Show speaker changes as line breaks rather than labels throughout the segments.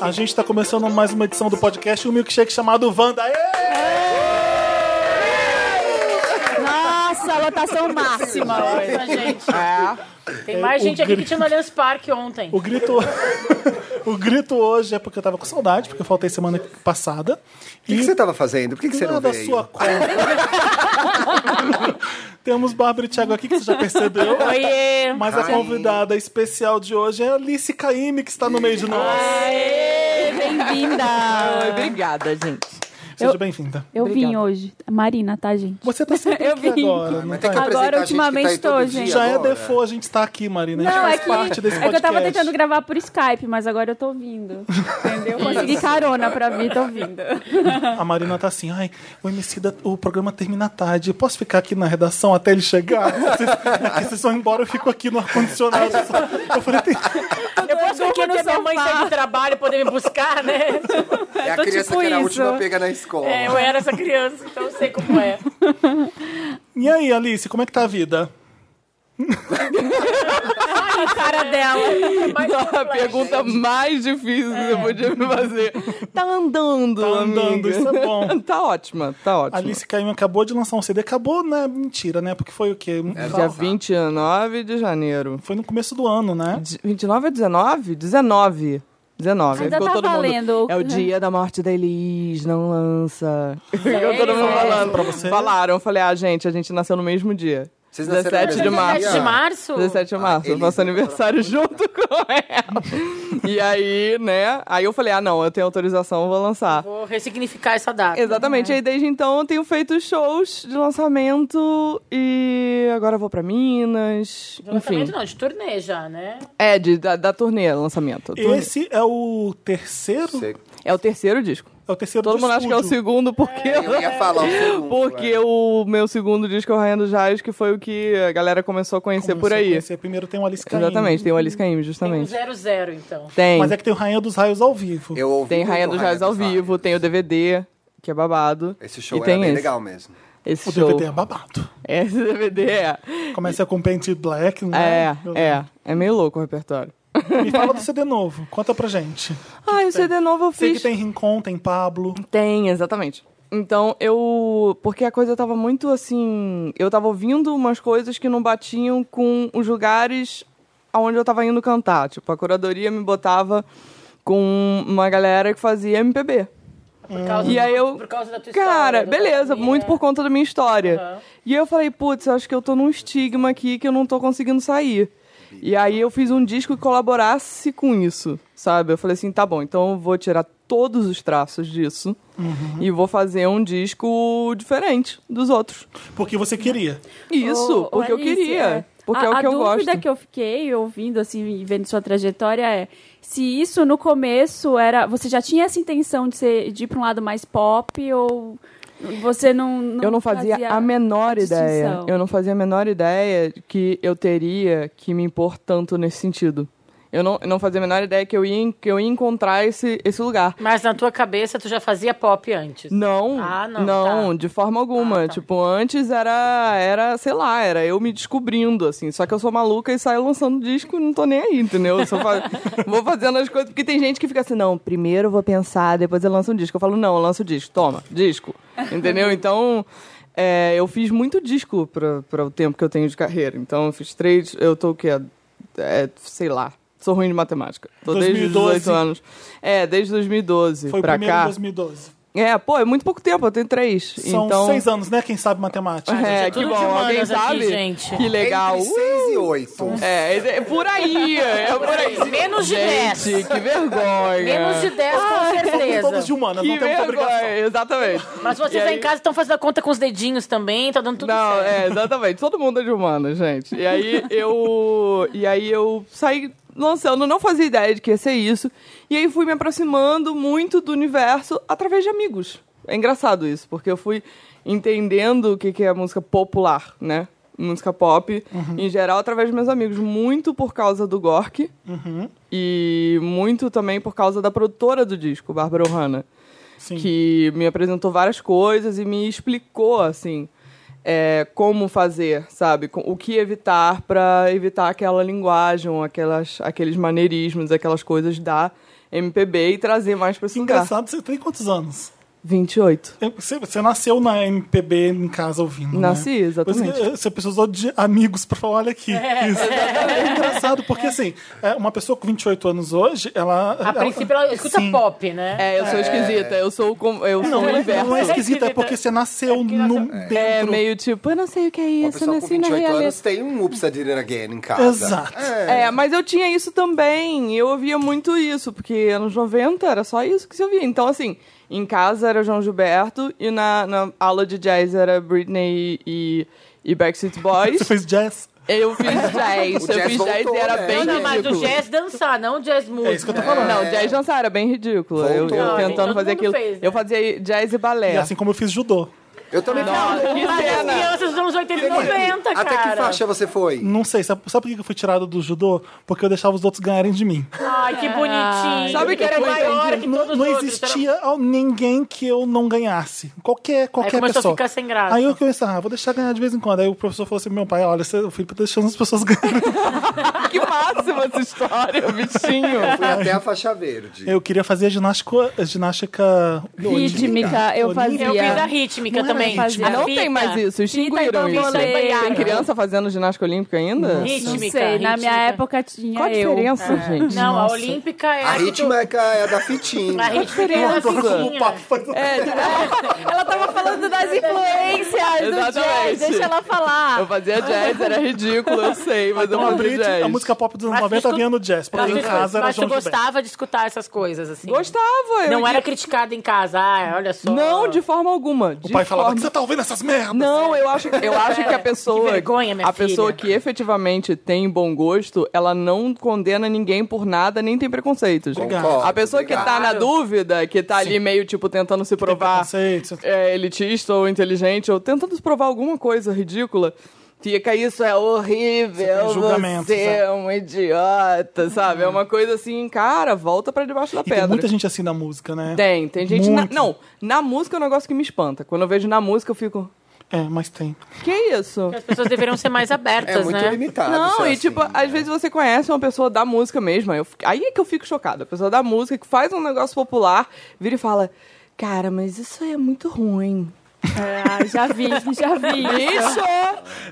A gente está começando mais uma edição do podcast, um milkshake chamado Wanda. Aê!
Nossa, lotação máxima.
Nossa, gente. Tem
É,
mais
o
gente aqui
grito.
que tinha no Allianz Parque ontem.
O grito, o grito hoje é porque eu tava com saudade, porque eu faltei semana passada.
O que, que você tava fazendo? Por que, que você não
Nada
veio?
sua conta. Temos Bárbara e Thiago aqui, que você já percebeu.
Oiê!
Mas a
Ai.
convidada especial de hoje é a Alice Caime, que está no meio de nós.
Aê, bem-vinda.
Ai, obrigada, gente.
Seja bem-vinda.
Eu vim
Obrigada.
hoje. Marina, tá, gente?
Você tá sempre
Eu
aqui
vim.
agora, não
Mas tem que
tá?
Agora,
apresentar a gente que tá aí
ultimamente,
todo
tô,
dia
gente.
Já é
agora.
default, a gente está aqui, Marina. A gente
Não, é
faz
que,
parte desse
é que eu
podcast.
tava tentando gravar por Skype, mas agora eu tô vindo. Entendeu? Consegui carona pra mim, tô vindo.
A Marina tá assim, ai, o MC da, o programa termina tarde. Eu posso ficar aqui na redação até ele chegar? Vocês, aqui vocês vão embora, eu fico aqui no ar-condicionado. só." Eu falei, "Tem-
Eu posso
Eu
aqui
durmo
até
no
minha mãe
sofá.
sair do trabalho e poder me buscar, né?
É a
Tô
criança
tipo
que era a
isso.
última a pegar na escola.
É, eu era essa criança, então eu sei como é.
E aí, Alice, como é que tá a vida?
Cara dela.
Mas
A pergunta mais difícil que você podia me fazer. Tá andando,
É. Tá andando,
amiga.
isso é bom.
Tá ótima, tá
A
ótima.
Alice Caim acabou de lançar um CD. Acabou, né? Mentira, né? Porque foi o quê?
Dia 29 de janeiro.
Foi no começo do ano, né?
De- 29 é 19? 19. 19.
Ainda
Ficou
tá
todo mundo,
valendo.
É o dia da morte da Elis, não lança. Ficou todo mundo
É.
Sério?
falando.
Pra você?
Falaram, eu falei, ah, gente, a gente nasceu no mesmo dia.
Vocês nasceram no
17 de
mesmo
março.
dia?
17 de março?
Ah,
17 de março,
eles
nosso
não
aniversário junto com ela. E aí, né? Aí eu falei, ah, não, eu tenho autorização, eu vou lançar.
Vou ressignificar essa data.
Exatamente,
né?
aí desde então eu tenho feito shows de lançamento e agora eu vou pra Minas.
De
Enfim.
lançamento não, de turnê já, né?
É, de, da, da turnê, lançamento. Turnê.
Esse é o terceiro?
Você-
É o terceiro disco.
É o terceiro
Todo
do
mundo acha que é o
estúdio.
segundo porque.
Eu ia falar o segundo,
Porque
é.
o meu segundo disco é o Rainha do Jazz, que foi o que a galera começou a conhecer
Começou
por
a
aí.
conhecer. Primeiro tem o Alice Caim.
Exatamente, tem o Alice Caim,
Tem um
justamente.
zero zero, então.
Tem.
Mas é que tem o Rainha dos Raios ao vivo.
Eu ouvi
Tem
muito
Rainha do Jazz ao
Raios.
vivo, tem o DVD, que é babado.
Esse show
e
era
tem
bem
esse.
legal mesmo.
Esse
é O
show.
DVD é babado.
Esse DVD é.
Começa com Paint Black, né?
É, é. É meio louco o repertório.
Me fala do CD novo. Conta pra gente.
Ah, e o CD novo eu
Sei
fiz.
que tem Rincon, tem Pablo.
Tem, exatamente. Então eu. Porque a coisa tava muito assim. Eu tava ouvindo umas coisas que não batiam com os lugares aonde eu tava indo cantar. Tipo, a curadoria me botava com uma galera que fazia MPB.
Por causa,
E
do-
aí eu.
por causa da tua
Cara,
história, da tua
beleza,
família.
muito por conta da minha história.
Aham.
E aí eu falei, putz, eu acho que eu tô num estigma aqui que eu não tô conseguindo sair. E aí eu fiz um disco que colaborasse com isso, sabe? Eu falei assim, tá bom, então eu vou tirar todos os traços disso
Uhum.
e vou fazer um disco diferente dos outros.
Porque você queria.
Isso,
Ô, ô,
porque eu
Alice,
queria.
é.
Porque
a,
é o
a
que eu gosto.
dúvida que eu fiquei ouvindo, assim, e vendo sua trajetória é se isso no começo era. Você já tinha essa intenção de, ser, de ir pra um lado mais pop ou você não.
Eu não fazia, a menor
distinção.
ideia. Eu não fazia a menor ideia que eu teria que me impor tanto nesse sentido. Eu não, eu não fazia a menor ideia que eu ia, en- que eu ia encontrar esse, esse lugar.
Mas na tua cabeça tu já fazia pop antes.
Não,
Ah, não, tá.
de forma alguma.
Ah, tá.
Tipo, antes era, era, sei lá, era eu me descobrindo, assim. Só que eu sou maluca e saio lançando disco e não tô nem aí, entendeu? Eu só fa- vou fazendo as coisas. Porque tem gente que fica assim, não, primeiro eu vou pensar, depois eu lanço um disco. Eu falo, não, eu lanço o disco, toma, disco. Entendeu? Então, é, eu fiz muito disco pra, pra o tempo que eu tenho de carreira. Então, eu fiz três, eu tô o quê? É, sei lá. Sou ruim de matemática. Tô desde os
2012.
18 anos. É, desde 2012
Foi o
pra
primeiro
cá.
em 2012.
É, pô, é muito pouco tempo, eu tenho três.
São
então...
seis anos, né? Quem sabe matemática.
É,
Tudo
que
de
bom, alguém
humanas aqui,
sabe?
gente.
Que legal. Uh!
Entre 6 e 8.
É, é por aí, é por aí.
Menos de
Gente,
10.
que vergonha.
Menos de 10, com
Somos
certeza.
todos de um. humanas,
que
não Tá temos obrigação.
vergonha, exatamente.
Mas vocês
E
aí
aí-
em casa estão fazendo a conta com os dedinhos também, tá dando tudo
Não,
certo.
é, exatamente. Todo mundo é de humano, gente. E aí eu. E aí eu saí lançando, não fazia ideia de que ia ser isso. E aí fui me aproximando muito do universo através de amigos. É engraçado isso, porque eu fui entendendo o que, que é música popular, né? Música pop,
Uhum.
em geral, através dos meus amigos. Muito por causa do Gork.
Uhum.
E muito também por causa da produtora do disco, Bárbara Ohana
Sim.
que me apresentou várias coisas e me explicou, assim, é, como fazer, sabe? Com- O que evitar para evitar aquela linguagem, aquelas, aqueles maneirismos, aquelas coisas da MPB e trazer mais pra esse lugar.
Engraçado, você tem quantos anos?
28.
Você, você nasceu na MPB em casa ouvindo,
Nasci,
né?
exatamente.
Pois é, Você precisou de amigos pra falar, olha aqui. Isso. É engraçado, porque assim, é, uma pessoa com 28 anos hoje, ela...
A princípio ela escuta
Sim.
pop, né?
É, eu sou esquisita, eu sou, o com- eu sou
Não,
o
não é,
universo.
não é esquisita, é porque você nasceu no, dentro.
É meio tipo, eu não sei o que é
Uma
isso, eu
pessoa com
nasci na
28 anos
realidade.
tem um Oops, I Did It Again em casa.
Exato.
É, mas eu tinha isso também, eu ouvia muito isso, porque anos 90 era só isso que se ouvia. Então, assim, em casa era João Gilberto e na, na aula de jazz era Britney e, e Backstreet Boys.
Você fez jazz?
Eu fiz jazz,
O
eu
jazz
fiz jazz
voltou,
e era
né?
bem
Não, não, mas
ridículo.
o jazz dançar, não o jazz música.
É, isso que eu tô falando.
É.
Não, jazz dançar era bem ridículo. Eu,
Voltou.
eu
Não,
gente,
tentando
todo
fazer
mundo
aquilo.
fez, né?
Eu fazia jazz e balé.
E assim como eu fiz judô.
Eu também não.
que
Mas as
cena!
crianças dos anos 80 e 90, cara.
Até que faixa você foi?
Não sei, sabe, sabe por que eu fui tirado do judô? Porque eu deixava os outros ganharem de mim.
Ai, que bonitinho.
Sabe
Sabe
que
que era
foi-
maior que
não,
todos
não
os outros.
existia ao- ninguém que eu não ganhasse. Qualquer, qualquer
começou a
pessoa.
ficar sem graça.
Aí eu comecei, ah, vou deixar ganhar de vez em quando. Aí o professor falou assim: meu pai, olha, você, o Felipe tá deixando as pessoas ganharem.
Que máximo essa história, bichinho.
Fui até a faixa verde.
Eu queria fazer ginástica. ginástica
Rítmica, eu
Olímpica.
fazia.
Eu fiz a rítmica
Não era
também.
rítmica.
A
Não
fita.
tem mais isso,
então
extinguiram
Fita e
isso.
é
bambolê.
Tem criança fazendo ginástica olímpica ainda?
Rítmica.
Não sei, na minha
rítmica.
época tinha
Qual a
eu.
diferença, gente?
Não, a
Nossa.
olímpica é
A
que tu-
rítmica é a da
A
fitinha.
rítmica é a
diferença.
O papo
fitinha.
faz-
É,
É.
Ela tava falando das influências do
Exatamente.
jazz, deixa ela
Eu
falar.
fazia jazz, era ridículo, eu sei, mas eu
Então, a,
fazia
Brit,
jazz.
a música pop dos anos
Mas tu
90
escu-
vinha no jazz, porque
Mas
em
tu-
casa era
mas tu
João Gilberto.
gostava de escutar essas coisas, assim.
Gostava, eu
Não era criticada em casa. Ah, olha só.
É Não, de forma alguma. De
O pai falava,
forma-
"O que você tá ouvindo essas merdas?
Não, eu acho, eu acho que a pessoa.
Que vergonha, minha
A pessoa
filha.
que efetivamente tem bom gosto, ela não condena ninguém por nada, nem tem preconceitos.
Concordo,
a pessoa que tá
obrigado.
na dúvida, que tá ali meio, tipo, tentando se provar
preconceito.
é, elitista ou inteligente, ou tentando se provar alguma coisa ridícula. Fica, isso é horrível,
Você tem julgamentos,
você
é.
é um idiota, sabe? É uma coisa assim, cara, volta pra debaixo da
E
pedra.
tem muita gente assim na música, né?
Tem, tem gente. Na,
Muito.
não, na música é um negócio que me espanta. Quando eu vejo na música, eu fico.
É, mas tem.
Que isso?
As pessoas deveriam ser mais abertas,
É muito
né?
limitado.
Não,
ser
e
assim,
tipo,
né?
às vezes você conhece uma pessoa da música mesmo. aí eu fico- aí é que eu fico chocada. A pessoa da música que faz um negócio popular, vira e fala: Cara, mas isso aí é muito ruim.
Ah, já vi, já vi.
Isso!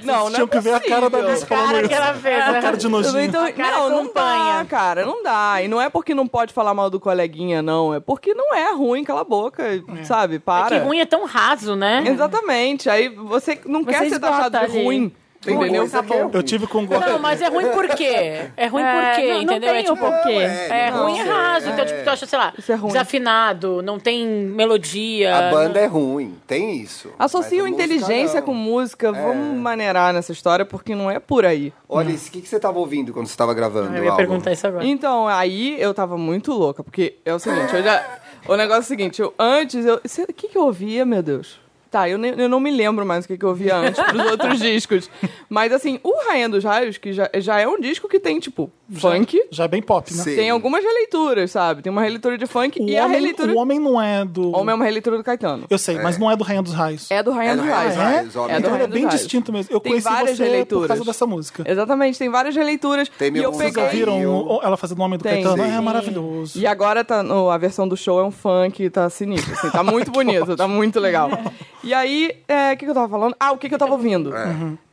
não, não é
Tinha que ver a cara da
possível.
Alice
Cara,
falando
que
isso.
ela fez. né?
Cara de
Eu
nojinho.
falei, então,
A cara
não, não dá,
acompanha.
cara, não dá. E não é porque não pode falar mal do coleguinha, não. É porque não é ruim, cala a boca, sabe?
É
Para.
Que ruim é tão raso, né?
Exatamente. Aí você não quer ser
esgota
taxado de
ali.
ruim.
Tem
Entendeu?
coisa que é
Eu tive com
Não, mas é ruim por quê? É ruim por quê,
não, não
entendeu?
tem
é
o
tipo,
porquê.
é ruim e
não,
raso.
é.
Então, tipo, tu acha, sei lá,
Isso é ruim.
desafinado, não tem melodia.
A banda é ruim, tem isso.
Associam
Mas a música
Ah, inteligência
não.
com música.
É.
Vamos maneirar nessa história, porque não é por aí.
Olha, isso, o que, que você tava ouvindo quando você tava
Ah,
gravando?
Eu ia
o álbum?
perguntar isso agora.
Então, aí eu tava muito louca, porque é o seguinte, eu já- O negócio é o seguinte, eu, antes eu. cê- O que, que eu ouvia, meu Deus? Tá, eu, nem- eu não me lembro mais o que, que eu ouvia antes pros outros discos. Mas assim, o Rainha dos Raios, que já, já é um disco que tem, tipo, funk.
Já é bem pop, né?
Sim.
Tem algumas releituras, sabe? Tem uma releitura de funk
O
e a
homem,
releitura.
o homem não é do.
Homem é uma releitura do Caetano.
Eu sei, mas não é do Rainha dos Raios.
É do Rainha
É do
dos
Rainha
Raios.
dos Raios, óbvio.
É do
Então ele é
Rainha dos
bem
Raios.
distinto mesmo. Eu
Tem
conheci
várias
você por
releituras.
causa dessa música.
Exatamente, tem várias releituras.
Tem
e
Meu
eu
Mundo
Vocês
Peguei.
ouviram
Eu-
o- ela fazendo o Homem do
um- Tem.
Caetano?
Sim.
É maravilhoso.
E agora tá no- a versão do show é um funk, tá sinistro, assim, tá muito bonito, tá muito legal. E aí, é, o que, que eu tava falando? Ah, o que, que eu tava ouvindo?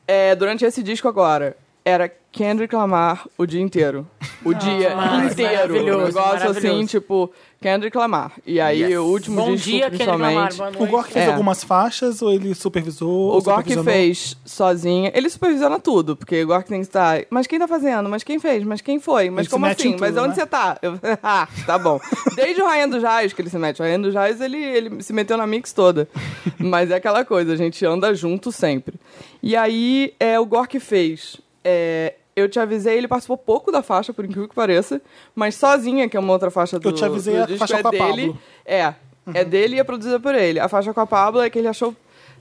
É, durante esse disco agora, era Kendrick Lamar o dia inteiro. O dia inteiro. Um
maravilhoso,
negócio assim,
maravilhoso.
tipo, Kendrick Lamar. E aí,
Yes.
o último
Bom
disco,
dia, Kendrick Lamar.
principalmente...
Boa
O
noite.
Gork fez
É.
algumas faixas ou ele supervisou?
O Gork
supervisionou?
fez sozinha. Ele supervisiona tudo, porque o Gork tem que estar. Mas quem tá fazendo? Mas quem fez? Mas quem foi? Mas
Ele se
como
mete
assim?
em
mas
tudo,
onde
né?
você tá? Eu- ah, tá bom. Desde o Rainha dos Raios que ele se mete. O Rainha dos Raios, ele, ele se meteu na mix toda. mas é aquela coisa, a gente anda junto sempre. E aí, é, o Gork fez. é, eu te avisei, ele participou pouco da faixa, por incrível que pareça, mas sozinha, que é uma outra faixa do
Eu te avisei,
do
a
disco,
faixa
é
com a
dele.
Pabllo.
É. É
Uhum.
dele e é produzida por ele. A faixa com a Pablo é que ele achou.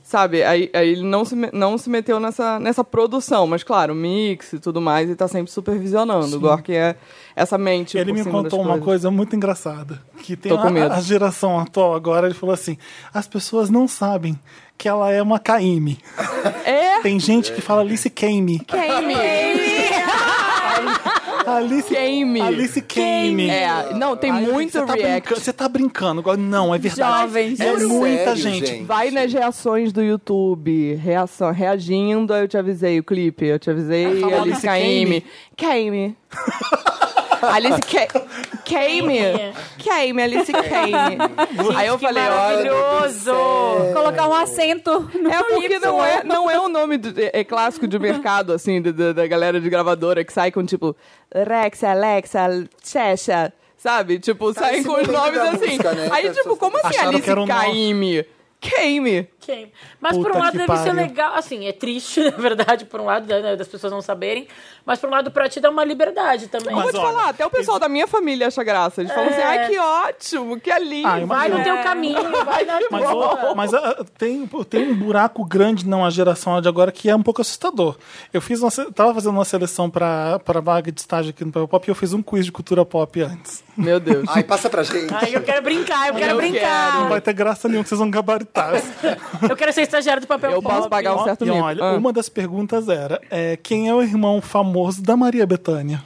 Sabe, aí, aí ele não se, me- não se meteu nessa, nessa produção, mas claro, mix e tudo mais, e tá sempre supervisionando. O Gork é essa mente.
Ele
por
me
cima tipo, assim, das
contou uma
coisas.
coisa muito engraçada. Que tem
Tô com medo.
a, a geração atual agora, ele falou assim: as pessoas não sabem que ela é uma KM.
É!
Tem gente que fala Alice Kame.
Kame!
Alice
Came.
Alice Kame.
É, não, tem
Ai,
muito
você tá
react.
brincando- Você tá brincando. agora. Não, é verdade.
Jovens.
É
Sério,
muita
gente.
gente.
Vai nas reações do YouTube, reação, reagindo, eu te avisei o clipe, eu te avisei,
falou
Alice
Alice
Kame. Kame. Alice Ke- Kame. Kame, Alice Kame. Aí eu falei, olha,
Maravilhoso!
Colocar um acento no
É porque
um Y.
não é, não é o nome do- é, é clássico de mercado, assim, da- da, da galera de gravadora que sai com tipo Rex, Alexa, Checha, sabe? Tipo, saem com os
depende
nomes
da
assim.
música, né?
Aí,
Essas-
tipo, como assim
Acharam que
Alice
era um nó.
Caime? Caime.
Ok. Mas por
Puta
um lado
que
deve ser
pariu.
legal, assim, é triste, na verdade, por um lado, né, das pessoas não saberem, mas por um lado, pra ti dá uma liberdade também.
Vou
Mas
te
olha,
falar, até o pessoal da minha família acha graça. Eles falam assim, ai, que ótimo, que é lindo.
Ah, imagina.
Vai no teu caminho, É. vai na
Mas,
tua.
o- mas, ah, tem, pô, tem um buraco grande na geração de agora que é um pouco assustador. Eu fiz uma, se- tava fazendo uma seleção pra, pra vaga de estágio aqui no Papel Pop e eu fiz um quiz de cultura pop antes.
Meu Deus.
Ai, passa pra gente.
Ai, eu quero brincar, eu quero
Eu
Não
brincar.
vai ter graça nenhuma que vocês vão gabaritar.
Eu quero ser estagiário do papel
Eu
pop.
posso pagar um certo
e
mico.
olha,
Ah.
uma das perguntas era: é, quem é o irmão famoso da Maria Bethânia?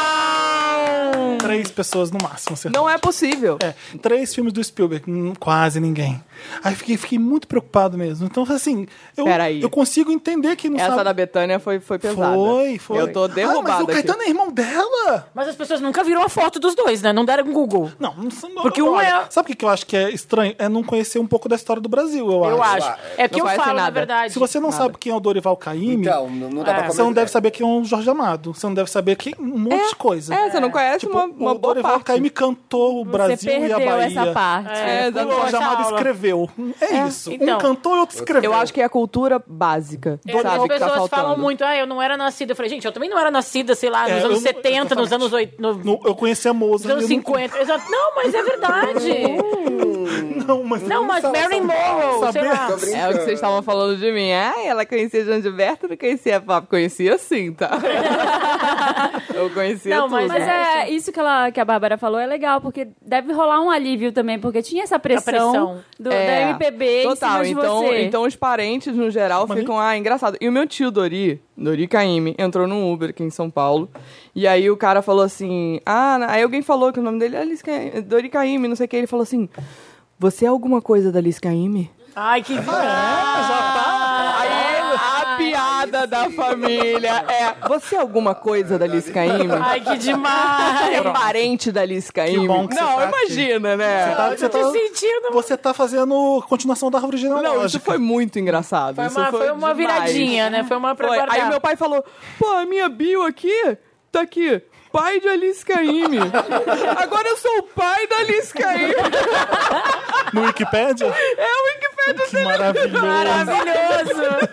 Não!
Três pessoas no máximo, acertaram.
Não é possível.
É, três filmes do Spielberg, hum, quase ninguém. Aí fiquei, fiquei muito preocupado mesmo. Então, assim, eu,
Peraí.
eu consigo entender que não
Essa
sabe.
da Betânia foi, foi pesada.
Foi, foi.
Eu tô derrubada
Ah, mas o
aqui.
Caetano é irmão dela?
Mas as pessoas nunca viram a foto dos dois, né? Não deram um Google.
Não, não sou-
Porque um
olha,
é-
Sabe o que que eu acho que é estranho? É não conhecer um pouco da história do Brasil, eu,
Eu acho. É que
Não
eu
conhece
falo, na
nada.
verdade.
Se você não sabe quem é o Dorival Caymmi,
Então, não,
Ah.
não dá pra
você não
comer-
deve saber quem é o Jorge Amado. Você não deve saber quem, um monte de coisa.
É, você não conhece
Tipo,
uma, uma
o
boa
Dorival
parte.
Caymmi cantou o
Você
Brasil e a
perdeu
Bahia.
essa parte.
É,
O Jorge
exatamente.
Essa
Amado
aula.
escreveu. É, isso.
então.
um cantou e outro escreveu.
Eu acho que é a cultura básica,
É,
sabe,
as
que tá
pessoas
faltando.
falam muito, ah, eu não era nascida. Eu falei, gente, eu também não era nascida, sei lá,
É,
nos
eu
anos
não-
70, nos
exatamente.
anos 8, no-
No- eu conheci a Moza.
nos anos 50. Exato. Não, mas é verdade.
Não, mas...
não, mas Marilyn Monroe, sei
saber-
lá.
Tô brincando.
É o que vocês estavam falando de mim. Ah, ela conhecia Jandiberto, não conhecia a Pop. Conhecia sim, tá? Eu conhecia
Não,
tudo.
mas
Mas é, isso que, ela, que a Bárbara falou é legal, porque deve rolar um alívio também, porque tinha essa pressão,
pressão.
Do,
É,
da MPB
Total,
em cima
então,
de você.
então os parentes, no geral,
Mas
ficam, ah, engraçado. E o meu tio Dori, Dori Caymmi, entrou num Uber aqui em São Paulo. E aí o cara falou assim, ah, na- aí alguém falou que o nome dele é Alice Caymmi, Dori Caymmi, não sei o que. Ele falou assim, você é alguma coisa da Alice Caymmi?
Ah,
Ai,
é?
que.
Aí a piada da família é, você é alguma coisa da Alice Caymmi?
Ai, que demais.
É parente da Alice Caymmi?
bom que você
Não,
tá aqui.
imagina, né?
Você tá, você, tá,
Que sentido.
você tá fazendo continuação da árvore
Não, isso
genealógica.
foi muito engraçado.
Foi
isso
uma, foi uma
demais.
viradinha, né? Foi uma pra
Foi.
guardar.
Aí meu pai falou: pô, a minha bio aqui tá aqui. Pai de Alice Caymmi. Agora eu sou o pai da Alice Caymmi.
No Wikipédia?
É o Wikipedia.
que maravilhoso.
Maravilhoso!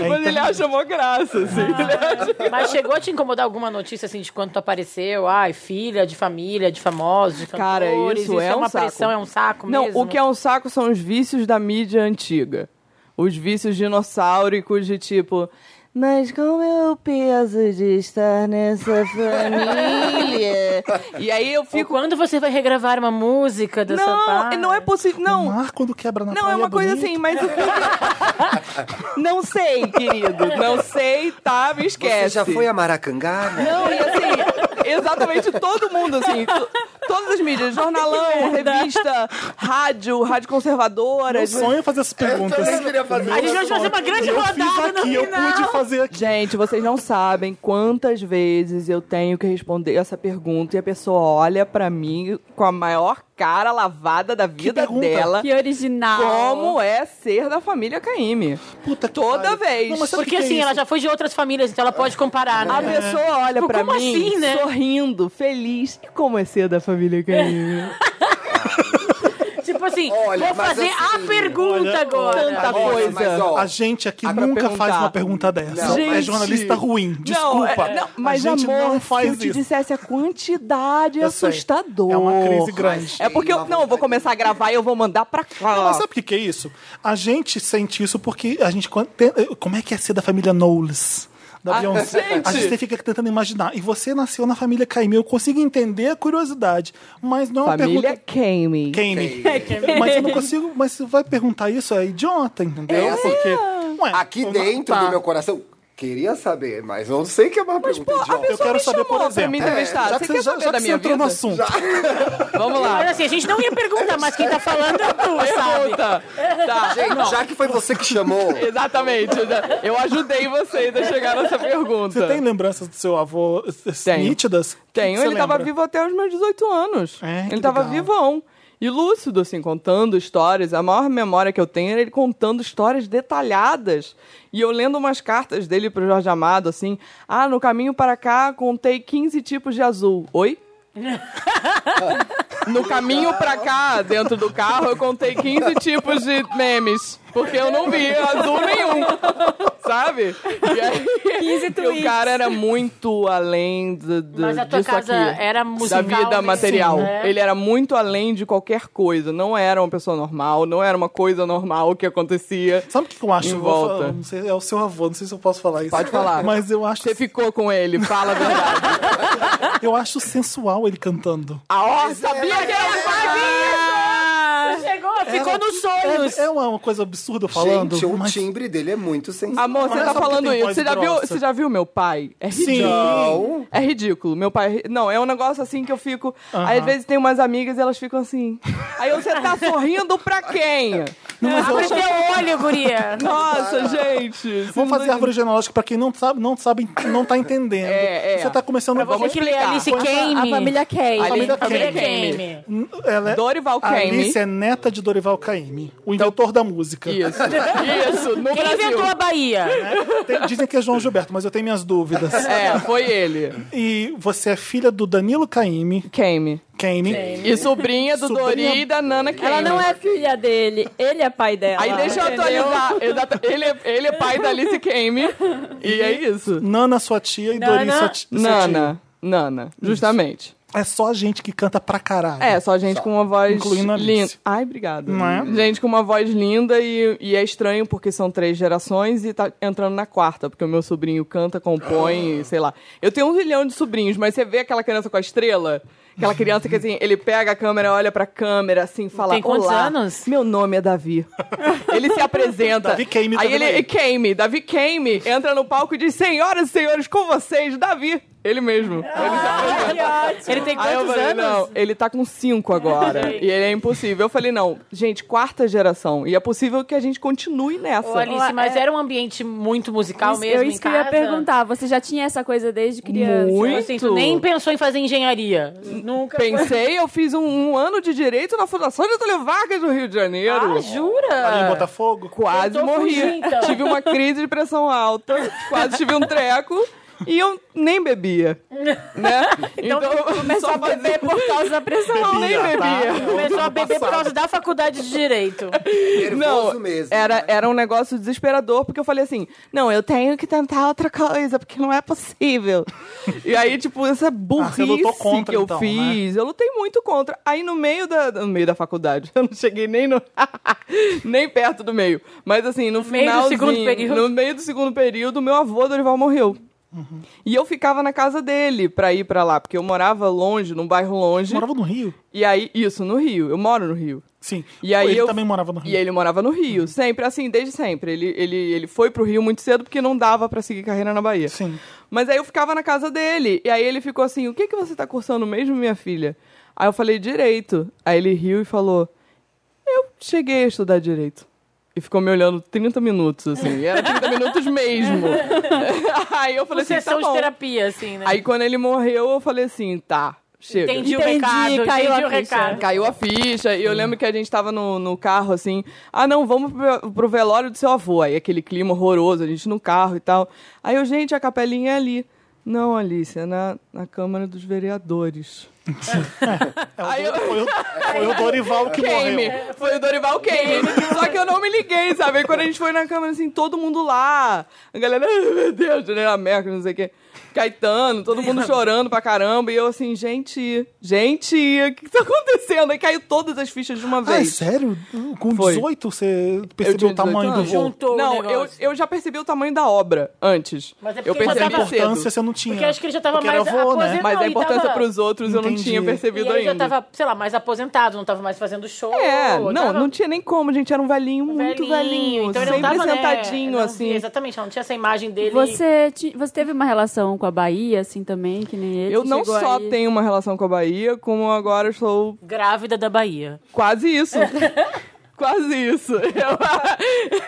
É,
Mas ele
então-
acha mó graça, assim. Ele acha-
Mas chegou a te incomodar alguma notícia assim de quando tu apareceu? Ai, filha de família, de famosos, de
Cara,
cantores.
isso é um
uma
saco.
pressão, é um saco
Não,
mesmo.
o que é um saco são os vícios da mídia antiga. Os vícios dinossáuricos de tipo. Mas como é o peso de estar nessa família? e aí eu
E
fico.
quando você vai regravar uma música da sua
Não,
parte?
não é possível.
O
Não,
mar Ah, quando quebra na
Não,
praia
é uma coisa
bonito.
assim, mas. não sei, querido. Não sei, tá? Me
Você
esquece.
já foi a né? Maracangalha?
Não, e assim, exatamente todo mundo, assim. to- Todas as mídias, jornalão, revista, rádio, rádio conservadora.
Meu sonho é fazer essas perguntas.
também queria fazer.
A gente vai fazer uma grande
eu fiz
rodada no
aqui, eu
final.
pude fazer aqui.
Gente, vocês não sabem quantas vezes eu tenho que responder essa pergunta e a pessoa olha pra mim com a maior cara lavada da vida
pergunta?
dela.
Que original.
Como é ser da família Caymmi?
Puta que pariu.
Toda vez.
Não, mas sabe o
Porque
que que é
assim, ela
isso?
já foi de outras famílias, então ela pode comparar,
A
né?
pessoa olha
Tipo,
pra
como
mim
assim, né?
sorrindo, feliz. E como é ser da família Caymmi?
Tipo assim,
Olha,
vou
mas
fazer
assim,
a pergunta
olha,
agora.
Tanta
Olha,
coisa.
mas, ó,
A gente aqui
Agora
nunca faz
perguntar.
uma pergunta dessa.
Não,
é
Gente.
jornalista ruim.
Não,
Desculpa.
é- não, mas
a gente
amor,
não faz
se eu te
isso.
dissesse a quantidade, é
Eu sei.
assustador.
É uma crise grande.
É porque eu não eu vou começar a gravar e eu vou mandar pra
Não,
cá.
mas sabe o que, que é isso? A gente sente isso porque a gente. quando tem- Como é que é ser da família Knowles? Da
Ah,
Beyoncé.
gente!
A gente fica tentando imaginar. E você nasceu na família Caymmi. Eu consigo entender a curiosidade. Mas não é uma
Família
pergunta.
Caymmi.
Caymmi. Mas eu não consigo. Mas você vai perguntar isso, é idiota, entendeu?
É, assim,
Porque. ué,
Aqui
não-
dentro
tá.
do meu coração. Queria saber, mas não sei que é uma pergunta
pô, Tipo, a
idiota.
Eu
Só
quero
me
saber,
chamou
por
pra
exemplo. É,
me entrevistar.
Já
tá, Você
que
quer
você, já,
saber
já
da
que você
minha
entrou no
vida?
assunto.
Mas
Vamos lá.
assim, a gente não ia perguntar, mas quem tá falando é tu, sabe?
Pergunta. Tá.
Gente, já que foi você que chamou,
Exatamente. eu já- Eu ajudei vocês a chegar nessa pergunta.
Você tem lembranças do seu avô eh,
Tenho.
nítidas?
Tenho,
O que que
ele
você
estava
lembra?
vivo até os meus 18 anos.
É, que
ele estava
legal.
vivão. E lúcido, assim, contando histórias. A maior memória que eu tenho era ele contando histórias detalhadas. E eu lendo umas cartas dele pro Jorge Amado, assim. Ah, no caminho para cá, contei 15 tipos de azul. Oi? no caminho para cá, dentro do carro, eu contei 15 tipos de memes. Porque eu não vi azul nenhum. Sabe? E aí,
15
porque o
tweets.
cara era muito além do, do,
Mas a tua
disso
casa
aqui,
era musical,
Da vida
né?
material.
Sim, né?
Ele era muito além de qualquer coisa. Não era uma pessoa normal, não era uma coisa normal que acontecia.
Sabe o que que eu acho?
Em
Eu vou
volta.
falar- não sei, é o seu avô, não sei se eu posso falar isso.
Pode falar.
Mas eu acho,
Você ficou com ele, fala a verdade.
eu acho sensual ele cantando.
Ah, ó, sabia que era
Chegou, ficou nos sonhos.
É, é uma coisa absurda falando.
gente, o
mas-
timbre dele é muito sensível.
Amor, você
Olha
tá
só porque
falando
tem
isso.
voz
Você já, viu,
grossa.
você já viu meu pai? É ridículo.
Não.
É ridículo. Meu pai. Não, é um negócio assim que eu fico. Aí, às vezes tem umas amigas e elas ficam assim. Aí eu, você tá sorrindo pra quem? Ah,
Abre teu olho, guria.
Nossa, gente. você não
Vamos fazer
tá-
árvore genealógica pra quem não sabe, não sabe, não tá entendendo.
É, é.
Você tá começando
Pra você
Tem que ler Alice
Com essa-
A
Kane.
família Kane.
Ali-
Família
Família
Kane.
Kane.
Ela é-
Dorival
a
Caymmi. Então,
Alice é neta de Dorival Caymmi, o inventor da música.
Isso. Isso, no
Quem
Brasil.
inventou a Bahia?
Tem- dizem que é João Gilberto, mas eu tenho minhas dúvidas.
É, foi ele.
E você é filha do Danilo Caymmi,
Kame.
Caymmi.
E sobrinha do
Sobrinha-
Dori e da Nana Kame.
Ela não é filha dele, ele é pai dela.
Aí deixa eu
entendeu?
atualizar. Exata- Ele, é- ele é pai da Alice Kame. E é isso.
Nana, sua tia, e
Nana-
Dori, sua ti- seu tio.
Nana. Nana. Justamente.
É só gente que canta pra caralho.
É, só gente com uma voz
Incluindo a Alice.
linda. Ai, obrigada.
Não é?
Gente com uma voz linda e, e é estranho porque são três gerações e tá entrando na quarta, porque o meu sobrinho canta,
Ah.
compõe, sei lá. Eu tenho um zilhão de sobrinhos, mas você vê aquela criança com a estrela? Aquela criança que assim, ele pega a câmera, olha pra câmera, assim, fala.
Tem quantos
"Olá,
anos?"
Meu nome é Davi. ele se apresenta.
Davi Keime tá
Aí
vindo
ele
aí.
Kame, Davi Kame, entra no palco e diz: Senhoras e senhores, com vocês, Davi. Ele mesmo. Ele se apresenta.
Ele tem
Aí eu
quantos
falei,
anos?
não, ele tá com cinco agora. e ele é impossível. Eu falei, não, gente, quarta geração. E é possível que a gente continue nessa.
Ô, Alice, mas era um ambiente muito musical
é. Isso-
mesmo
eu, isso
em
que eu
casa?
ia perguntar. Você já tinha essa coisa desde criança?
Muito.
Assim, tu nem pensou em fazer engenharia. Nunca.
Pensei, eu fiz um, um ano de direito na Fundação de Antônio Vargas do Rio de Janeiro.
Ah, jura?
Tá Ali em Botafogo?
quase
Tentou
morri.
fugir, então.
Tive uma crise de pressão alta, quase tive um treco. E eu nem bebia, né? Então,
Começou a beber por causa da pressão.
Eu nem
Bebia, tá?
bebia.
Começou a beber por causa da faculdade de Direito.
Nervoso mesmo.
Era,
né?
era um negócio desesperador, porque eu falei assim: não, eu tenho que tentar outra coisa, porque não é possível. e aí, tipo, essa burrice
Ah, lutou contra,
que eu
então,
fiz, eu lutei muito contra. Aí no meio da, no meio da faculdade, eu não cheguei nem no. nem perto do meio. Mas assim, no,
meio do
finalzinho,
segundo período.
No meio do segundo período, meu avô Dorival morreu.
Uhum.
E eu ficava na casa dele pra ir pra lá, porque eu morava longe, num bairro longe.
Você morava no Rio?
E aí, isso, no Rio. Eu moro no Rio.
Sim.
E aí
ele
eu-
também morava no
E
Rio.
ele morava no Rio, sempre assim, desde sempre. Ele, ele, ele foi pro Rio muito cedo porque não dava pra seguir carreira na Bahia.
Sim.
Mas aí eu ficava na casa dele. E aí ele ficou assim: O que, que você tá cursando mesmo, minha filha? Aí eu falei: Direito. Aí ele riu e falou: Eu cheguei a estudar direito. E ficou me olhando 30 minutos, assim. E era 30 minutos mesmo. aí eu
Uma
falei assim:
sessão
tá
de
bom.
terapia, assim, né?
Aí quando ele morreu, eu falei assim: Tá, chega.
entendi, o
Entendi,
recado,
caiu
entendi
a ficha.
o recado.
Caiu a ficha, e eu lembro que a gente tava no, no carro assim. Ah, não, vamos pro, pro velório do seu avô. Aí aquele clima horroroso, a gente no carro e tal. Aí eu, gente, a capelinha é ali. Não, Alice, é na, na Câmara dos Vereadores.
É, o
Aí eu-
Dor- foi, o, foi o Dorival que
Kame.
morreu.
Foi o Dorival Kame. Só que eu não me liguei, sabe? Aí quando a gente foi na câmera, assim, todo mundo lá. A galera, "Ai, meu Deus, Daniela Merkel, não sei o quê. Caetano, todo mundo chorando pra caramba. E eu assim, gente, gente, o que que tá acontecendo? Aí caiu todas as fichas de uma
Ah, é
vez.
sério? Com
Foi.
18 você
Eu tinha
percebeu o tamanho
18
do
anos.
voo?
Juntou o
Não, eu,
negócio.
eu já percebi o tamanho da obra antes.
Mas é
eu
porque já
Mas a
percebi
tava-
cedo.
importância você não tinha.
Porque acho que ele já tava
Porque
mais
era avô, né?
aposentado.
Mas
Não,
a
e
importância
tava-
pros outros eu não
Entendi.
tinha
E
percebido
ele já
ainda.
tava, sei lá, mais aposentado, não tava mais fazendo show.
É, não,
tava
não tinha nem como, gente. Era um velhinho, muito velhinho.
Então ele
sempre
não tava, né,
sentadinho,
não
assim.
via, exatamente, não tinha essa imagem dele.
Você, ti- você teve uma relação com a Bahia, assim, também, que nem ele?
Eu não
Chegou
só
aí-
tenho uma relação com a Bahia, como agora eu estou
Grávida da Bahia.
quase isso. quase isso.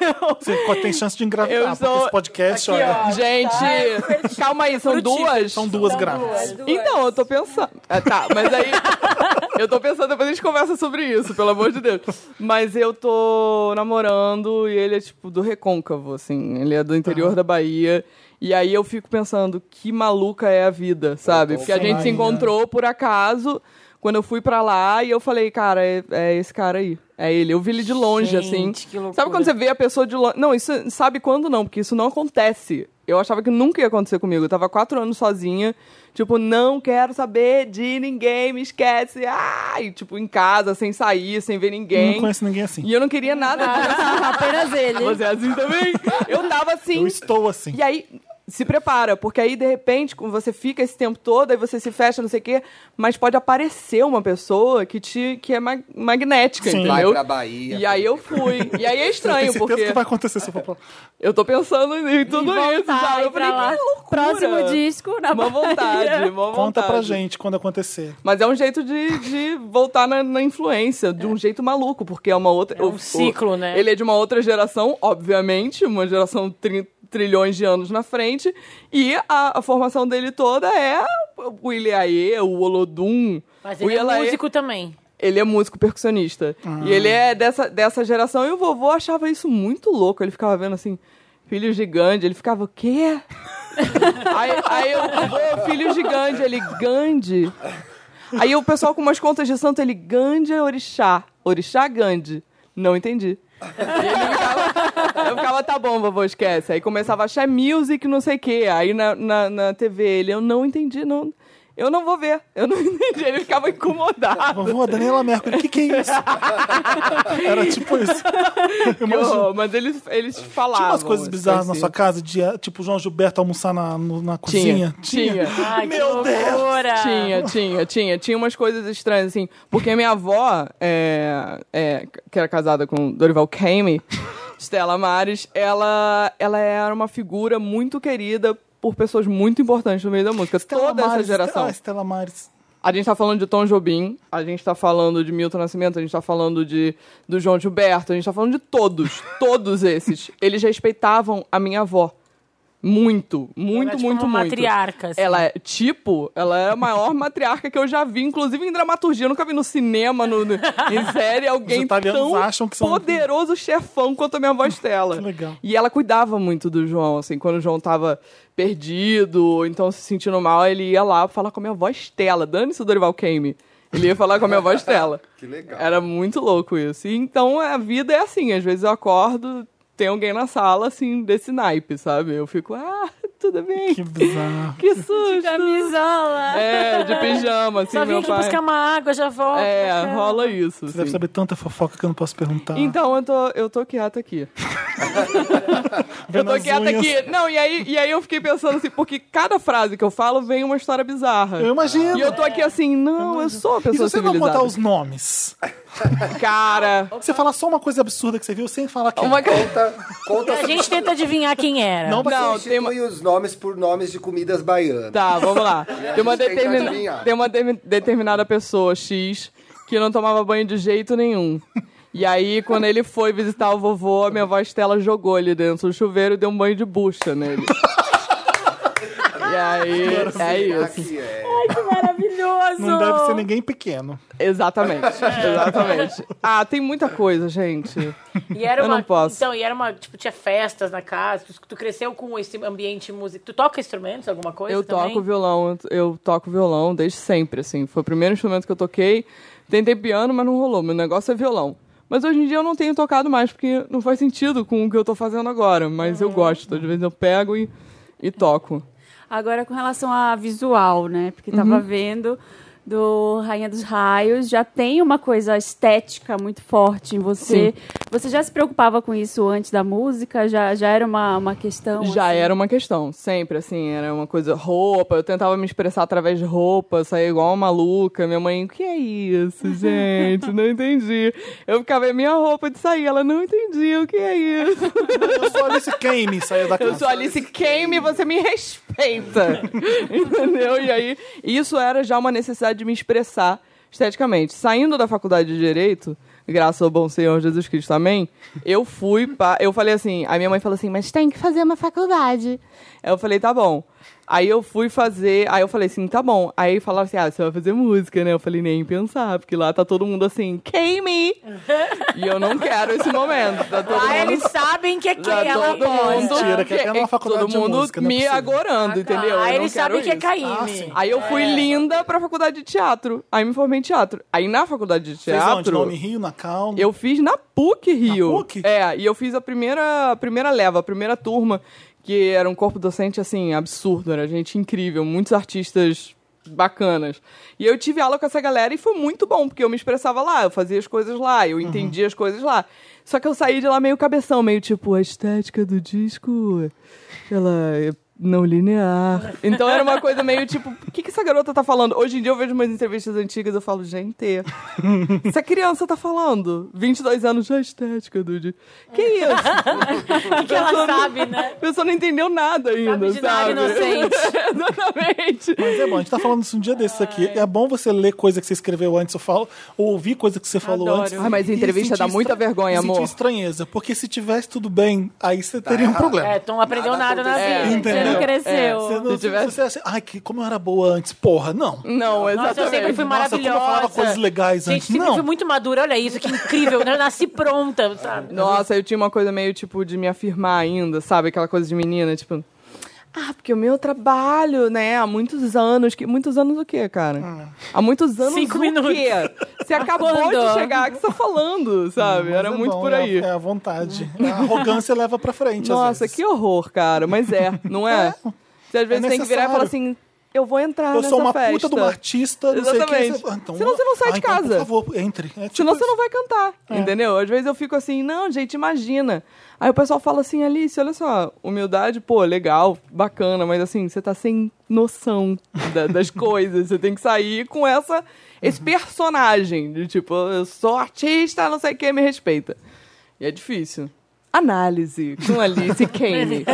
Eu-
Você tem chance de engravidar,
Eu
porque
sou-
esse podcast, olha,
Gente, calma aí, são duas?
são duas grávidas.
Então, eu tô pensando. Ah, tá, mas aí. eu tô pensando, depois a gente conversa sobre isso, pelo amor de Deus. Mas eu tô namorando e ele é tipo do recôncavo, assim. Ele é do
Ah.
interior da Bahia. E aí eu fico pensando, que maluca é a vida, sabe? Porque a gente se
Bahia.
encontrou por acaso. Quando eu fui pra lá e eu falei, cara, é, é esse cara aí. É ele. Eu vi ele de longe,
Gente,
assim.
que loucura.
Sabe quando você vê a pessoa de longe? Não, isso sabe quando não, porque isso não acontece. Eu achava que nunca ia acontecer comigo. Eu tava quatro anos sozinha. Tipo, não quero saber de ninguém, me esquece. Ai, tipo, em casa, sem sair, sem ver ninguém.
Não conheço ninguém assim.
E eu não queria nada disso.
Apenas ele.
Você é assim também? Eu tava assim.
Eu estou assim.
E aí, se prepara, porque aí, de repente, como você fica esse tempo todo, aí você se fecha, não sei o quê, mas pode aparecer uma pessoa que, te, que é mag- magnética,
Sim.
entendeu?
Vai pra Bahia.
E aí eu fui. E aí é
Tenho
estranho,
certeza
porque
que vai acontecer se eu for pra...
eu tô pensando em tudo
E
isso,
voltar,
sabe?
ir
Eu
pra
falei,
lá.
que loucura.
Próximo disco,
tá
na
Uma vontade, uma vontade.
Conta pra gente quando acontecer.
Mas é um jeito de, de voltar na, na influência, de um jeito maluco, porque é uma outra.
É um
o- o-
ciclo, né?
Ele é de uma outra geração, obviamente, uma geração tri- trilhões de anos na frente, e a, a formação dele toda é o Ilhaê, o Olodum.
Mas
o
ele é
Ilhaê-
músico também.
ele é músico percussionista. E ele é dessa, dessa geração. E o vovô achava isso muito louco. Ele ficava vendo assim, filho gigante. Ele ficava, o quê? aí, aí eu, vovô, filho gigante. Ele, Gandhi. Aí o pessoal com umas contas de santo, ele, Gandhi é orixá. Orixá, Gandhi. Não entendi. E ele ficava, eu ficava, tá bom, vovô, esquece. Aí começava a achar music, não sei o quê. Aí na, na, na TV ele, eu não entendi, não... Eu não vou ver. Eu não entendi. Ele ficava incomodado.
Vovó, Daniela Mercury, o que, que é isso? Era tipo isso.
Que
Imagina.
horror, mas eles, eles falavam.
Tinha umas coisas bizarras na
assim.
sua casa, de, tipo o João Gilberto almoçar na, no- na cozinha.
Tinha, tinha,
Ai,
Meu
que loucura.
tinha, tinha, tinha. Tinha umas coisas estranhas, assim. Porque minha avó, é, é, que era casada com Dorival Kame, Stella Maris, ela, ela era uma figura muito querida por pessoas muito importantes no meio da música.
Estela
Toda
Maris,
essa geração.
Ah, Estela Maris.
A gente tá falando de Tom Jobim, a gente tá falando de Milton Nascimento, a gente tá falando de do João Gilberto, a gente tá falando de todos, todos esses. Eles respeitavam a minha avó. Muito, muito,
Ela é tipo
muito,
uma
muito.
matriarca, assim.
Ela é, tipo, ela é a maior matriarca que eu já vi, inclusive em dramaturgia. Eu nunca vi no cinema, no, no- em série, alguém
tá
italianos
tão
acham que são-
poderoso chefão quanto a minha avó Estela.
Que legal.
E ela cuidava muito do João, assim, quando o João tava perdido, ou então se sentindo mal, ele ia lá falar com a minha avó Estela. Dane-se o Dorival Kame. Ele ia falar com a minha avó Estela.
Que legal.
Era muito louco isso. E, então a vida é assim, às vezes eu acordo, tem alguém na sala, assim, desse naipe, sabe? Eu fico, ah, tudo bem.
Que bizarro.
Que susto!
Camisola.
É, de pijama, assim,
Só vim
meu
aqui
pai.
buscar uma água, já volto. né,
É,
Cara.
rola isso.
Você deve
assim.
saber tanta fofoca que eu não posso perguntar.
Então eu tô, eu tô quieta aqui. Eu
Vendo
tô
as
quieta
unhas.
aqui. Não, e aí, e aí eu fiquei pensando assim, porque cada frase que eu falo vem uma história bizarra.
Eu imagino.
E eu tô aqui assim, não, eu sou uma
E se
pessoa
você não
civilizada.
contar os nomes?
Cara,
Você fala só uma coisa absurda que você viu sem falar quem. é.
uma cara...
Conta, conta
A gente tenta adivinhar quem era.
Não, mas
Não, tem uma...
substitui os nomes por nomes de comidas baianas.
Tá, vamos lá. Tem uma,
gente tenta
determina-
adivinhar.
tem uma de- determinada pessoa, X, que não tomava banho de jeito nenhum. E aí, quando ele foi visitar o vovô, a minha avó Estela jogou ele dentro do chuveiro e deu um banho de bucha nele. E aí, é
Será
isso.
que é?
Maravilhoso.
não deve ser ninguém pequeno.
Exatamente, exatamente. Ah, tem muita coisa, gente.
E era
Eu
uma,
não posso.
Então, e era uma, tipo, tinha festas na casa. Tu, tu cresceu com esse ambiente musical. Tu toca instrumentos, alguma coisa
Eu
também?
toco violão, eu toco violão desde sempre, assim. Foi o primeiro instrumento que eu toquei. Tentei piano, mas não rolou. Meu negócio é violão. Mas hoje em dia eu não tenho tocado mais, porque não faz sentido com o que eu tô fazendo agora. Mas eu gosto. Às vezes eu pego e, e toco.
Agora, com relação a visual, né? Porque
Uhum.
tava vendo do Rainha dos Raios, já tem uma coisa estética muito forte em você. Você já se preocupava com isso antes da música? Já, já era uma, uma questão?
Já
assim?
era uma questão, sempre, assim, era uma coisa, roupa, eu tentava me expressar através de roupa, sair igual uma maluca, minha mãe, o que é isso, gente, não entendi. Eu ficava, "É minha roupa de sair, ela, não entendi, o que é isso?
Eu sou Alice Kane, saiu da
Eu
casa.
sou Alice Kame, você me respeita. Entendeu? E aí, isso era já uma necessidade de me expressar esteticamente. Saindo da faculdade de Direito, graças ao bom Senhor Jesus Cristo, amém, eu fui para... Eu falei assim, a minha mãe falou assim, mas tem que fazer uma faculdade. Eu falei, tá bom. Aí eu fui fazer, aí eu falei assim, tá bom. Aí falaram assim, ah, você vai fazer música, né? Eu falei, nem pensar, porque lá tá todo mundo assim, Kame! e eu não quero esse momento. Tá todo
Ah,
Lá
mundo
eles sabem que é quem
já
ela
todo mundo.
gosta.
Mentira, que até numa faculdade
todo
de
mundo
música, não é
me
possível.
agorando, entendeu?
Ah, tá. Aí
Ah,
eu não
eles sabem
quero
que é
isso.
Caíme.
Ah, sim.
Aí eu fui linda pra faculdade de teatro. Aí me formei em teatro. Aí na faculdade de
Fez onde?
teatro.
Nome Rio, na Cal.
Eu fiz na PUC Rio.
Na PUC?
É, e eu fiz a primeira, a primeira leva, a primeira turma, que era um corpo docente, assim, absurdo, era gente incrível, muitos artistas bacanas. E eu tive aula com essa galera e foi muito bom, porque eu me expressava lá, eu fazia as coisas lá,
Uhum.
eu entendia as coisas lá. Só que eu saí de lá meio cabeção, meio tipo, a estética do disco, ela é não linear. Então era uma coisa meio tipo, o que, que essa garota tá falando? Hoje em dia eu vejo umas entrevistas antigas e eu falo, gente, essa criança tá falando. 22 anos de estética, Dude. Que
É.
isso?
O que ela sabe, né?
A pessoa não entendeu nada ainda,
Sabe de nada
sabe?
inocente.
Exatamente.
Mas é bom, a gente tá falando isso um dia desses aqui. É bom você ler coisa que você escreveu antes, ou, falo, ou ouvir coisa que você falou
Adoro.
antes.
Ah, mas
e
entrevista
sentir
dá muita vergonha,
e sentir
amor.
estranheza, porque se tivesse tudo bem, aí você teria um
errado.
problema.
É, tu não aprendeu nada, É.
Nada
na
aconteceu.
vida.
Entendeu?
Tá. Você não cresceu.
Você não,
Se
se
tivesse-
você acha, ai, que, como eu era boa antes, porra, não.
Não, exatamente.
Nossa, eu sempre fui
Nossa, como eu
maravilhosa.
falava coisas legais
Gente,
antes.
sempre
Não.
fui muito madura, olha isso, que incrível. né? Eu nasci pronta, sabe?
Nossa, eu tinha uma coisa meio tipo de me afirmar ainda, sabe? Aquela coisa de menina, tipo. Ah, porque o meu trabalho, né, há muitos anos. Que... Muitos anos o quê, cara?
Hum.
Há muitos anos
Cinco
o
minutos.
quê? Você acabou de
Quando?
chegar, o que você tá falando, sabe?
Mas
Era
é
muito
bom,
por
é a-
aí.
É a vontade. A arrogância leva pra frente. às
Nossa,
vezes.
que horror, cara. Mas é, não é? Você às vezes tem que virar e falar assim, eu vou entrar
Eu
nessa
sou uma
festa.
puta de um artista, não sei o
Exatamente.
que. então,
Senão você não sai
ah,
de
então,
casa.
por favor, entre. É tipo
Senão você
isso.
não vai cantar,
É.
entendeu? Às vezes eu fico assim, não, gente, imagina. Aí o pessoal fala assim, Alice, olha só, humildade, pô, legal, bacana, mas assim, você tá sem noção da- das coisas. Você tem que sair com
Uhum.
essa, esse personagem de tipo, eu sou artista, não sei quem me respeita. E é difícil. Análise com Alice Kane.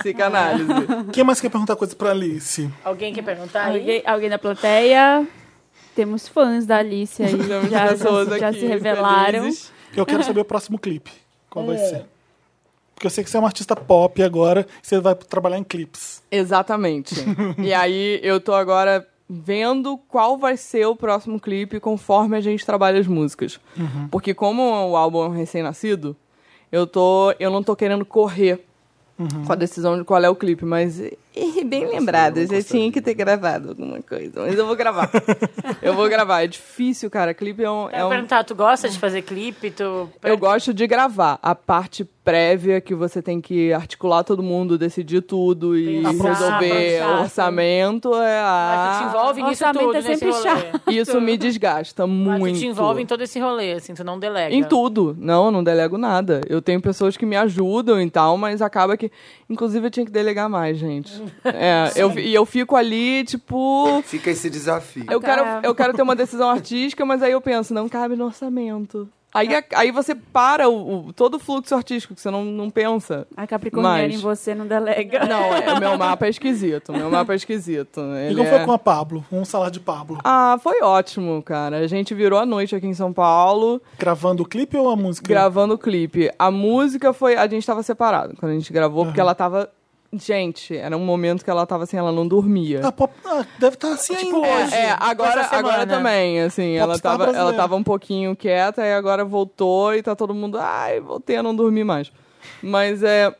Psicanálise.
Quem mais quer perguntar coisa pra Alice?
Alguém quer perguntar aí?
Alguém, alguém da plateia? Temos fãs da Alice aí.
Temos
já
pessoas
já, já
aqui
se revelaram.
felizes.
Eu quero saber o próximo clipe. Qual
É.
vai ser? Porque eu sei que você é um artista pop agora, você vai trabalhar em clipes.
Exatamente. e aí eu tô agora vendo qual vai ser o próximo clipe conforme a gente trabalha as músicas. Porque como o álbum é um recém-nascido, eu tô eu não tô querendo correr com a decisão de qual é o clipe, mas eh, bem lembrado, eu já tinha que ter gravado alguma coisa, mas eu vou gravar. eu vou gravar, é difícil, cara, clipe é um,
Eu
é
ia
um
perguntar, tu gosta de fazer clipe? Tu...
eu gosto de gravar a parte prévia que você tem que articular todo mundo, decidir tudo e
Pensar,
resolver
pensar.
o orçamento. É
Mas tu te
a...
envolve nisso
Orçamento
tudo,
é
nesse
sempre
rolê.
chato.
Isso me desgasta
Mas
muito.
tu te envolve em todo esse rolê, assim, tu não delega.
Em tudo. Não, eu não delego nada. Eu tenho pessoas que me ajudam e tal, mas acaba que. Inclusive, eu tinha que delegar mais, gente. É, eu, fi- e eu fico ali, tipo.
Fica esse desafio.
Eu,
Tá.
quero, eu quero ter uma decisão artística, mas aí eu penso, não cabe no orçamento. Aí, a- aí você para o, o- todo o fluxo artístico, que você não, não pensa.
A Capricorniana
Mas-
em você não delega.
Não, é, o meu mapa é esquisito. o Meu mapa é esquisito.
e
Ele
como foi
é-
com a Pablo? Um salário de Pablo.
Ah, foi ótimo, cara. A gente virou a noite aqui em São Paulo.
Gravando o clipe ou a música?
gravando o clipe. A música foi. A gente tava separado quando a gente gravou, porque ela tava. Gente, era um momento que ela tava assim, ela não dormia.
Ah, pop- ah, deve estar assim
Tipo,
ainda. hoje.
É, agora,
essa semana.
agora também, assim, ela
Popstar
tava, ela
brasileira.
tava um pouquinho quieta e agora voltou e tá todo mundo, ai, voltei a não dormir mais. Mas é.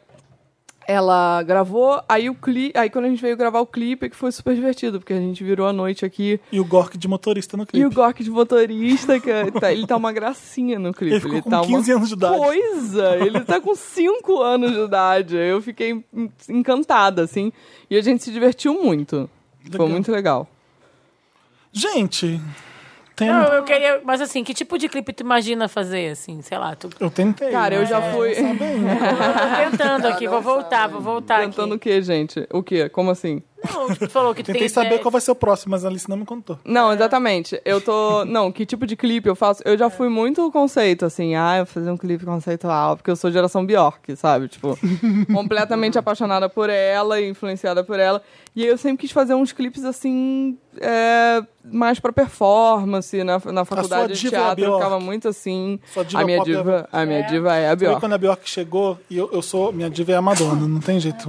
Ela gravou, aí o clipe. Aí quando a gente veio gravar o clipe, que foi super divertido, porque a gente virou a noite aqui.
E o Gork de motorista no clipe.
E o Gork de motorista, que é- tá- ele tá uma gracinha no clipe.
Ele ficou com
tá
15
uma
anos de idade.
Coisa! Ele tá com 5 anos de idade. Eu fiquei en- encantada, assim. E a gente se divertiu muito. Foi
Legal.
muito legal.
Gente, tem...
Não, eu queria. Mas assim, que tipo de clipe tu imagina fazer, assim? Sei lá, tu.
eu tentei.
Cara, eu
né?
já fui.
Tô tentando aqui, vou voltar, vou voltar
Cantando o
aqui.
quê, gente? O quê? Como assim?
Não, tu falou que tu
Tentei
tem
saber
ideia-
qual vai ser o próximo, mas a Alice não me contou.
Não, exatamente. Eu tô. Não, que tipo de clipe eu faço?
É.
Eu já fui muito conceito, assim. Ah, eu vou fazer um clipe conceitual, porque eu sou geração Bjork, sabe? Tipo, completamente apaixonada por ela e influenciada por ela. E aí eu sempre quis fazer uns clipes, assim, é, mais pra performance. Na, na
sua
faculdade de
diva é a
teatro eu
Bjork.
ficava muito assim.
Sua diva
a minha
pop é-
diva, a minha diva é a
Sabe
Bjork.
quando a Bjork chegou, e eu, eu sou. Minha diva é a Madonna, não tem jeito.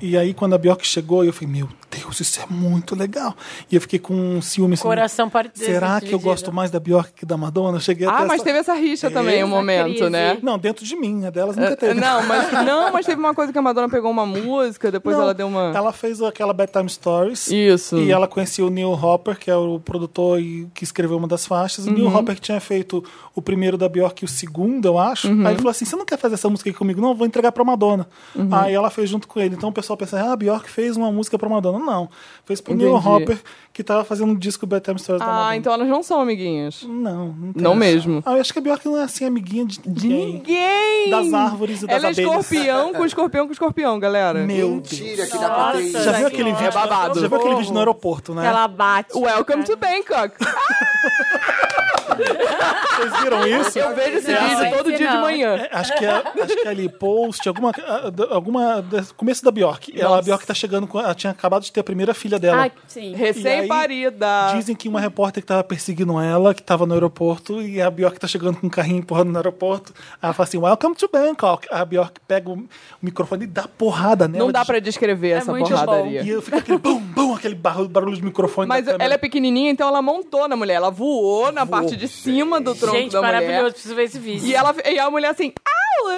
E aí, quando a Bjork chegou, eu falei, meu Deus, isso é muito legal. E eu fiquei com um ciúme assim.
Coração pare-
Será que eu
dividido.
gosto mais da Bjork que da Madonna? Eu cheguei até
Ah, mas
essa-
teve essa rixa também, um
Essa
momento,
crise.
né?
Não, dentro de mim, a delas nunca teve.
Ah, Não, mas, não, mas teve uma coisa que a Madonna pegou uma música, depois
Não,
ela deu uma.
Ela fez aquela Bedtime Stories.
Isso.
E ela conhecia o Neil Hopper, que é o produtor e que escreveu uma das faixas. O
Uhum.
Neil Hopper tinha feito o primeiro da Bjork e o segundo, eu acho.
Uhum.
Aí ele falou assim: você não quer fazer essa música aqui comigo? Não, eu vou entregar pra Madonna.
Uhum.
Aí ela fez junto com ele. Então o pessoal pensa, ah, a Bjork fez uma música pra Madonna. Não. Fez pro Neil
Entendi.
Hopper, que tava fazendo um disco Bedtime Stories da Madonna.
Ah, então elas não são amiguinhas.
Não, não tem
Não
essa.
mesmo.
Ah, eu acho que a Bjork não é assim, amiguinha de ninguém.
Ninguém!
Das árvores e das
Ela é
abelhas.
escorpião com escorpião com escorpião, galera.
Meu Deus.
Mentira, que dá pra ter isso.
Já viu aquele vídeo?
É babado.
Já viu aquele vídeo no aeroporto, né?
Ela bate.
Hum.
né?
Welcome to Bangkok.
Vocês viram isso?
Eu vejo
É
esse
Não,
vídeo
assim.
esse
todo dia de
não.
manhã.
Acho que, é, acho que é ali, post, alguma. ah, da- alguma da- começo da Bjork. Ela, a Bjork tá chegando. com- Ela tinha acabado de ter a primeira filha dela.
Ah, sim.
Recém-parida.
É. Dizem que uma repórter que tava perseguindo ela, que tava no aeroporto, e a Bjork tá chegando com um carrinho empurrando no aeroporto. Ela fala assim: Welcome to Bangkok. A Bjork pega o microfone e dá porrada nela.
Não dá
de-
pra descrever essa
É muito
E
porradaria.
eu- fica aquele bum, bum, aquele barulho, barulho de microfone.
Mas
da câmera.
ela é pequenininha, então ela montou na mulher. Ela voou na parte de cima do tronco
Gente,
da
maravilhoso,
mulher.
preciso ver esse vídeo.
E, ela, e a mulher assim, au!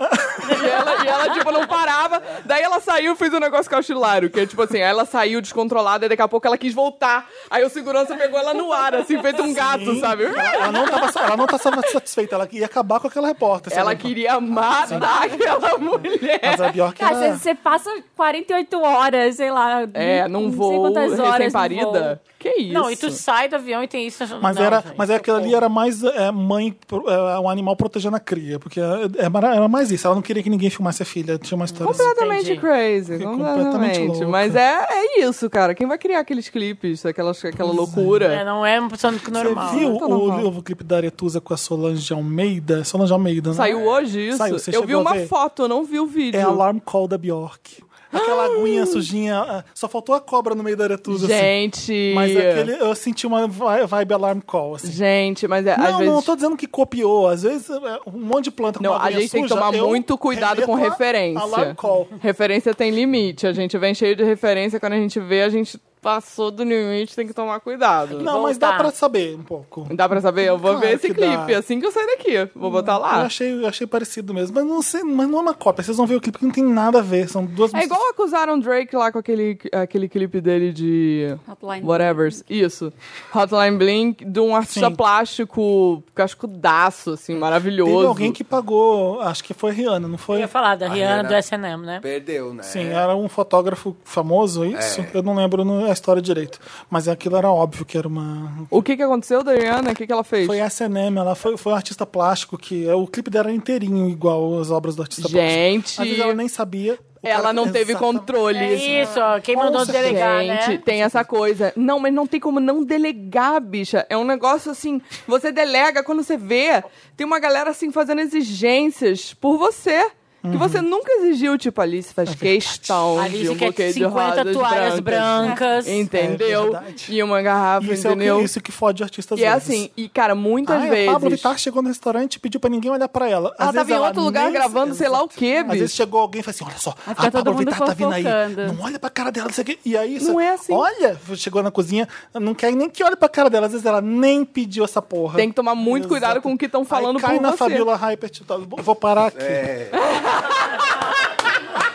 e, ela, e ela, tipo, não parava. Daí ela saiu e fez um negócio caustilário, que é tipo assim, ela saiu descontrolada e daqui a pouco ela quis voltar. Aí o segurança pegou ela no ar, assim, feito um gato, sabe?
Ela não, tava, ela não tava satisfeita, ela ia acabar com aquela repórter.
Ela
sabe?
queria matar aquela mulher.
Mas a Bjork
Cara,
era...
Ah.
você, você passa 48 horas, sei lá.
É, num
Não sei
voo
quantas horas. num voo.
recém-parida. Que é isso?
Não, e tu sai do avião e tem isso.
Mas,
Não,
era,
gente.
mas aquilo ali era mais é, mãe, pro- é, um animal protegendo a cria, porque é, é mara- era mais isso. Ela não queria que ninguém filmasse a filha, tinha uma história assim.
Completamente
Entendi.
crazy,
Fiquei completamente
completamente.
louca.
Mas é, é isso, cara. Quem vai criar aqueles clipes, aquelas, aquela loucura?
É, não é uma pessoa normal. né?
Você viu
Tá
o
normal.
novo clipe da Aretusa com a Solange Almeida? Solange Almeida, né?
Saiu hoje isso?
Saiu, você
eu vi
chegou a
uma
ver?
foto, eu não vi o vídeo.
É a Alarm Call da Bjork. Aquela aguinha sujinha, ah, só faltou a cobra no meio da Aretusa, assim.
Gente.
Mas aquele, eu senti uma vi- vibe Alarm Call, assim.
Gente, mas é, às
Não,
vezes.
não tô dizendo que copiou. Às vezes é, um monte de planta com
Não,
uma
a
aguinha
gente tem que
suja,
tomar
eu
muito cuidado com
remeto a-
referência.
Alarm Call.
Referência tem limite. A gente vem cheio de referência, quando a gente vê, a gente passou do limite, tem que tomar cuidado.
Não, mas dá
Voltar.
pra saber um pouco.
Dá pra saber? Eu vou
Claro
ver esse
que dá.
clipe assim que eu sair daqui. Vou botar
Eu
lá.
achei, eu achei parecido mesmo. Mas não, sei, mas não é uma cópia. Vocês vão ver o clipe que não tem nada a ver. São duas
É igual acusaram o Drake lá com aquele, aquele clipe dele de.
Hotline.
Whatever. Isso. Hotline Blink, de um artista
Sim.
plástico cascudaço, assim, maravilhoso.
Teve alguém que pagou, acho que foi a Rihanna, não
Eu
foi?
ia falar da Rihanna
Rihanna.
do SNM, né?
Perdeu, né?
Sim,
é.
era um fotógrafo
É.
famoso, isso? Eu não lembro no- a história direito. Mas aquilo era óbvio que era uma.
O que que aconteceu, Dariana? O que que ela fez?
Foi a SNM, ela foi, foi um artista plástico que. é, O clipe dela era inteirinho, igual as obras do artista
Gente.
plástico. Às vezes ela nem sabia. O
Ela
cara-
não teve
Exatamente.
controle.
É isso, ó, quem
Com
mandou
certeza.
delegar,
Gente,
né?
tem essa coisa. Não, mas não tem como não delegar, bicha. É um negócio assim, você delega quando você vê. Tem uma galera assim fazendo exigências por você. Que
Uhum.
você nunca exigiu, tipo, Alice
É
faz questão de
Alice
um
quer
buquê de
50
rosas
toalhas brancas.
É
Entendeu?
verdade.
e uma garrafa,
Isso é o que,
entendeu?
isso que fode artistas
E é
vezes.
assim, e cara, muitas
Ah,
vezes.
A Pablo Vittar chegou no restaurante e pediu pra ninguém olhar pra ela.
Ela
Às
tava
vezes
em outro lugar
nem-
gravando sei lá o quê,
Às vezes
bicho.
chegou alguém e falou assim: olha só,
fica
a
todo
Pablo
mundo
Vittar tá vindo aí.
fofocando.
Não olha pra cara dela, não sei o quê. E aí
Não
você-
é assim.
Olha, chegou na cozinha, não quer nem que olhe pra cara dela. Às vezes ela nem pediu essa porra.
Tem que tomar muito cuidado
Exato.
com o que estão falando
aí cai
por
na
você.
Fabiola Hypert. Vou parar aqui.
É.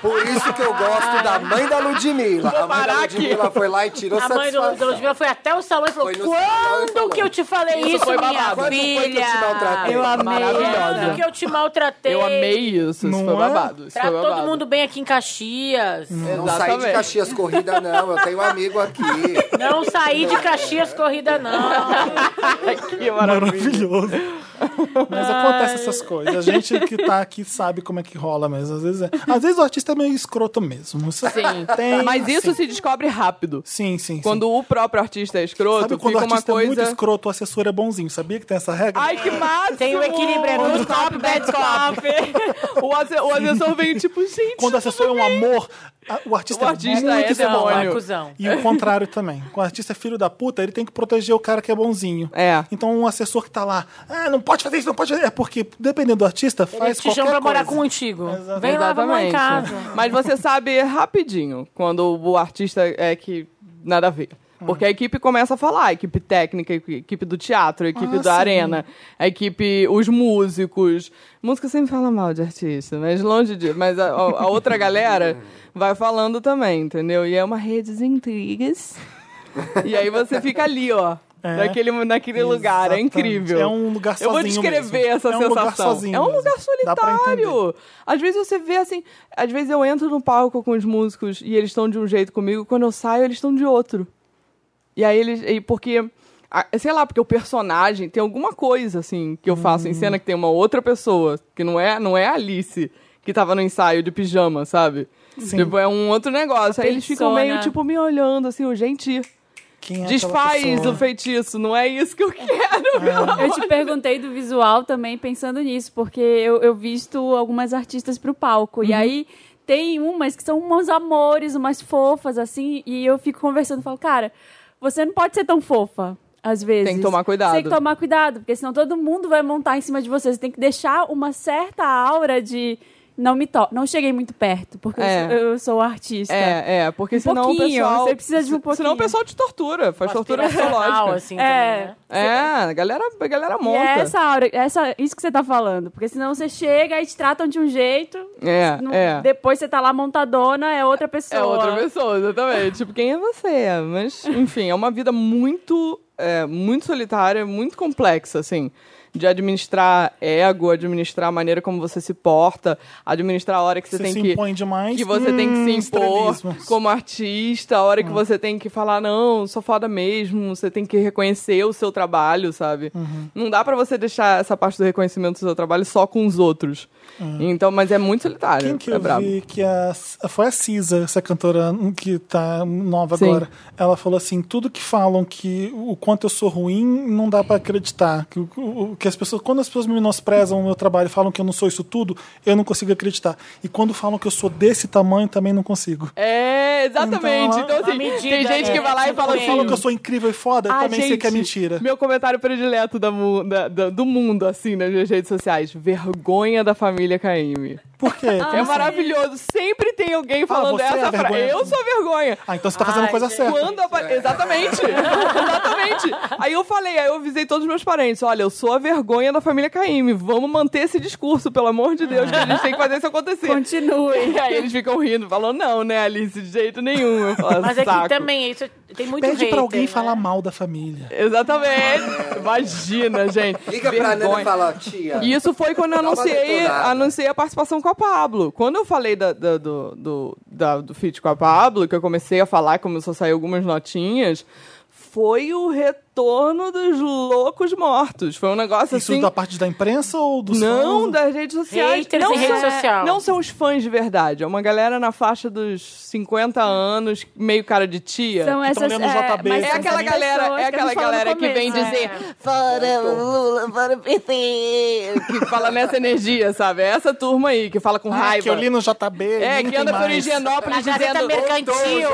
Por isso que eu gosto da mãe da Ludmilla.
Vou
A mãe da
parar aqui.
Ludmilla foi lá e tirou
A mãe do,
satisfação.
da Ludmilla foi até o salão e falou:
Foi no salão e falou.
Quando que eu te falei
Isso
isso,
foi
minha
babado.
Quando foi que eu
filha?
te maltratei?
Eu amei.
Quando que eu te maltratei?
Eu amei isso. Isso
Não
foi
é?
babado. Isso
Trata
foi
todo
babado.
mundo bem aqui em Caxias.
Não saí de
Exatamente.
Caxias Corrida, não. Eu tenho um amigo aqui.
Não saí de Caxias corrida, não.
Ai, que maravilha.
Maravilhoso. Mas acontece essas coisas. A gente que tá aqui sabe como é que rola mesmo. Às vezes, é- às vezes o artista é meio escroto mesmo. Isso
Sim.
Tem,
Mas isso
sim.
se descobre rápido.
assim. Sim, sim.
Quando o próprio artista é
sim.
escroto,
Sabe quando o
fica uma
artista é
coisa.
muito escroto, o assessor é bonzinho. Sabia que tem essa regra?
Ai, que máximo!
Tem o equilíbrio, é
O
good cop, bad cop.
o, asse- o assessor vem tipo, gente.
quando o assessor é um amor, a- o artista,
O artista
é muito
é
escroto.
demônio.
é cuzão.
E o contrário também. Quando o artista é filho da puta, ele tem que proteger o cara que é bonzinho.
É.
Então um assessor que tá lá, ah, não pode fazer isso, não pode fazer. É porque, dependendo do artista, faz
Eles te
qualquer
chamam pra
coisa.
morar contigo.
Exatamente.
Vem lá, vamos lá em casa.
Mas você sabe rapidinho quando o artista é que nada a ver. Porque a equipe começa a falar, a equipe técnica, a equipe do teatro, a equipe
Ah,
da
sim.
arena, a equipe, os músicos. Música sempre fala mal de artista, mas longe de. Mas a, a- a outra galera vai falando também, entendeu? E é uma rede de intrigas. E aí você fica ali, ó.
É.
Naquele, naquele lugar, é
Exatamente.
incrível.
É um lugar
Eu vou
sozinho
descrever
mesmo.
essa
É um
sensação.
lugar sozinho
é um lugar
mesmo. Dá pra
solitário. Às vezes você vê assim, às vezes eu entro no palco com os músicos e eles estão de um jeito comigo, quando eu saio eles estão de outro. E aí eles, e porque a- sei lá, porque o personagem tem alguma coisa assim que eu faço em
Uhum.
cena que tem uma outra pessoa, que não é, não é a Alice que tava no ensaio de pijama, sabe?
Sim.
Tipo, é um outro negócio. Aí eles ficam
persona.
meio tipo me olhando assim, o gente,
Quem é aquela
desfaz
pessoa?
o feitiço, não é isso que eu
Ah.
quero. meu
Eu te perguntei do visual também pensando nisso, porque eu, eu visto algumas artistas pro palco.
Uhum.
E aí tem umas que são uns amores, umas fofas, assim, e eu fico conversando e falo, cara, você não pode ser tão fofa. Às vezes.
Tem que tomar cuidado.
Tem que tomar cuidado, porque senão todo mundo vai montar em cima de você. Você tem que deixar uma certa aura de não me to não cheguei muito perto, porque eu
É.
sou- eu sou artista.
É, é, porque
Um
senão o
pouquinho,
pessoal.
você precisa de um
Senão
pouquinho.
o pessoal te tortura, faz tortura
Aspiracional,
psicológica.
assim,
É.
também, né?
É, a galera, a galera monta.
E é essa aura, essa, isso que você tá falando. Porque senão você chega e te tratam de um jeito.
É,
não-
é.
Depois você tá lá montadona, é outra pessoa.
É outra pessoa, exatamente. tipo, quem é você? Mas, enfim, é uma vida muito, é, muito solitária, muito complexa, assim. De administrar ego, administrar a maneira como você se porta, administrar a hora que você,
Você
tem
se
que.
impõe demais.
que você tem que
Hum, É.
se impor
estrelismo.
como artista, a hora que você tem que falar, não, sou foda mesmo, você tem que reconhecer o seu trabalho, sabe?
Uhum.
Não dá pra você deixar essa parte do reconhecimento do seu trabalho só com os outros. Então, mas é muito solitário.
Quem que
é
eu
brabo.
vi que a, foi a Cisa, essa cantora que tá nova
Sim.
agora. Ela falou assim: tudo que falam que o quanto eu sou ruim, não dá pra acreditar. Que, o- o- que as pessoas, quando as pessoas me menosprezam o meu trabalho e falam que eu não sou isso tudo, eu não consigo acreditar. E quando falam que eu sou desse tamanho, também não consigo.
É, exatamente.
Então,
Então,
a
assim,
medida,
tem gente
né?
que vai lá e fala
Quando
assim.
Falam que eu sou incrível e foda, eu
"Ah,
também sei que é
gente,
mentira.
Meu comentário predileto da mu- da- da- do mundo, assim, nas minhas redes sociais. Vergonha da família Caymmi.
Por quê?
É maravilhoso. Sempre tem alguém falando
você é a
essa frase.
vergonha.
Eu sou a vergonha.
Ah, então você tá fazendo a
Ai,
coisa
gente.
certa.
Quando apa-
É.
Exatamente. Exatamente. Aí eu falei, aí eu avisei todos os meus parentes. Olha, eu sou a vergonha da família Caymmi. Vamos manter esse discurso, pelo amor de Deus, que a gente tem que fazer isso acontecer.
Continue.
E aí eles ficam rindo. Falou, não, né, Alice? De jeito nenhum. Eu falo,
Mas é
"Saco."
que também, isso, tem muito
Pede
hater,
pra alguém
né?
falar mal da família.
Exatamente. Imagina, gente.
Liga pra Nana e
Vergonha.
fala, tia.
E isso foi quando eu
Dá uma
anunciei,
detonada.
anunciei a participação com a Pablo. Quando eu falei da- da- do, do, da- do feat com a Pablo, que eu comecei a falar, começou a sair algumas notinhas, foi o retorno dos loucos mortos. Foi um negócio
Isso
assim.
da parte da imprensa ou dos
Não,
fãs?
das redes sociais.
Haters
não,
em rede
são- é,
social.
não são os fãs de verdade. É uma galera na faixa dos 50 anos, meio cara de tia.
São essas.
lendo JB,
mas
É
são
aquela
essas
galera,
pessoas
é
que a
aquela
gente falou no
galera que vem
começo,
dizer
né?
Fora Lula, fora PT.
que fala nessa energia, sabe? É essa turma aí que fala com
Ah,
raiva.
que eu li no JB.
É,
nem
que
tem
anda por
mais.
Higienópolis
Na
tá
Gazeta
dizendo.
tá
Mercantil.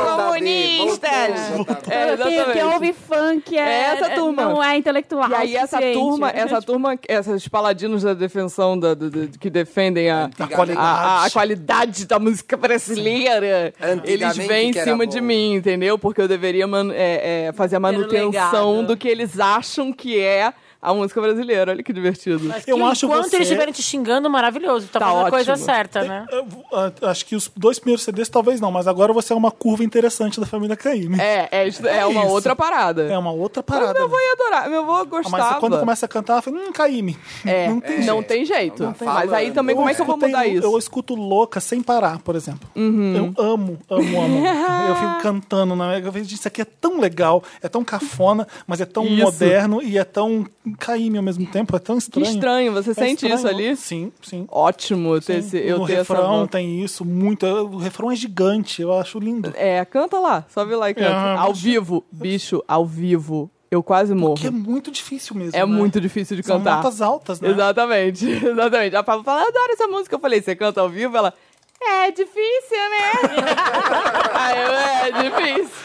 comunistas.
É,
Quem, quem ouve funk é,
É essa turma.
não é intelectual.
E aí
o
essa
suficiente.
turma,
né,
essa turma, esses paladinos da defensão da- do- do- que defendem a,
A qualidade.
a- a- a qualidade da música brasileira,
Antigamente
eles vêm em
que era
cima
bom.
de mim, entendeu? Porque eu deveria man- é, é, fazer a manutenção
legado.
do que eles acham que é a música brasileira. Olha que divertido.
Mas
Eu
que
acho
enquanto
você-
eles estiverem te xingando, maravilhoso. Tá,
Tá
fazendo a coisa
ótimo.
certa, né?
Eu vou- a- acho que os dois primeiros CDs talvez não, mas agora você é uma curva interessante da família Caymmi.
É, é, isso- é uma
isso.
outra parada.
É uma outra
Mas
parada.
meu avô ia adorar, meu avô
Ah,
gostava.
Mas quando começa a cantar, ela fala, hum, Caymmi.
É,
não tem
não
jeito.
tem jeito.
Não tem
Mas
jeito.
aí também, como é que eu vou
escutei-
mudar isso?
um-
Uhum.
Eu escuto louca sem parar, por exemplo. Eu amo, amo, amo. eu fico cantando na Eu vejo, gente, isso aqui é tão legal, é tão cafona, mas é tão
Isso.
moderno e é tão caíme ao mesmo tempo, é tão
Que
estranho.
estranho, você
É
sente
estranho.
isso ali?
Sim, sim.
Ótimo ter esse, eu
no
ter essa
refrão
van-
tem isso muito. Eu- O refrão é gigante, eu acho lindo.
É, canta lá, sobe lá e canta.
Ah,
ao
bicho.
vivo, bicho, ao vivo, eu quase morro.
Que é muito difícil mesmo.
É
né?
muito difícil de
São
cantar.
notas altas, né?
Exatamente, exatamente. A Pablo fala, eu adoro essa música. Eu falei, você canta ao vivo? Ela, é difícil, né? Aí eu, é difícil.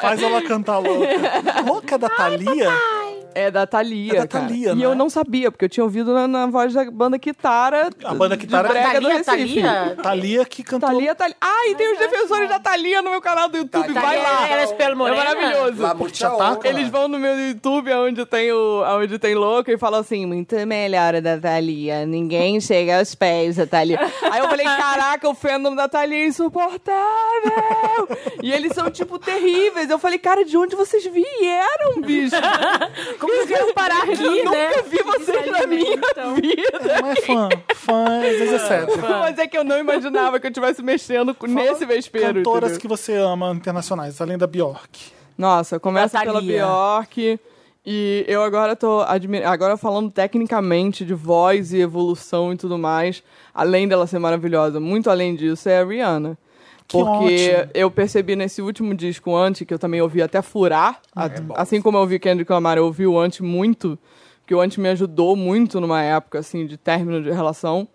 Faz ela cantar louca. Louca da Thalia?
É da Thalia,
É da
cara.
Thalia,
E
né?
eu não sabia, porque eu tinha ouvido na, na voz da banda Quitara.
A banda Kitara-
de brega do Recife.
Thalia.
Thalia que cantou.
Thalia, Thalia. Ah, e tem
é
os defensores da Thalia no meu canal
Tá,
do YouTube.
Thalia
Vai lá.
Era Espelho
É
Morena?
maravilhoso.
Lá muito
Te ataca?
onda.
Eles vão no meu YouTube, aonde tem o, aonde tem louco, e falam assim, muito melhor a da Thalia, ninguém chega aos pés da Thalia. Aí eu falei, caraca, o fandom da Thalia é insuportável! e eles são, tipo, terríveis. Eu falei, cara, de onde vocês vieram, bicho?
Como vocês vieram parar aqui,
eu
né?
nunca vi vocês na minha vida!
Não é fã. Fã é 17.
Mas é que eu não imaginava que eu estivesse mexendo com- nesse vespeiro.
Cantoras
entendeu?
que você ama internacionais, além da Bjork.
Nossa, começa
Da
pela
Thalia.
Bjork. E eu agora tô admi- agora falando tecnicamente de voz e evolução e tudo mais, além dela ser maravilhosa, muito além disso é a Rihanna.
Que
Porque
ótimo.
eu percebi nesse último disco antes, que eu também ouvi até furar,
É
a- assim como eu ouvi Kendrick Lamar, eu ouvi o Ante muito, que o Ante me ajudou muito numa época assim de término de relação.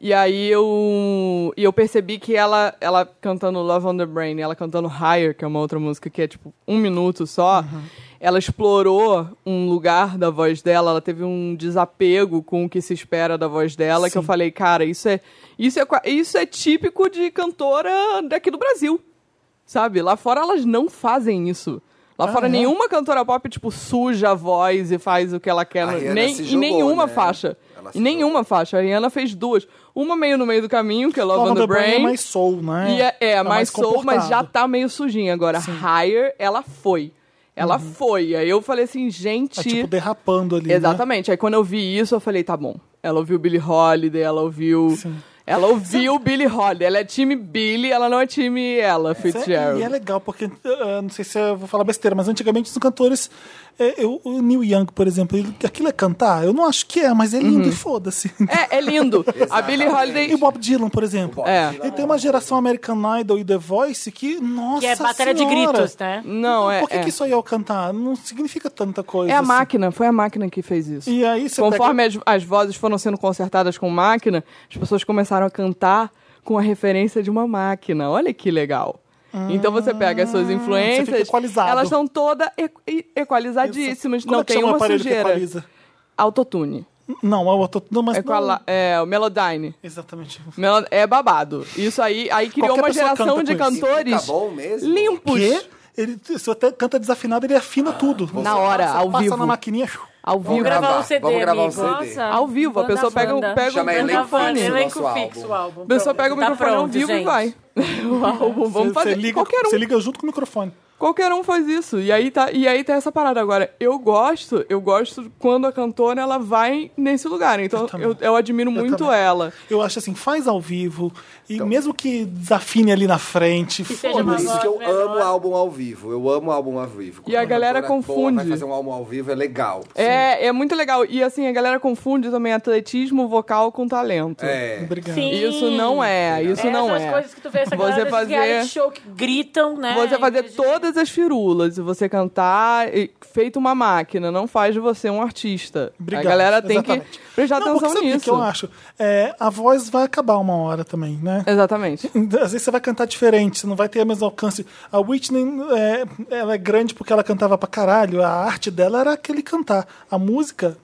E aí eu, e eu percebi que ela, ela cantando Love on the Brain, ela cantando Higher, que é uma outra música que é tipo um minuto só,
Uhum.
ela explorou um lugar da voz dela, ela teve um desapego com o que se espera da voz dela, que eu falei, cara, isso é, isso é, qua- isso é típico de cantora daqui do Brasil. Sabe? Lá fora elas não fazem isso. Lá fora nenhuma cantora pop, tipo, suja a voz e faz o que ela quer.
A Rihanna
Nem,
se
em
jogou,
nenhuma
né?
faixa.
Ela se
Em nenhuma faixa. A Rihanna fez duas. Uma meio no meio do caminho, que é Love, on the Brain.
é mais soul, né?
E é, é, mais soul, mas já
comportado.
tá meio sujinha agora. Higher, ela foi. Ela foi. Aí eu falei assim, gente...
Uhum. É tipo derrapando ali. né?
Exatamente. Aí quando eu vi isso, eu falei, tá bom. Ela ouviu Billie Holiday, ela ouviu... Ela ouviu Billie Holiday. Ela é time Billie, ela não é time ela,
Isso é-
Fitzgerald.
E é legal, porque ah, não sei se eu vou falar besteira, mas antigamente os cantores. é, eu, o Neil Young, por exemplo, ele- aquilo é cantar? Eu não acho que é, mas é lindo e foda-se.
Uhum. É, é lindo. a Billie Holiday...
E o Bob Dylan, por exemplo.
É.
E tem uma geração American Idol e The Voice que, nossa.
Que é batalha de
senhora. Então,
gritos, né?
Não, é...
Por que,
é.
que isso aí ao cantar? Não significa tanta coisa.
É a
assim.
máquina, foi a máquina que fez isso.
E aí você tá
Conforme as, as vozes foram sendo consertadas com máquina, as pessoas começaram a cantar com a referência de uma máquina. Olha que legal. Então você pega as suas
Ah. você fica
influências,
equalizado.
elas são todas e- e-
pega...
equalizadíssimas,
Como
não
é que
tem
chama o
uma
aparelho que
sujeira.
equaliza?
Autotune.
Não, é o auto... não, mas
É, com a
não-
la- é, o Melodyne.
Exatamente.
Melo- É babado. Isso aí, aí criou
Qualquer
uma
pessoa
geração
canta
de
com isso.
cantores
Fica bom mesmo?
limpos.
Quê? Ele, se até canta desafinado, ele afina tudo.
Na hora,
passa,
ao
passa
vivo.
na maquininha.
Ao
Vamos
vivo.
gravar um CD,
Vamos gravar um
amigo.
CD.
Ao vivo, a pessoa pega, um- pega
Chama
um
é Elenco
Tá falando,
fixo,
elenco
nosso
fixo, o
álbum.
álbum.
A pessoa
Pronto.
pega o
Tá
microfone ao
pronto,
vivo e
gente.
vai. O álbum, vamos
Você
fazer.
liga,
qualquer, um,
você liga junto com o microfone.
qualquer um faz isso. E aí, tá, e aí tá essa parada. Agora, eu gosto, eu gosto quando a cantora ela vai nesse lugar. Então eu,
também.
eu, admiro muito
também.
ela.
Eu acho assim, faz ao vivo. E mesmo que desafine ali na frente,
seja uma
Por
foda-se.
isso que eu
Menor.
amo álbum ao vivo. Eu amo álbum ao vivo. Quando
a
uma
galera
cantora boa
confunde.
Vai fazer um álbum ao vivo, é legal.
É, é muito legal. E assim, a galera confunde também atletismo vocal com talento.
É.
Obrigado.
Sim.
Isso não é, isso não
Essas
é.
coisas que tu vê, essa galera
Você
desses
fazer-
reality show que gritam, né?
Você
Em
fazer
vez de-
todas as firulas e você cantar e- feito uma máquina, não faz de você um artista.
Obrigado,
A galera tem
exatamente.
que prestar
Não, porque
atenção
sabe o
nisso.
que eu acho? É, a voz vai acabar uma hora também, né?
Exatamente.
Às vezes você vai cantar diferente, você não vai ter o mesmo alcance. A Whitney, é, ela é grande porque ela cantava pra caralho, a arte dela era aquele cantar. A música,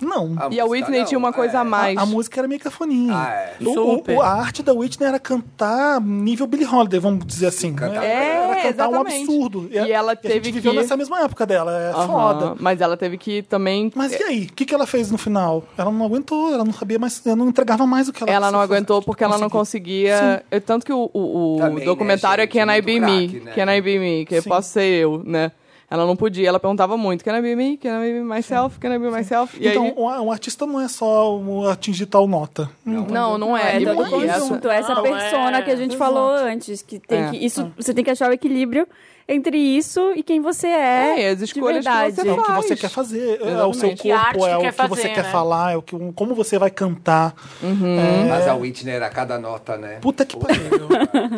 Não.
A
E a
música
Whitney
não,
tinha uma coisa
é.
a mais.
A música era meio cafoninha.
Ah, é.
O- o-
Super.
a arte da Whitney era cantar nível Billie Holiday, vamos dizer assim.
cantar-
Era- era
É,
cantar um
exatamente.
absurdo.
E ela
a
teve
gente viveu
que-
nessa mesma época dela, é
Aham,
foda.
Mas ela teve que também.
Mas e aí? O que, que ela fez no final? Ela não aguentou, ela não sabia mais, ela não entregava mais o que ela
Ela não
precisava
aguentou
fazer. tipo
porque ela não
Conseguiu.
conseguia. Eu- tanto que o, o- o
Também, né,
documentário
gente?
é Can I Be
Muito
Me?
craque, né?
Can I Be Me? Que
Sim.
posso ser eu, né? Ela não podia, ela perguntava muito: Can I Be Me? Can I Be Myself? Can I Be Myself? E
então,
aí.
um- um artista não é só um atingir tal nota.
Não, não é.
É
E-
todo
e
conjunto, essa
Não,
persona
é.
que a gente falou antes, que tem
É.
que isso você tem que achar o equilíbrio entre isso e quem você é.
É, e as
de
escolhas que
verdade.
você
É o que
Faz.
você quer fazer, é o
Exatamente.
seu
Que arte
corpo, é
que
o
quer
que você
fazer,
quer
né?
falar, é o que, como você vai cantar.
Hum. Uhum.
Mas a Whitney era cada nota, né?
Puta que pariu.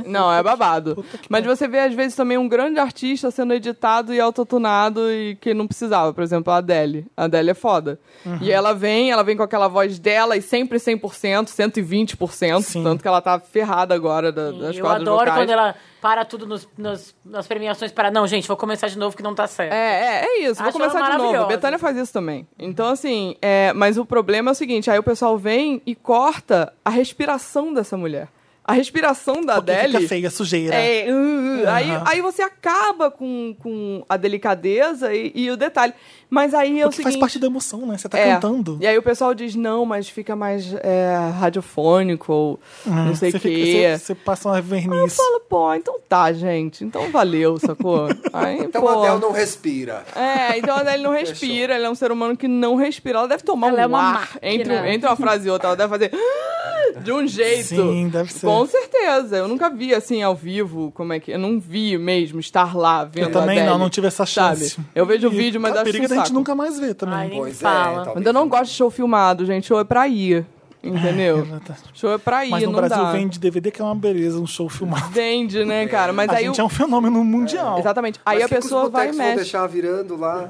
Não, é babado. Mas você vê, às vezes, também um grande artista sendo editado e autotunado e que não precisava. Por exemplo, a Adele. A Adele é foda.
Uhum.
E ela vem, ela vem com aquela voz dela e sempre 100%, 120%.
Sim.
Tanto que ela tá ferrada agora da- das
eu
cordas
adoro
vocais.
quando ela para tudo nos- nas- nas premiações para. Não, gente, vou começar de novo que não tá certo.
É, é, é isso. Vou
Acho
começar
ela
de novo.
maravilhosa.
Betânia faz isso também. Então, assim, é, mas o problema é o seguinte: aí o pessoal vem e corta a respiração dessa mulher. A respiração da
Porque
Adele.
fica feia, sujeira.
É, uh, aí,
Aham.
aí você acaba com, com a delicadeza e, e o detalhe. Mas aí é o
Porque faz
seguinte...
parte da emoção, né? Você tá
é,
cantando.
E aí o pessoal diz, não, mas fica mais é, radiofônico ou não sei o
Ah, Hum. você,
quê.
fica- você, você passa uma
Eu
verniz.
falo, pô, então tá, gente. Então valeu, sacou? Aí,
Então
pô...
o Adel não respira.
É, então a Adele não respira, ele é um ser humano que não respira. Ela deve tomar
Ela
um
é uma
ar
máquina.
entre, entre uma frase e outra, ela deve fazer de um jeito.
Sim, deve ser.
Com certeza. Eu nunca vi assim ao vivo, como é que. Eu não vi mesmo estar lá vendo.
Eu também
a Adele,
não, não tive essa chance.
Sabe? Eu vejo o
E
vídeo, mas
tá
acho
perigo
um
da gente
saco.
nunca mais ver
Ai,
também. né?
nem
Pois é,
fala.
talvez.
Mas eu não gosto de show filmado, gente. Show é pra ir. Entendeu? show é pra
Tá.
ir,
Mas no
não
Brasil
dá.
vende DVD, que é uma beleza, um show filmado.
Vende, né, cara? Mas
a
aí.
gente
o-
é um fenômeno mundial.
Exatamente. Aí
Mas
a
que que os
pessoa vai e
botecos vão
mexe.
deixar virando lá.